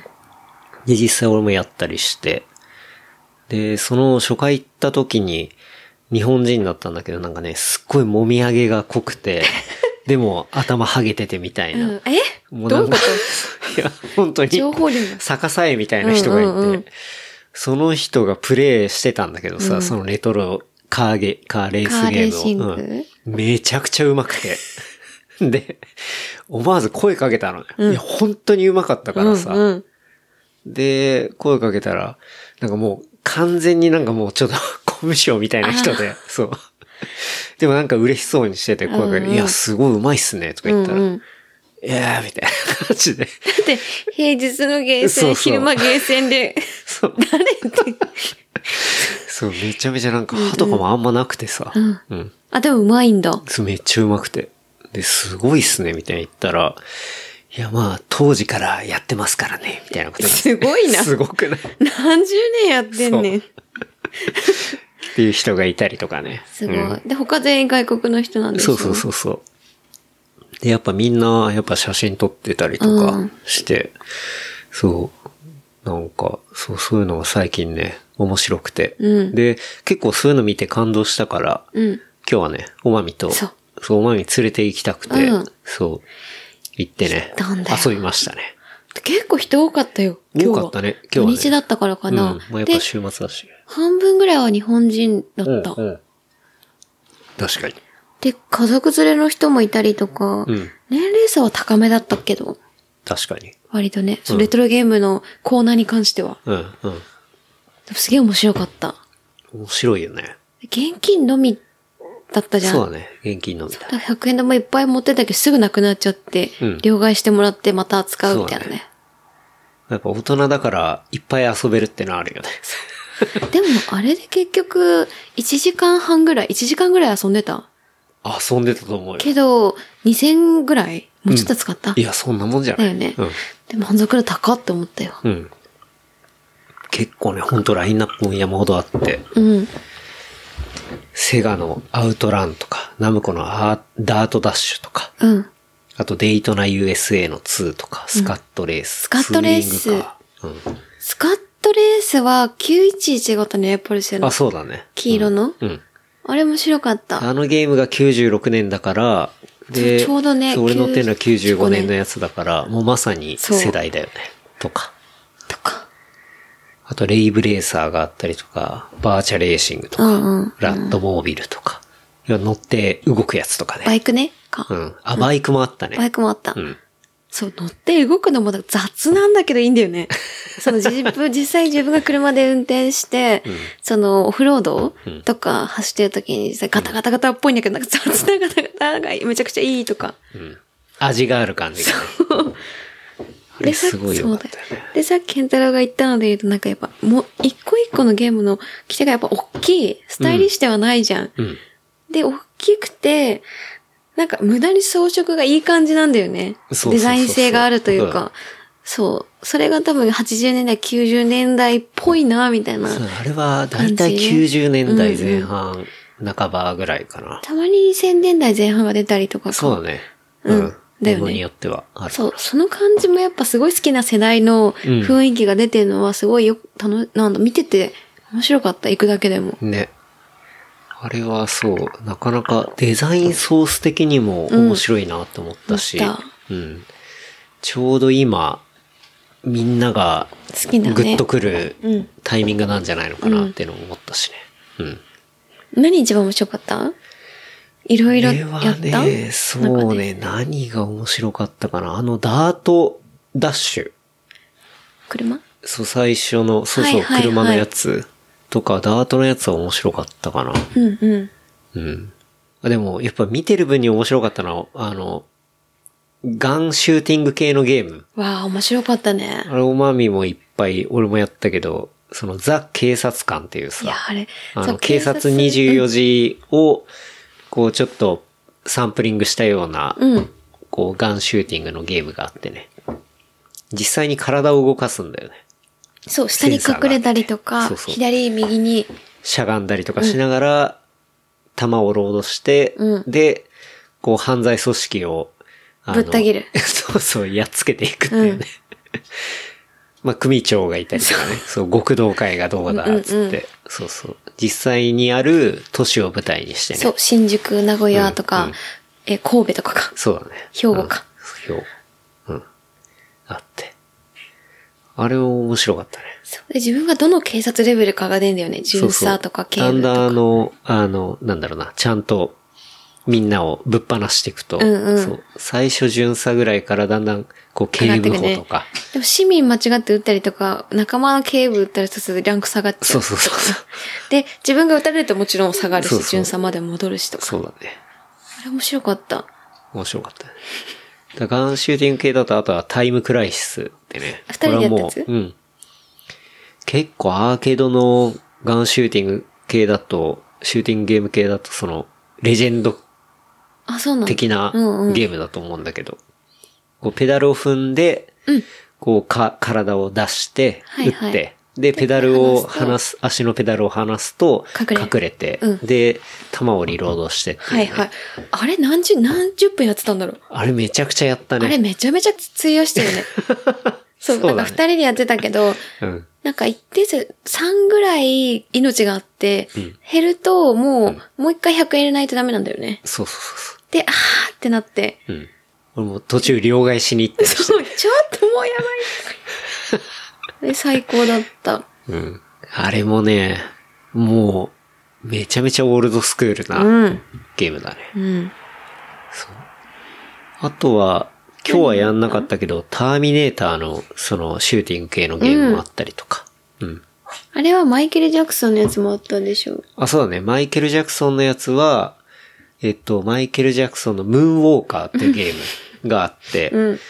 [SPEAKER 2] で、実際俺もやったりして。で、その初回行った時に、日本人だったんだけど、なんかね、すっごいもみあげが濃く て、でも頭ハゲててみたいな。
[SPEAKER 3] うんえ
[SPEAKER 2] も
[SPEAKER 3] どう
[SPEAKER 2] ないんか
[SPEAKER 3] う
[SPEAKER 2] い
[SPEAKER 3] こ
[SPEAKER 2] や、本当に。
[SPEAKER 3] と情報量が。
[SPEAKER 2] 逆さ絵みたいな人がいて、
[SPEAKER 3] うんうんうん
[SPEAKER 2] その人がプレイしてたんだけどさ、そのレトロカーゲ、カーレースゲ
[SPEAKER 3] カーレーシ
[SPEAKER 2] ー
[SPEAKER 3] ン
[SPEAKER 2] ム
[SPEAKER 3] グ
[SPEAKER 2] を。うんめちゃくちゃうまくて。 で、思わず声かけたのね。いや、本当にうまかったからさ。
[SPEAKER 3] うん。
[SPEAKER 2] で、声かけたら、なんかもう完全になんかもうちょっと こ務省みたいな人で、そう。でもなんか嬉しそうにしてて、声かけて、いや、すごいうまいっすね、とか言ったら、
[SPEAKER 3] うんうん
[SPEAKER 2] いやー、みたいな感じで。
[SPEAKER 3] で、平日のゲーセン、
[SPEAKER 2] そうそう
[SPEAKER 3] 昼間ゲーセンで、
[SPEAKER 2] そう。
[SPEAKER 3] 誰って。
[SPEAKER 2] そう、めちゃめちゃなんか歯とかもあんまなくてさ。
[SPEAKER 3] ん
[SPEAKER 2] うん。
[SPEAKER 3] あ、でもうまいんだ。
[SPEAKER 2] そうめっちゃうまくて。で、すごいっすね、みたいに言ったら、いや、まあ、当時からやってますからね、みたいなこと言って
[SPEAKER 3] すごいな
[SPEAKER 2] すごくない
[SPEAKER 3] 何十年やってんねん。
[SPEAKER 2] っていう人がいたりとかね。
[SPEAKER 3] すご
[SPEAKER 2] う
[SPEAKER 3] い
[SPEAKER 2] ん。
[SPEAKER 3] で、他全員外国の人なんです
[SPEAKER 2] そうそうそうそう。で、やっぱみんな、やっぱ写真撮ってたりと
[SPEAKER 3] う
[SPEAKER 2] か
[SPEAKER 3] ん
[SPEAKER 2] して、そう。なんか、そう、そういうのが最近ね、面白くて。
[SPEAKER 3] うん
[SPEAKER 2] で、結構そういうの見て感動したから、
[SPEAKER 3] う。うん。
[SPEAKER 2] 今日はね、おまみと、
[SPEAKER 3] そう
[SPEAKER 2] そう、おまみ連れて行きたくて、
[SPEAKER 3] うん
[SPEAKER 2] そう、行ってね
[SPEAKER 3] 行ったんだよ、
[SPEAKER 2] 遊びましたね。
[SPEAKER 3] 結構人多かったよ。今日は
[SPEAKER 2] 多かったね今日はね
[SPEAKER 3] 土日だったからか
[SPEAKER 2] うん。
[SPEAKER 3] な
[SPEAKER 2] ま。あやっ
[SPEAKER 3] で
[SPEAKER 2] ぱ、週末だし。
[SPEAKER 3] 半分ぐらいは日本人だ
[SPEAKER 2] うん、う
[SPEAKER 3] った。
[SPEAKER 2] ん。確かに。
[SPEAKER 3] で、家族連れの人もいたりとか、
[SPEAKER 2] うん
[SPEAKER 3] 年齢差は高めだったけど、
[SPEAKER 2] 確かに。
[SPEAKER 3] 割とね、そううんレトロゲームのコーナーに関しては。
[SPEAKER 2] うん、うん。
[SPEAKER 3] でもすげえ面白かった。
[SPEAKER 2] 面白いよね。
[SPEAKER 3] 現金のみだったじゃん。
[SPEAKER 2] そうだね。現金のみだ。
[SPEAKER 3] だから100円玉いっぱい持ってたけどすぐなくなっちゃって、
[SPEAKER 2] うん
[SPEAKER 3] 両替してもらってまた使うみたいなね。
[SPEAKER 2] やっぱ大人だから、いっぱい遊べるってのはあるよね。
[SPEAKER 3] でもあれで結局、1時間半ぐらい、1時間ぐらい遊んでた。
[SPEAKER 2] 遊んでたと思うよ。
[SPEAKER 3] けど、2000ぐらいもうちょっと使った、
[SPEAKER 2] いや、そんなもんじゃない。
[SPEAKER 3] だよね
[SPEAKER 2] うん。
[SPEAKER 3] でも満足度高って思ったよ。
[SPEAKER 2] うん。結構ね、ほんとラインナップも山ほどあって。
[SPEAKER 3] うん。
[SPEAKER 2] セガのアウトランとか、ナムコのアーダートダッシュとか、
[SPEAKER 3] うん。
[SPEAKER 2] あとデイトナ USA の2とか、スカットレース。
[SPEAKER 3] スカットレース
[SPEAKER 2] ツーリングカー
[SPEAKER 3] スカットレースは911型のエアポリス
[SPEAKER 2] うん。
[SPEAKER 3] の
[SPEAKER 2] あ、。そうだね。
[SPEAKER 3] 黄色の、
[SPEAKER 2] うん。
[SPEAKER 3] あれ面白かった。
[SPEAKER 2] あのゲームが96年だから、で、
[SPEAKER 3] そうちょうどね
[SPEAKER 2] そう俺乗ってるのは95
[SPEAKER 3] 95
[SPEAKER 2] 年のやつだから、もうまさに世代だよね。とか。
[SPEAKER 3] とか。
[SPEAKER 2] あと、レイブレーサーがあったりとか、バーチャレーシングとか、
[SPEAKER 3] うんうん
[SPEAKER 2] ラッドモービルとか、要は乗って動くやつとか
[SPEAKER 3] バ
[SPEAKER 2] ね。
[SPEAKER 3] イクね。か。
[SPEAKER 2] うん。あ、バイクもあったね。
[SPEAKER 3] バイクもあった。
[SPEAKER 2] うん。
[SPEAKER 3] そう、乗って動くのもだ雑なんだけどいいんだ よね。その自分、実際自分が車で運転して、そのオフロードとか走ってる時にさ、ガタガタガタっぽいんだけど、なんか雑なガタガタがめちゃくちゃいいとか。
[SPEAKER 2] うん味がある感じがね。あれすごいよかったよ
[SPEAKER 3] そうだ
[SPEAKER 2] ね。
[SPEAKER 3] よで、さっき健太郎が言ったので言うと、なんかやっぱ、もう、一個一個のゲームの規定がやっぱ大きい。スタイリッシュではないじゃん。
[SPEAKER 2] うん。
[SPEAKER 3] で、大きくて、なんか無駄に装飾がいい感じなんだよね。
[SPEAKER 2] そうそうそうそう
[SPEAKER 3] デザイン性があるというか。そう。それが多分80年代、90年代っぽいな、みたいな。
[SPEAKER 2] そうあれは、だいたい90年代前半、半ばぐらいかな。
[SPEAKER 3] たまに2000年代前半が出たりとか。
[SPEAKER 2] そうだね。うん
[SPEAKER 3] うん。だよね
[SPEAKER 2] ものによってはある。
[SPEAKER 3] そう、その感じもやっぱすごい好きな世代の雰囲気が出てるのはすごいよく、たの、なんだ、見てて面白かった、行くだけでも。
[SPEAKER 2] ね。あれはそう、なかなかデザインソース的にも面白いなと思ったし、
[SPEAKER 3] うん思っ
[SPEAKER 2] うん。ちょうど今、みんなが
[SPEAKER 3] 好きだね
[SPEAKER 2] グッとくる
[SPEAKER 3] うん
[SPEAKER 2] タイミングなんじゃないのかなっていうのも思ったしね。うん。
[SPEAKER 3] 何一番面白かったいろいろ
[SPEAKER 2] これ
[SPEAKER 3] や
[SPEAKER 2] は
[SPEAKER 3] った
[SPEAKER 2] ね、そうね、何が面白かったかな。あの、ダートダッシュ。
[SPEAKER 3] 車
[SPEAKER 2] そう、最初の、そう
[SPEAKER 3] は
[SPEAKER 2] そ、
[SPEAKER 3] いうはいはい
[SPEAKER 2] 車のやつとか、ダートのやつは面白かったかな。
[SPEAKER 3] うんうん。
[SPEAKER 2] うん。あでも、やっぱ見てる分に面白かったのは、あの、ガンシューティング系のゲーム。
[SPEAKER 3] わあ、面白かったね。
[SPEAKER 2] あれ、おまみもいっぱい、俺もやったけど、そのザ・警察官っていう
[SPEAKER 3] いや
[SPEAKER 2] さ、、
[SPEAKER 3] あれ。
[SPEAKER 2] あ
[SPEAKER 3] そう
[SPEAKER 2] の、警察24時を、こう、ちょっと、サンプリングしたような、
[SPEAKER 3] うん。
[SPEAKER 2] こう、ガンシューティングのゲームがあってね。実際に体を動かすんだよね。
[SPEAKER 3] そう、下に隠れたりと
[SPEAKER 2] センサーがあ
[SPEAKER 3] か、
[SPEAKER 2] ってそうそう
[SPEAKER 3] 左、右に、
[SPEAKER 2] しゃがんだりとかしながら、弾をロードして、
[SPEAKER 3] うん
[SPEAKER 2] で、こう犯罪組織を、あの
[SPEAKER 3] ぶった切る
[SPEAKER 2] そうそう、やっつけていくっていうね。まあ、組長がいたりとか ね、そう、極道会がどうだ、つって、
[SPEAKER 3] うんうんうん
[SPEAKER 2] そうそう。実際にある都市を舞台にしてね。
[SPEAKER 3] そう、新宿、名古屋と
[SPEAKER 2] う
[SPEAKER 3] か、
[SPEAKER 2] んうん
[SPEAKER 3] え、神戸とかか。
[SPEAKER 2] そうだね。
[SPEAKER 3] 兵庫か
[SPEAKER 2] うん。兵庫。うん。あって。あれも面白かったね。
[SPEAKER 3] そうで、自分がどの警察レベルかが出るんだよね。巡査とか警
[SPEAKER 2] そうそう
[SPEAKER 3] 部と
[SPEAKER 2] だんだんあ
[SPEAKER 3] か。
[SPEAKER 2] の、あの、なんだろうな、ちゃんと、みんなをぶっ放していくと、
[SPEAKER 3] うんうん
[SPEAKER 2] そう最初巡査ぐらいからだんだん、こう、警部補とか、
[SPEAKER 3] でも市民間違って撃ったりとか、仲間の警部撃ったり一つランク下がっちゃ
[SPEAKER 2] そう
[SPEAKER 3] う。
[SPEAKER 2] そうそうそう。
[SPEAKER 3] で、自分が撃たれるともちろん下がる
[SPEAKER 2] そう
[SPEAKER 3] し、
[SPEAKER 2] そう
[SPEAKER 3] 巡査まで戻るしとか。
[SPEAKER 2] そうだね。
[SPEAKER 3] あれ面白かった。
[SPEAKER 2] 面白かったね。だからガンシューティング系だと、あとはタイムクライシスってね。
[SPEAKER 3] 二人でやったやつ
[SPEAKER 2] これはもううん。結構アーケードのガンシューティング系だと、シューティングゲーム系だと、その、レジェンド
[SPEAKER 3] あ、そうなんだ。
[SPEAKER 2] 的な
[SPEAKER 3] うんうん
[SPEAKER 2] ゲームだと思うんだけど、こうペダルを踏んで、こうか、体を出して、
[SPEAKER 3] は
[SPEAKER 2] 打
[SPEAKER 3] い
[SPEAKER 2] って、
[SPEAKER 3] はい
[SPEAKER 2] で、ペダルを
[SPEAKER 3] 離すと
[SPEAKER 2] 離す、足のペダルを離すと、
[SPEAKER 3] 隠れ
[SPEAKER 2] て、
[SPEAKER 3] うん
[SPEAKER 2] で、弾をリロードしてっていう
[SPEAKER 3] は
[SPEAKER 2] ね
[SPEAKER 3] いはい。あれ何十、何十分やってたんだろう。
[SPEAKER 2] あれめちゃくちゃやったね。
[SPEAKER 3] あれめちゃめちゃ費やしてる ね。そう、
[SPEAKER 2] そうだね
[SPEAKER 3] なんか二人でやってたけど、
[SPEAKER 2] うん。
[SPEAKER 3] なんか一定数3ぐらい命があって、
[SPEAKER 2] うん
[SPEAKER 3] 減るともう、もう一回100円入れないとダメなんだよね。
[SPEAKER 2] そうそうそう
[SPEAKER 3] で、あーってなって、
[SPEAKER 2] そう。うん。俺も途中両替しに行ってました
[SPEAKER 3] そう、 ちょっともうや ばい。で、最高だった。
[SPEAKER 2] うん。あれもね、もう、めちゃめちゃオールドスクールな
[SPEAKER 3] うん。
[SPEAKER 2] ゲームだね。
[SPEAKER 3] うん。
[SPEAKER 2] あとは、今日はやんなかったけど、ターミネーターの、その、シューティング系のゲームもあったりとか。うん。
[SPEAKER 3] あれはマイケル・ジャクソンのやつもあったんでしょう。
[SPEAKER 2] あ、そうだね。マイケル・ジャクソンのやつは、えっと、マイケル・ジャクソンのムーンウォーカーっていうゲームがあって、
[SPEAKER 3] うん。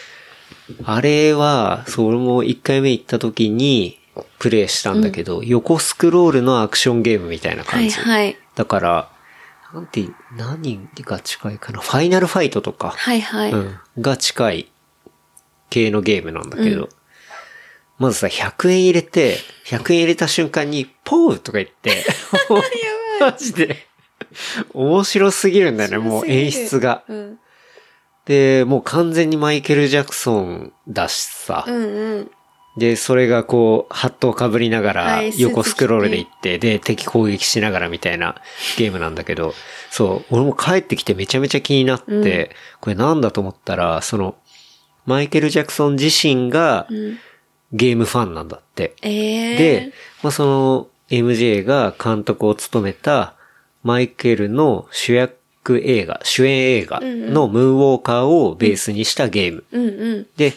[SPEAKER 2] あれは、そう、俺も1回目行った時に、プレイしたんだけど、横スクロールのアクションゲームみたいな
[SPEAKER 3] は
[SPEAKER 2] 感
[SPEAKER 3] い
[SPEAKER 2] じ。
[SPEAKER 3] はい。
[SPEAKER 2] だから、なんて、何が近いかな。ファイナルファイトとか。
[SPEAKER 3] はいはい。
[SPEAKER 2] うん、が近い系のゲームなんだけど、まずさ、100円入れて、100円入れた瞬間に、ポーとか言 って、マジで、面白すぎるんだよね、もう演出が。
[SPEAKER 3] うん。
[SPEAKER 2] で、もう完全にマイケル・ジャクソンだしさ、
[SPEAKER 3] うんうん。
[SPEAKER 2] で、それがこう、ハットをかぶりなが
[SPEAKER 3] は
[SPEAKER 2] ら、
[SPEAKER 3] い
[SPEAKER 2] 横スクロールで行って、で、敵攻撃しながらみたいなゲームなんだけど、そう、俺も帰ってきてめちゃめちゃ気になって、
[SPEAKER 3] うん
[SPEAKER 2] これなんだと思ったら、その、マイケル・ジャクソン自身が
[SPEAKER 3] うん。
[SPEAKER 2] ゲームファンなんだって。
[SPEAKER 3] ええー。
[SPEAKER 2] で、まあ、その、MJ が監督を務めた、マイケルの主役映画、主演映画のムーンウォーカーをベースにしたゲーム。
[SPEAKER 3] うんうん。
[SPEAKER 2] で、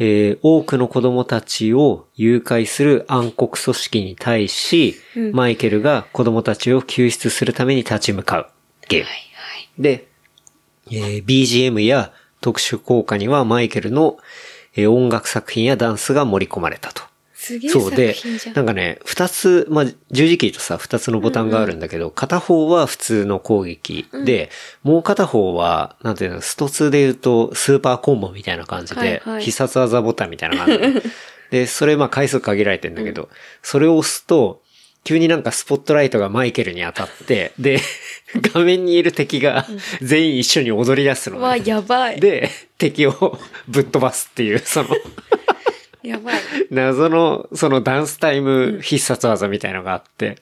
[SPEAKER 2] えー多くの子供たちを誘拐する暗黒組織に対し、
[SPEAKER 3] うん
[SPEAKER 2] マイケルが子供たちを救出するために立ち向かうゲーム。
[SPEAKER 3] はい
[SPEAKER 2] で、えー BGM や特殊効果にはマイケルの、えー音楽作品やダンスが盛り込まれたと。
[SPEAKER 3] すげえ
[SPEAKER 2] そう
[SPEAKER 3] 作
[SPEAKER 2] で
[SPEAKER 3] 品じゃ、ん。
[SPEAKER 2] なんかね、二つ、まあ、十字キーとさ、二つのボタンがあるんだけど、片方は普通の攻撃で、もう片方は、なんていうの、スト2で言うと、スーパーコンボみたいな感じで、
[SPEAKER 3] はいはい
[SPEAKER 2] 必殺技ボタンみたいな感じ で。で、それ、まあ、回数限られてんだけど、それを押すと、急になんかスポットライトがマイケルに当たって、 で、画面にいる敵が全員一緒に踊り出すの
[SPEAKER 3] わ、
[SPEAKER 2] ね、
[SPEAKER 3] やばい。
[SPEAKER 2] で、敵をぶっ飛ばすっていう、その、
[SPEAKER 3] やばい。
[SPEAKER 2] 謎の、そのダンスタイム必殺技みたいのがあって、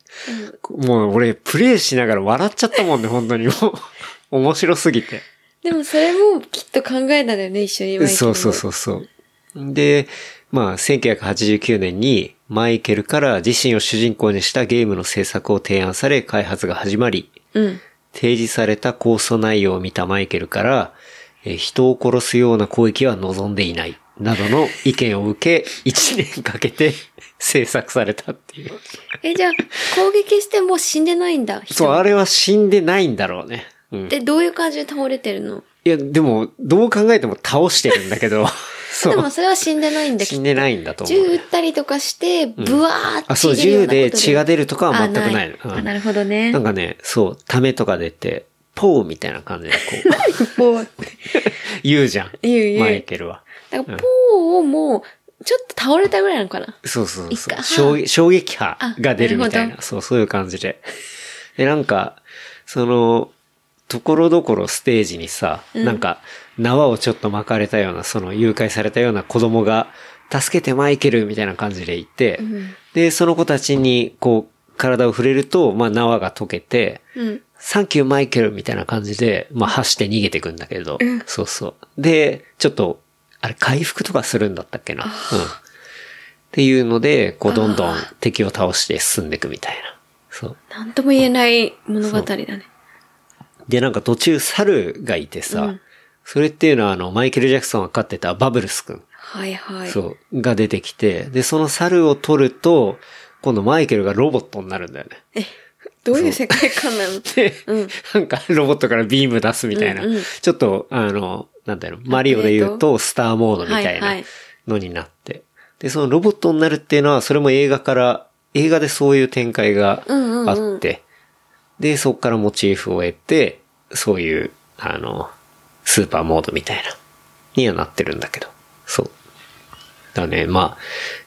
[SPEAKER 2] もう俺プレイしながら笑っちゃったもんね、本当にもう。面白すぎて。
[SPEAKER 3] でもそれもきっと考えたんだよね、一緒にマイケルも。
[SPEAKER 2] そうそうそうそう。で、まあ、1989年にマイケルから自身を主人公にしたゲームの制作を提案され、開発が始まり、
[SPEAKER 3] う。うん。
[SPEAKER 2] 提示された構想内容を見たマイケルから、えー人を殺すような攻撃は望んでいない、などの意見を受け、1年かけて制作されたっていう。
[SPEAKER 3] え、じゃあ、攻撃してもう死んでないんだ。
[SPEAKER 2] そう、あ
[SPEAKER 3] れ。
[SPEAKER 2] れは死んでないんだろうね。うん。
[SPEAKER 3] で、どういう感じで倒れてるの
[SPEAKER 2] いや、でも、どう考えても倒してるんだけ ど、そ
[SPEAKER 3] で
[SPEAKER 2] う
[SPEAKER 3] も。それは死んでないんだけ
[SPEAKER 2] 死
[SPEAKER 3] ど。
[SPEAKER 2] んでないんだと思
[SPEAKER 3] 銃撃
[SPEAKER 2] う
[SPEAKER 3] っ。たりとかして、ブワーって、
[SPEAKER 2] あ、そう、銃で血が出るとかは全くないの。
[SPEAKER 3] あ、
[SPEAKER 2] うん
[SPEAKER 3] なるほどね。
[SPEAKER 2] なんかね、そう、ためとか出て、ポーみたいな感じでこ う、
[SPEAKER 3] ポー。
[SPEAKER 2] 言うじゃん。
[SPEAKER 3] 言う言う
[SPEAKER 2] マイケルは。
[SPEAKER 3] なんかポーをもう、ちょっと倒れたぐらいなのかな。
[SPEAKER 2] そうそうそ
[SPEAKER 3] 一
[SPEAKER 2] う。
[SPEAKER 3] 回
[SPEAKER 2] 衝撃衝撃波が出るみた
[SPEAKER 3] あないるほ
[SPEAKER 2] な。そう、そういう感じで。 で、なんか、その、ところどころステージにさ、
[SPEAKER 3] うん
[SPEAKER 2] なんか、縄をちょっと巻かれたような、その誘拐されたような子供が、助けてマイケルみたいな感じでいて、
[SPEAKER 3] うん。
[SPEAKER 2] で、その子たちに、こう、体を触れると、まあ、縄が溶けて、
[SPEAKER 3] うん。
[SPEAKER 2] サンキューマイケルみたいな感じで、まあ、走って逃げてくんだけど、そうそう。で、ちょっと、あれ、回復とかするんだったっけな。うん。っていうので、こう、どんどん敵を倒して進んでいくみたいな。そう。
[SPEAKER 3] なんとも言えない物語だね。
[SPEAKER 2] で、なんか途中猿がいてさ、それっていうのはあの、マイケル・ジャクソンが飼ってたバブルス君、
[SPEAKER 3] はいはい。
[SPEAKER 2] そう、が出てきて、で、その猿を取ると、今度マイケルがロボットになるんだよね。
[SPEAKER 3] どういう世界観 なの
[SPEAKER 2] で、
[SPEAKER 3] うん
[SPEAKER 2] なんかロボットからビーム出すみたいな、
[SPEAKER 3] うんうん
[SPEAKER 2] ちょっと、あの、なんだろう、マリオで言うとスターモードみたい
[SPEAKER 3] は
[SPEAKER 2] ない
[SPEAKER 3] はい
[SPEAKER 2] のになって。で、そのロボットになるっていうのは、それも映画から、映画でそういう展開があって、
[SPEAKER 3] うんうんうん
[SPEAKER 2] で、そこからモチーフを得て、そういう、あの、スーパーモードみたいな、にはなってるんだけど。そう。だね、まあ、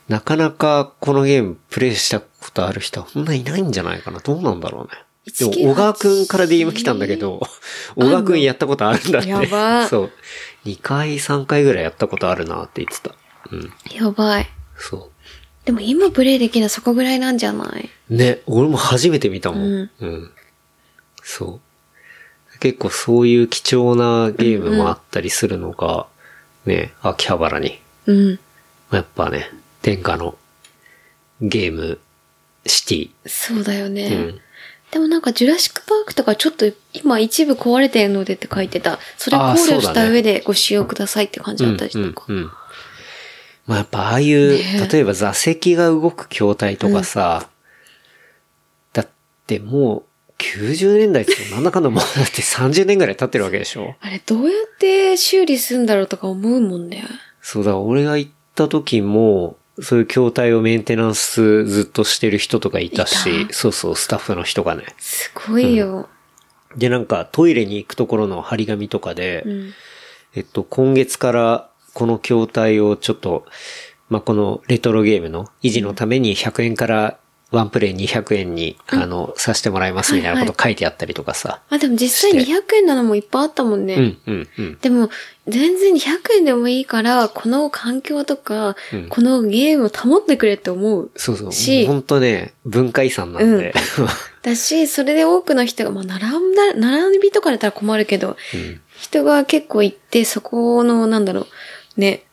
[SPEAKER 2] なかなかこのゲームプレイしたことある人はそんないないんじゃないかな。どうなんだろうね。でも、小
[SPEAKER 3] 198
[SPEAKER 2] 川くんから DM 来たんだけど、小川くんやったことあるんだって。
[SPEAKER 3] やば
[SPEAKER 2] そう。2回、3回ぐらいやったことあるなって言ってた。うん。
[SPEAKER 3] やばい。
[SPEAKER 2] そ。
[SPEAKER 3] でも今プレイできるのそこぐらいなんじゃないう
[SPEAKER 2] ね、俺も初めて見たもん。
[SPEAKER 3] うん
[SPEAKER 2] うん、そう。結構そういう貴重なゲームもあったりするのが、ね、秋葉原に
[SPEAKER 3] うん。
[SPEAKER 2] やっぱね、天下のゲームシティ。
[SPEAKER 3] そうだよね。
[SPEAKER 2] うん
[SPEAKER 3] でもなんかジュラシックパークとかちょっと今一部壊れてるのでって書いてた。それ考
[SPEAKER 2] あーそ
[SPEAKER 3] 慮
[SPEAKER 2] うだね
[SPEAKER 3] した上でご使用くださいって感じだったり
[SPEAKER 2] うん
[SPEAKER 3] とか。
[SPEAKER 2] うんうんまあやっぱああいう、
[SPEAKER 3] ね
[SPEAKER 2] 例えば座席が動く筐体とかさ、だってもう90年代ってなんだかんだもうだって30年ぐらい経ってるわけでしょ
[SPEAKER 3] あれどうやって修理するんだろうとか思うもんね。
[SPEAKER 2] そうだ、俺が行った時も、そういう筐体をメンテナンスずっとしてる人とかいたし、
[SPEAKER 3] いた
[SPEAKER 2] そうそう、スタッフの人がね。
[SPEAKER 3] すごいよ。
[SPEAKER 2] で、なんかトイレに行くところの張り紙とかで、
[SPEAKER 3] うん。
[SPEAKER 2] えっと、今月からこの筐体をちょっと、まあ、このレトロゲームの維持のために100円からワンプレイ200円に、あの、させてもらいますみたいなこと書いてあったりとかさ。
[SPEAKER 3] あ、でも実際
[SPEAKER 2] して
[SPEAKER 3] 200円なのもいっぱいあったもんね。
[SPEAKER 2] うん、うん、うん。
[SPEAKER 3] でも、全然200円でもいいから、この環境とか、
[SPEAKER 2] うん
[SPEAKER 3] このゲームを保ってくれって思う。
[SPEAKER 2] そうそう。
[SPEAKER 3] し
[SPEAKER 2] 本当ね、文化遺産なんで。
[SPEAKER 3] だし、それで多くの人が、まあ、並んだ、並びとかだったら困るけど、
[SPEAKER 2] うん
[SPEAKER 3] 人が結構行って、そこの、なんだろう、ね、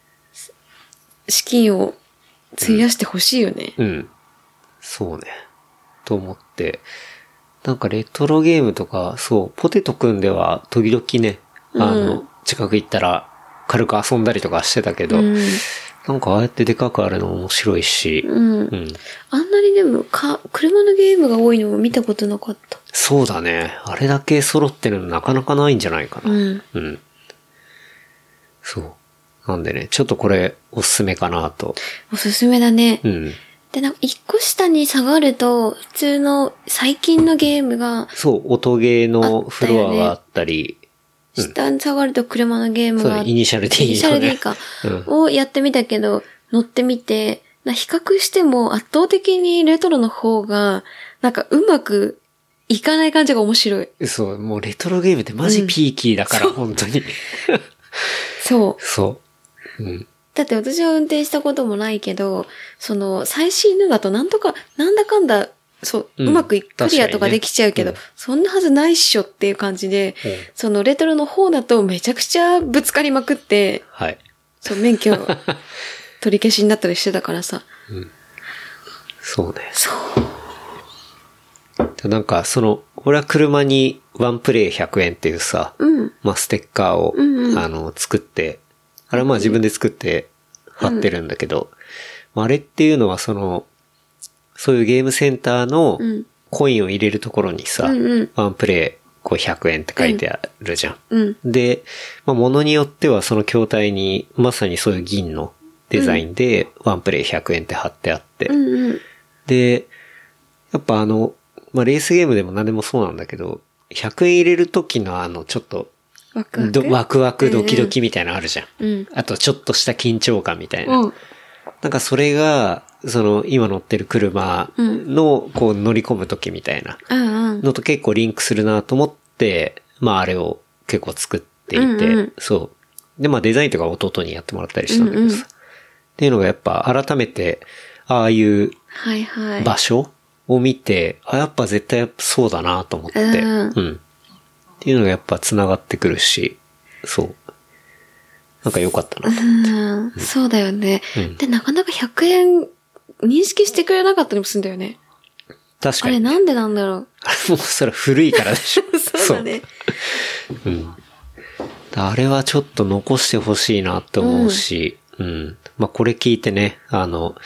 [SPEAKER 3] 資金を費やしてほしいよね。
[SPEAKER 2] うん。そうね。と思って。なんかレトロゲームとか、そう、ポテトくんでは時々ね、あの、
[SPEAKER 3] う
[SPEAKER 2] 近く行ったら軽く遊んだりとかしてたけど、
[SPEAKER 3] うん。
[SPEAKER 2] なんかああやってでかくあるの面白いし、
[SPEAKER 3] うん
[SPEAKER 2] う。ん。
[SPEAKER 3] あんなにでも、か、車のゲームが多いのも見たことなかった。
[SPEAKER 2] そうだね。あれだけ揃ってるのなかなかないんじゃないか
[SPEAKER 3] う
[SPEAKER 2] な。
[SPEAKER 3] ん。
[SPEAKER 2] うん。そう。なんでね、ちょっとこれおすすめかなと。
[SPEAKER 3] おすすめだね。
[SPEAKER 2] うん。
[SPEAKER 3] で、なんか、一個下に下がると、普通の最近のゲームが、
[SPEAKER 2] そう、音ゲーのフロアがあったり、
[SPEAKER 3] 下に下がると車のゲーム
[SPEAKER 2] そう
[SPEAKER 3] があっ
[SPEAKER 2] だ
[SPEAKER 3] て
[SPEAKER 2] ねイニシャル D のね。
[SPEAKER 3] イニシャル D か。
[SPEAKER 2] うん
[SPEAKER 3] をやってみたけど、乗ってみて、な比較しても圧倒的にレトロの方が、なんかうまくいかない感じが面白い。
[SPEAKER 2] そう、もうレトロゲームってマジピーキーだから、本当に。
[SPEAKER 3] そう。
[SPEAKER 2] そう。うん。
[SPEAKER 3] だって私は運転したこともないけど、その、最新のだとなんとか、なんだかんだ、そう、
[SPEAKER 2] う
[SPEAKER 3] うんまくいクリアと
[SPEAKER 2] 確か
[SPEAKER 3] か
[SPEAKER 2] にね
[SPEAKER 3] できちゃうけど、
[SPEAKER 2] うん
[SPEAKER 3] そんなはずないっしょっていう感じで、
[SPEAKER 2] うん
[SPEAKER 3] そのレトロの方だとめちゃくちゃぶつかりまくって、
[SPEAKER 2] はい。
[SPEAKER 3] そう、免許取り消しになったりしてたからさ。
[SPEAKER 2] そうね。
[SPEAKER 3] そう。
[SPEAKER 2] なんか、その、俺は車にワンプレイ100円っていうさ、
[SPEAKER 3] うん。
[SPEAKER 2] まあ、ステッカーを、
[SPEAKER 3] うんうん
[SPEAKER 2] あの、作って、あれはまあ自分で作って貼ってるんだけど、まあ、あれっていうのはその、そういうゲームセンターの
[SPEAKER 3] うん
[SPEAKER 2] コインを入れるところにさ、
[SPEAKER 3] うんうん
[SPEAKER 2] ワンプレイこう100円って書いてあるじゃん
[SPEAKER 3] うん。
[SPEAKER 2] で、まあ、ものによってはその筐体にまさにそういう銀のデザインでワンプレイ100円って貼ってあって、
[SPEAKER 3] うんうん。
[SPEAKER 2] で、やっぱあの、まあ、レースゲームでも何でもそうなんだけど、100円入れる時のあの、ちょっと、
[SPEAKER 3] ワクワク。
[SPEAKER 2] どワクワクドキドキみたいなのあるじゃん。
[SPEAKER 3] うん。
[SPEAKER 2] あと、ちょっとした緊張感みたいな。
[SPEAKER 3] うん。
[SPEAKER 2] なんかそれが、その、今乗ってる車の、こう、乗り込む時みたいな
[SPEAKER 3] うんうん。
[SPEAKER 2] のと結構リンクするなと思って、まああれを結構作っていて、
[SPEAKER 3] うんうん
[SPEAKER 2] そう。で、まあデザインとか弟にやってもらったりしたんだけどさ。
[SPEAKER 3] うんうん
[SPEAKER 2] っていうのがやっぱ改めて、ああいう
[SPEAKER 3] はいはい。
[SPEAKER 2] 場所を見て、あ、やっぱ絶対そうだなと思って、
[SPEAKER 3] うん
[SPEAKER 2] うん。っていうのがやっぱ繋がってくるし、そう。なんか良かったな。
[SPEAKER 3] うん。そうだよね。
[SPEAKER 2] うん
[SPEAKER 3] で、なかなか100円認識してくれなかったりもするんだよね。
[SPEAKER 2] 確
[SPEAKER 3] あ
[SPEAKER 2] か
[SPEAKER 3] れ
[SPEAKER 2] に。
[SPEAKER 3] なんでなんだろ
[SPEAKER 2] あ れもうそれは古いからでしょ
[SPEAKER 3] う。。 そうだね。
[SPEAKER 2] そう。あれはちょっと残してほしいなって思うし、うん、まあこれ聞いてね、あの、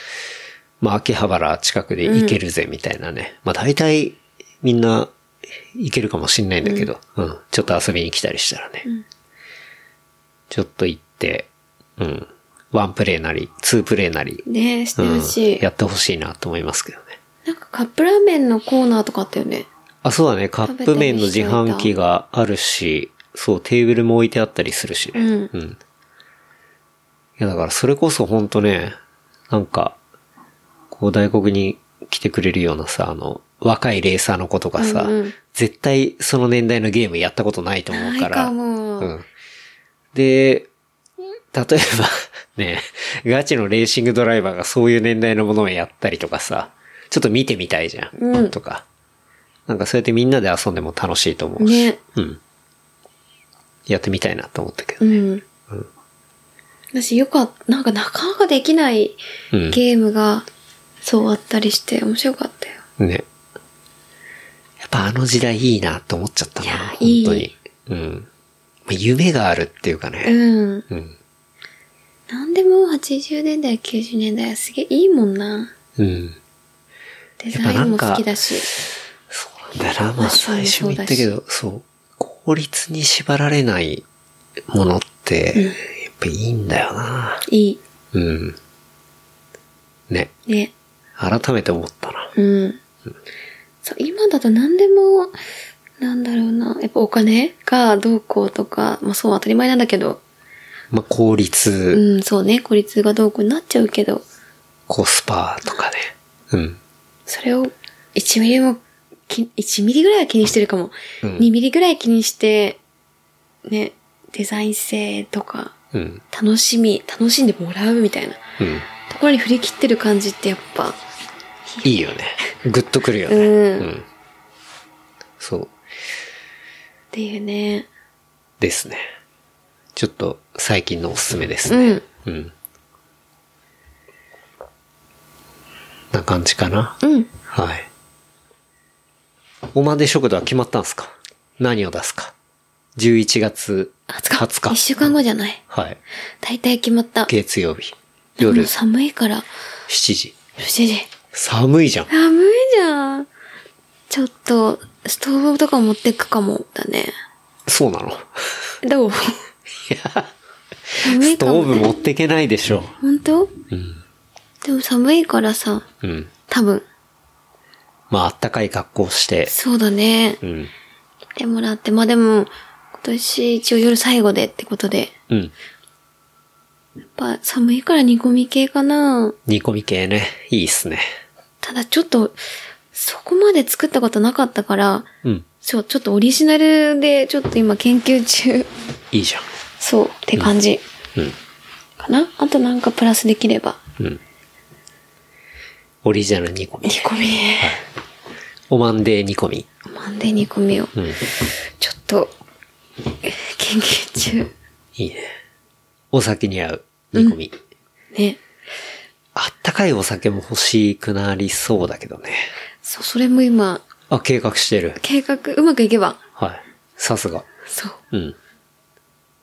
[SPEAKER 2] まあ秋葉原近くで行けるぜみたいなね。まあ大体みんな行けるかもしんないんだけど、うん、ちょっと遊びに来たりしたらね。ちょっと行って、うん。ワンプレイなり、ツープレイなり、
[SPEAKER 3] ねえ、し
[SPEAKER 2] う
[SPEAKER 3] て
[SPEAKER 2] ん
[SPEAKER 3] ほしい。
[SPEAKER 2] やってほしいなと思いますけどね。
[SPEAKER 3] なんかカップラーメンのコーナーとかあったよね。
[SPEAKER 2] あ、そうだね。カップ麺の自販機があるし、そう、テーブルも置いてあったりするしね。
[SPEAKER 3] うん
[SPEAKER 2] いや、だからそれこそほんとね、なんか、こう大国に来てくれるようなさ、あの、若いレーサーの子とかさ、
[SPEAKER 3] うんうん
[SPEAKER 2] 絶対その年代のゲームやったことないと思うから。
[SPEAKER 3] ないかも
[SPEAKER 2] うん。で、例えば ね、ガチのレーシングドライバーがそういう年代のものをやったりとかさ、ちょっと見てみたいじゃん。
[SPEAKER 3] うん
[SPEAKER 2] とか。なんかそうやってみんなで遊んでも楽しいと思うし。
[SPEAKER 3] ね。
[SPEAKER 2] うん。やってみたいなと思ったけど。
[SPEAKER 3] うん。私よかっなんかなかなかできない
[SPEAKER 2] うん
[SPEAKER 3] ゲームが、そうあったりして面白かったよ。
[SPEAKER 2] ね。やっぱあの時代いいなと思っちゃったな。本当
[SPEAKER 3] い
[SPEAKER 2] に。
[SPEAKER 3] や
[SPEAKER 2] うん。まあ、夢があるっていうかね。
[SPEAKER 3] うん。
[SPEAKER 2] うん。
[SPEAKER 3] なんでも80年代、90年代はすげえいいもんな。
[SPEAKER 2] うん。や
[SPEAKER 3] デ
[SPEAKER 2] っぱ
[SPEAKER 3] ザイ
[SPEAKER 2] な
[SPEAKER 3] ン
[SPEAKER 2] ん
[SPEAKER 3] も
[SPEAKER 2] か
[SPEAKER 3] 好きだし。
[SPEAKER 2] そうなんだな。ま
[SPEAKER 3] ま
[SPEAKER 2] あ
[SPEAKER 3] あ
[SPEAKER 2] 最初も言ったけど、そう。効率に縛られないものって、やっぱいいんだよな。
[SPEAKER 3] い
[SPEAKER 2] うん。ね。
[SPEAKER 3] い。ね。
[SPEAKER 2] 改めて思ったな。
[SPEAKER 3] うん。そう、今だと何でも、なんだろうな。やっぱお金がどうこうとか、まあそう当たり前なんだけど、
[SPEAKER 2] まあ、効率、
[SPEAKER 3] うん、そうね。孤立がどうこうになっちゃうけど、
[SPEAKER 2] コスパとかね。うん。
[SPEAKER 3] それを1ミリもき、1ミリぐらいは気にしてるかも。
[SPEAKER 2] うん
[SPEAKER 3] 2ミリぐらい気にして、ね、デザイン性とか、
[SPEAKER 2] うん。
[SPEAKER 3] 楽しみ、楽しんでもらうみたいな
[SPEAKER 2] うん。
[SPEAKER 3] ところに振り切ってる感じってやっぱ、
[SPEAKER 2] いいよね。グッとくるよね。
[SPEAKER 3] うん
[SPEAKER 2] うん。そう。
[SPEAKER 3] っていうね。
[SPEAKER 2] ですね。ちょっと最近のおすすめですね。うん。な感じかな。
[SPEAKER 3] うん。
[SPEAKER 2] はい。おまで食堂は決まったんですか何を出すか ?11 月20
[SPEAKER 3] 1
[SPEAKER 2] 日。
[SPEAKER 3] 週間後じゃない。
[SPEAKER 2] はい。
[SPEAKER 3] 大体決まった。
[SPEAKER 2] 月曜日。
[SPEAKER 3] も
[SPEAKER 2] 夜
[SPEAKER 3] う寒いから、
[SPEAKER 2] 7時。
[SPEAKER 3] 7時。
[SPEAKER 2] 寒いじゃん。
[SPEAKER 3] 寒いじゃん。ちょっと、ストーブとか持ってくかも、だね。
[SPEAKER 2] そうなの。
[SPEAKER 3] どう 寒
[SPEAKER 2] ス
[SPEAKER 3] い
[SPEAKER 2] ト
[SPEAKER 3] か
[SPEAKER 2] ー
[SPEAKER 3] も。
[SPEAKER 2] ブ持ってけないでしょ。
[SPEAKER 3] 本当
[SPEAKER 2] うん。
[SPEAKER 3] でも寒いからさ、
[SPEAKER 2] うん。
[SPEAKER 3] 多分。
[SPEAKER 2] まあ、あったかい格好して。
[SPEAKER 3] そうだね。
[SPEAKER 2] うん。
[SPEAKER 3] 来てもらって、まあでも、今年一応夜最後でってことで、
[SPEAKER 2] うん。
[SPEAKER 3] やっぱ寒いから煮込み系かな。
[SPEAKER 2] 煮込み系ね。いいっすね。
[SPEAKER 3] ただちょっと、そこまで作ったことなかったから、
[SPEAKER 2] うん。
[SPEAKER 3] そう、ちょっとオリジナルで、ちょっと今研究中、
[SPEAKER 2] いいじゃん。
[SPEAKER 3] そう、って感じ
[SPEAKER 2] うん。
[SPEAKER 3] かな。あとなんかプラスできれば。
[SPEAKER 2] うん。オリジナル煮込み。
[SPEAKER 3] 煮込みね。
[SPEAKER 2] おまんで煮込み。
[SPEAKER 3] マンデー煮込みを、
[SPEAKER 2] うん。
[SPEAKER 3] ちょっと、研究中。
[SPEAKER 2] いいね。お酒に合う煮込み。
[SPEAKER 3] ね。
[SPEAKER 2] あったかいお酒も欲しくなりそうだけどね。
[SPEAKER 3] そう、それも今、
[SPEAKER 2] あ、計画してる。
[SPEAKER 3] 計画、うまくいけば。
[SPEAKER 2] はい。さすが。
[SPEAKER 3] そう。
[SPEAKER 2] うん。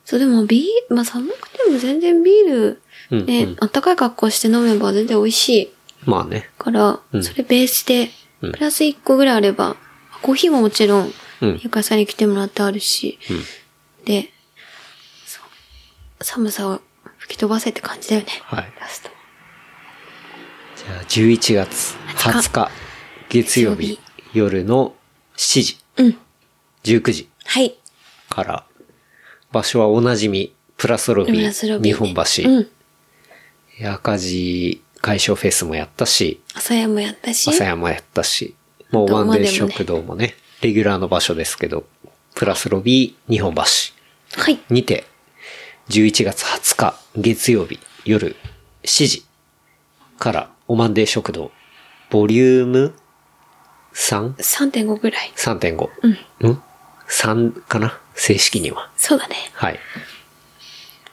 [SPEAKER 3] そう、でもビール、まあ寒くても全然ビー
[SPEAKER 2] う
[SPEAKER 3] ル、
[SPEAKER 2] ん
[SPEAKER 3] ね、あったかい格好して飲めば全然美味しい
[SPEAKER 2] まあね。
[SPEAKER 3] から、
[SPEAKER 2] うん
[SPEAKER 3] それベースで、
[SPEAKER 2] うん
[SPEAKER 3] プラス1個ぐらいあれば、コーヒーももちろん、
[SPEAKER 2] うん
[SPEAKER 3] ゆかさんに来てもらってあるし、で、そう、寒さを吹き飛ばせって感じだよね。
[SPEAKER 2] はい
[SPEAKER 3] ラスト。
[SPEAKER 2] じゃあ、11月20日、月曜日
[SPEAKER 3] 月曜日、
[SPEAKER 2] 夜の7時、
[SPEAKER 3] うん。
[SPEAKER 2] 19時
[SPEAKER 3] はい。
[SPEAKER 2] から、場所はおなじみ、プラスロビ
[SPEAKER 3] プラスロ
[SPEAKER 2] ー、
[SPEAKER 3] ビ
[SPEAKER 2] 日
[SPEAKER 3] ーね
[SPEAKER 2] 本橋。
[SPEAKER 3] うん。
[SPEAKER 2] 赤字解消フェスもやったし、
[SPEAKER 3] 朝屋もやったし、
[SPEAKER 2] 朝山もやったし、もうワンデー食堂もね、レギュラーの場所ですけど、プラスロビー日本橋
[SPEAKER 3] はい。
[SPEAKER 2] にて、11月20日月曜日夜7時からおまんで食堂、ボリューム 3?3.5?
[SPEAKER 3] 3.5ぐらい。
[SPEAKER 2] うん。3かな正式には。
[SPEAKER 3] そうだね。
[SPEAKER 2] はい。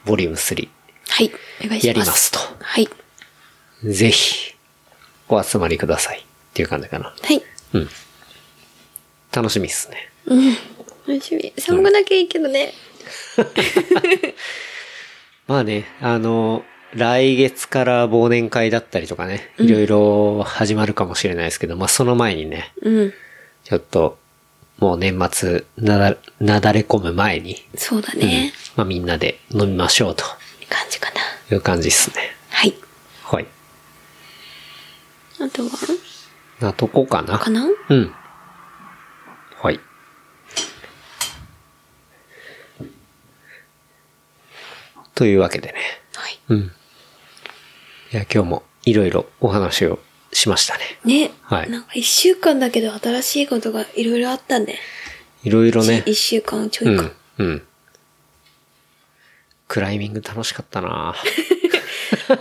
[SPEAKER 2] ボリューム3
[SPEAKER 3] はい。お願いします。
[SPEAKER 2] やりますと。
[SPEAKER 3] はい。
[SPEAKER 2] ぜひ、お集まりください。っていう感じかな。
[SPEAKER 3] はい。
[SPEAKER 2] うん。楽しみっすね。
[SPEAKER 3] 楽しみ。寒くなきゃいいけどね。
[SPEAKER 2] まあね、あの、来月から忘年会だったりとかね、いろいろ始まるかもしれないですけど、まあその前にね、
[SPEAKER 3] うん。
[SPEAKER 2] ちょっと、もう年末なだ、なだれ込む前に、
[SPEAKER 3] そうだね。
[SPEAKER 2] まあみんなで飲みましょうと
[SPEAKER 3] って感じかな。
[SPEAKER 2] いう感じっすね。
[SPEAKER 3] はい。
[SPEAKER 2] はい。
[SPEAKER 3] あとは
[SPEAKER 2] なとこかな。
[SPEAKER 3] かな
[SPEAKER 2] うん。はい。というわけでね。
[SPEAKER 3] はい。
[SPEAKER 2] うん。いや、今日もいろいろお話をしましたね。
[SPEAKER 3] ね。
[SPEAKER 2] はい
[SPEAKER 3] なんか一週間だけど新しいことがいろいろあったね。
[SPEAKER 2] いろいろね。
[SPEAKER 3] 一週間ちょ
[SPEAKER 2] う
[SPEAKER 3] いか。
[SPEAKER 2] ん。うん。クライミング楽しかったな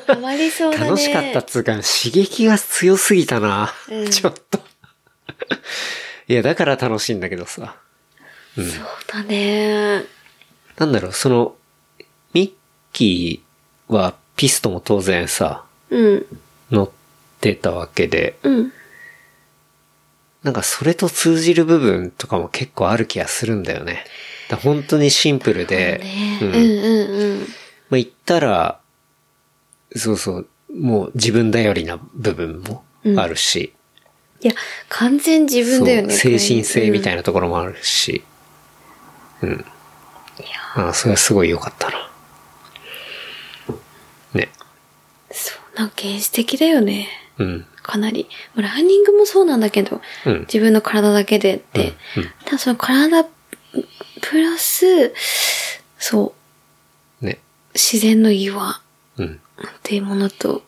[SPEAKER 3] ハマりそうだね。
[SPEAKER 2] 楽しかったっつうか、刺激が強すぎたな、
[SPEAKER 3] うん
[SPEAKER 2] ちょっと。いや、だから楽しいんだけどさ。
[SPEAKER 3] そうだね。
[SPEAKER 2] なんだろう、その、ミッキーはピストも当然さ、
[SPEAKER 3] うん。
[SPEAKER 2] 乗ってたわけで、
[SPEAKER 3] うん。
[SPEAKER 2] なんかそれと通じる部分とかも結構ある気がするんだよね。だから本当にシンプルで、
[SPEAKER 3] ねう
[SPEAKER 2] うんん
[SPEAKER 3] うんうん。
[SPEAKER 2] まあ、言ったら、そうそう、もう自分頼りな部分もあるし、
[SPEAKER 3] いや、完全自分だよね。
[SPEAKER 2] そう精神性みた
[SPEAKER 3] い
[SPEAKER 2] いなところもあるし。うん。ああそれはすごい良かったな。ね。
[SPEAKER 3] な。そう、なんか原始的だよね。
[SPEAKER 2] うん。
[SPEAKER 3] かなり。ランニングもそうなんだけど、
[SPEAKER 2] うん
[SPEAKER 3] 自分の体だけでって。
[SPEAKER 2] うんうん
[SPEAKER 3] ただその体、プラス、そう、
[SPEAKER 2] ね。
[SPEAKER 3] 自然の岩
[SPEAKER 2] うん。
[SPEAKER 3] っていうものと、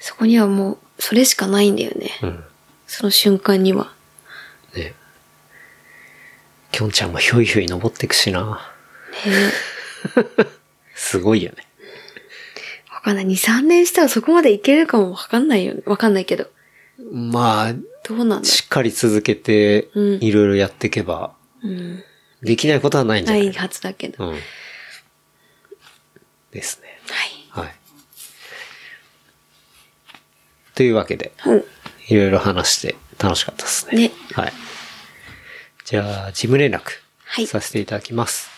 [SPEAKER 3] そこにはもう、それしかないんだよね。
[SPEAKER 2] うん。
[SPEAKER 3] その瞬間には。
[SPEAKER 2] ね。きょんちゃんもひょいひょい登ってくしな。
[SPEAKER 3] ね
[SPEAKER 2] すごいよね。
[SPEAKER 3] わかんない。2、3年したらそこまでいけるかもわかんないよね。わかんないけど。
[SPEAKER 2] まあ、
[SPEAKER 3] どうなんだ
[SPEAKER 2] しっかり続けて、
[SPEAKER 3] うん
[SPEAKER 2] いろいろやっていけば、
[SPEAKER 3] ろう。うん。
[SPEAKER 2] できないことはないんじゃ
[SPEAKER 3] な
[SPEAKER 2] ない
[SPEAKER 3] い
[SPEAKER 2] か
[SPEAKER 3] はずだけど。
[SPEAKER 2] う
[SPEAKER 3] は
[SPEAKER 2] ん。ですね。
[SPEAKER 3] い。
[SPEAKER 2] はい。というわけで、
[SPEAKER 3] うん。
[SPEAKER 2] いろいろ話して楽しかったですね。
[SPEAKER 3] ね
[SPEAKER 2] はい。じゃあ、事務連絡
[SPEAKER 3] はい
[SPEAKER 2] させていただきます。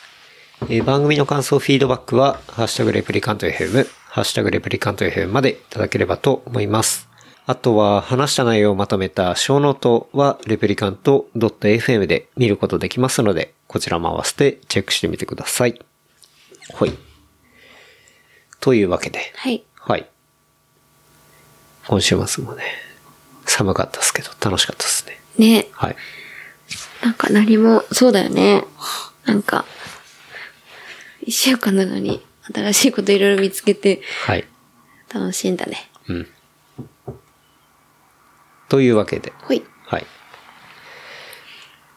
[SPEAKER 2] えー番組の感想、フィードバックは、ハッシュタグレプリカント FM、ハッシュタグレプリカント FM までいただければと思います。あとは、話した内容をまとめた小ノートは、レプリカント .fm で見ることできますので、こちらも合わせてチェックしてみてください。ほい。というわけで、
[SPEAKER 3] はい。
[SPEAKER 2] はい。今週末もね、寒かったですけど、楽しかったですね。
[SPEAKER 3] ね
[SPEAKER 2] はい。
[SPEAKER 3] なんか何も、そうだよね。なんか、一週間なのに、新しいこといろいろ見つけて、
[SPEAKER 2] はい。
[SPEAKER 3] 楽しいんだね。
[SPEAKER 2] うん。というわけで、
[SPEAKER 3] ほい。
[SPEAKER 2] はい。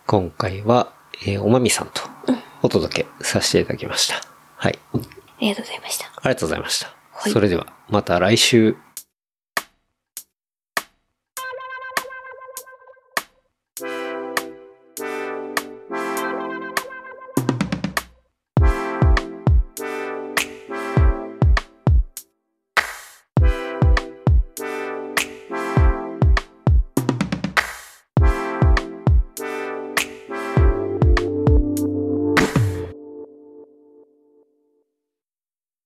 [SPEAKER 2] 今回は、えーおまみさんとお届けさせていただきました。はい。
[SPEAKER 3] ありがとうございました。
[SPEAKER 2] ありがとうございました。
[SPEAKER 3] はい
[SPEAKER 2] それでは、また来週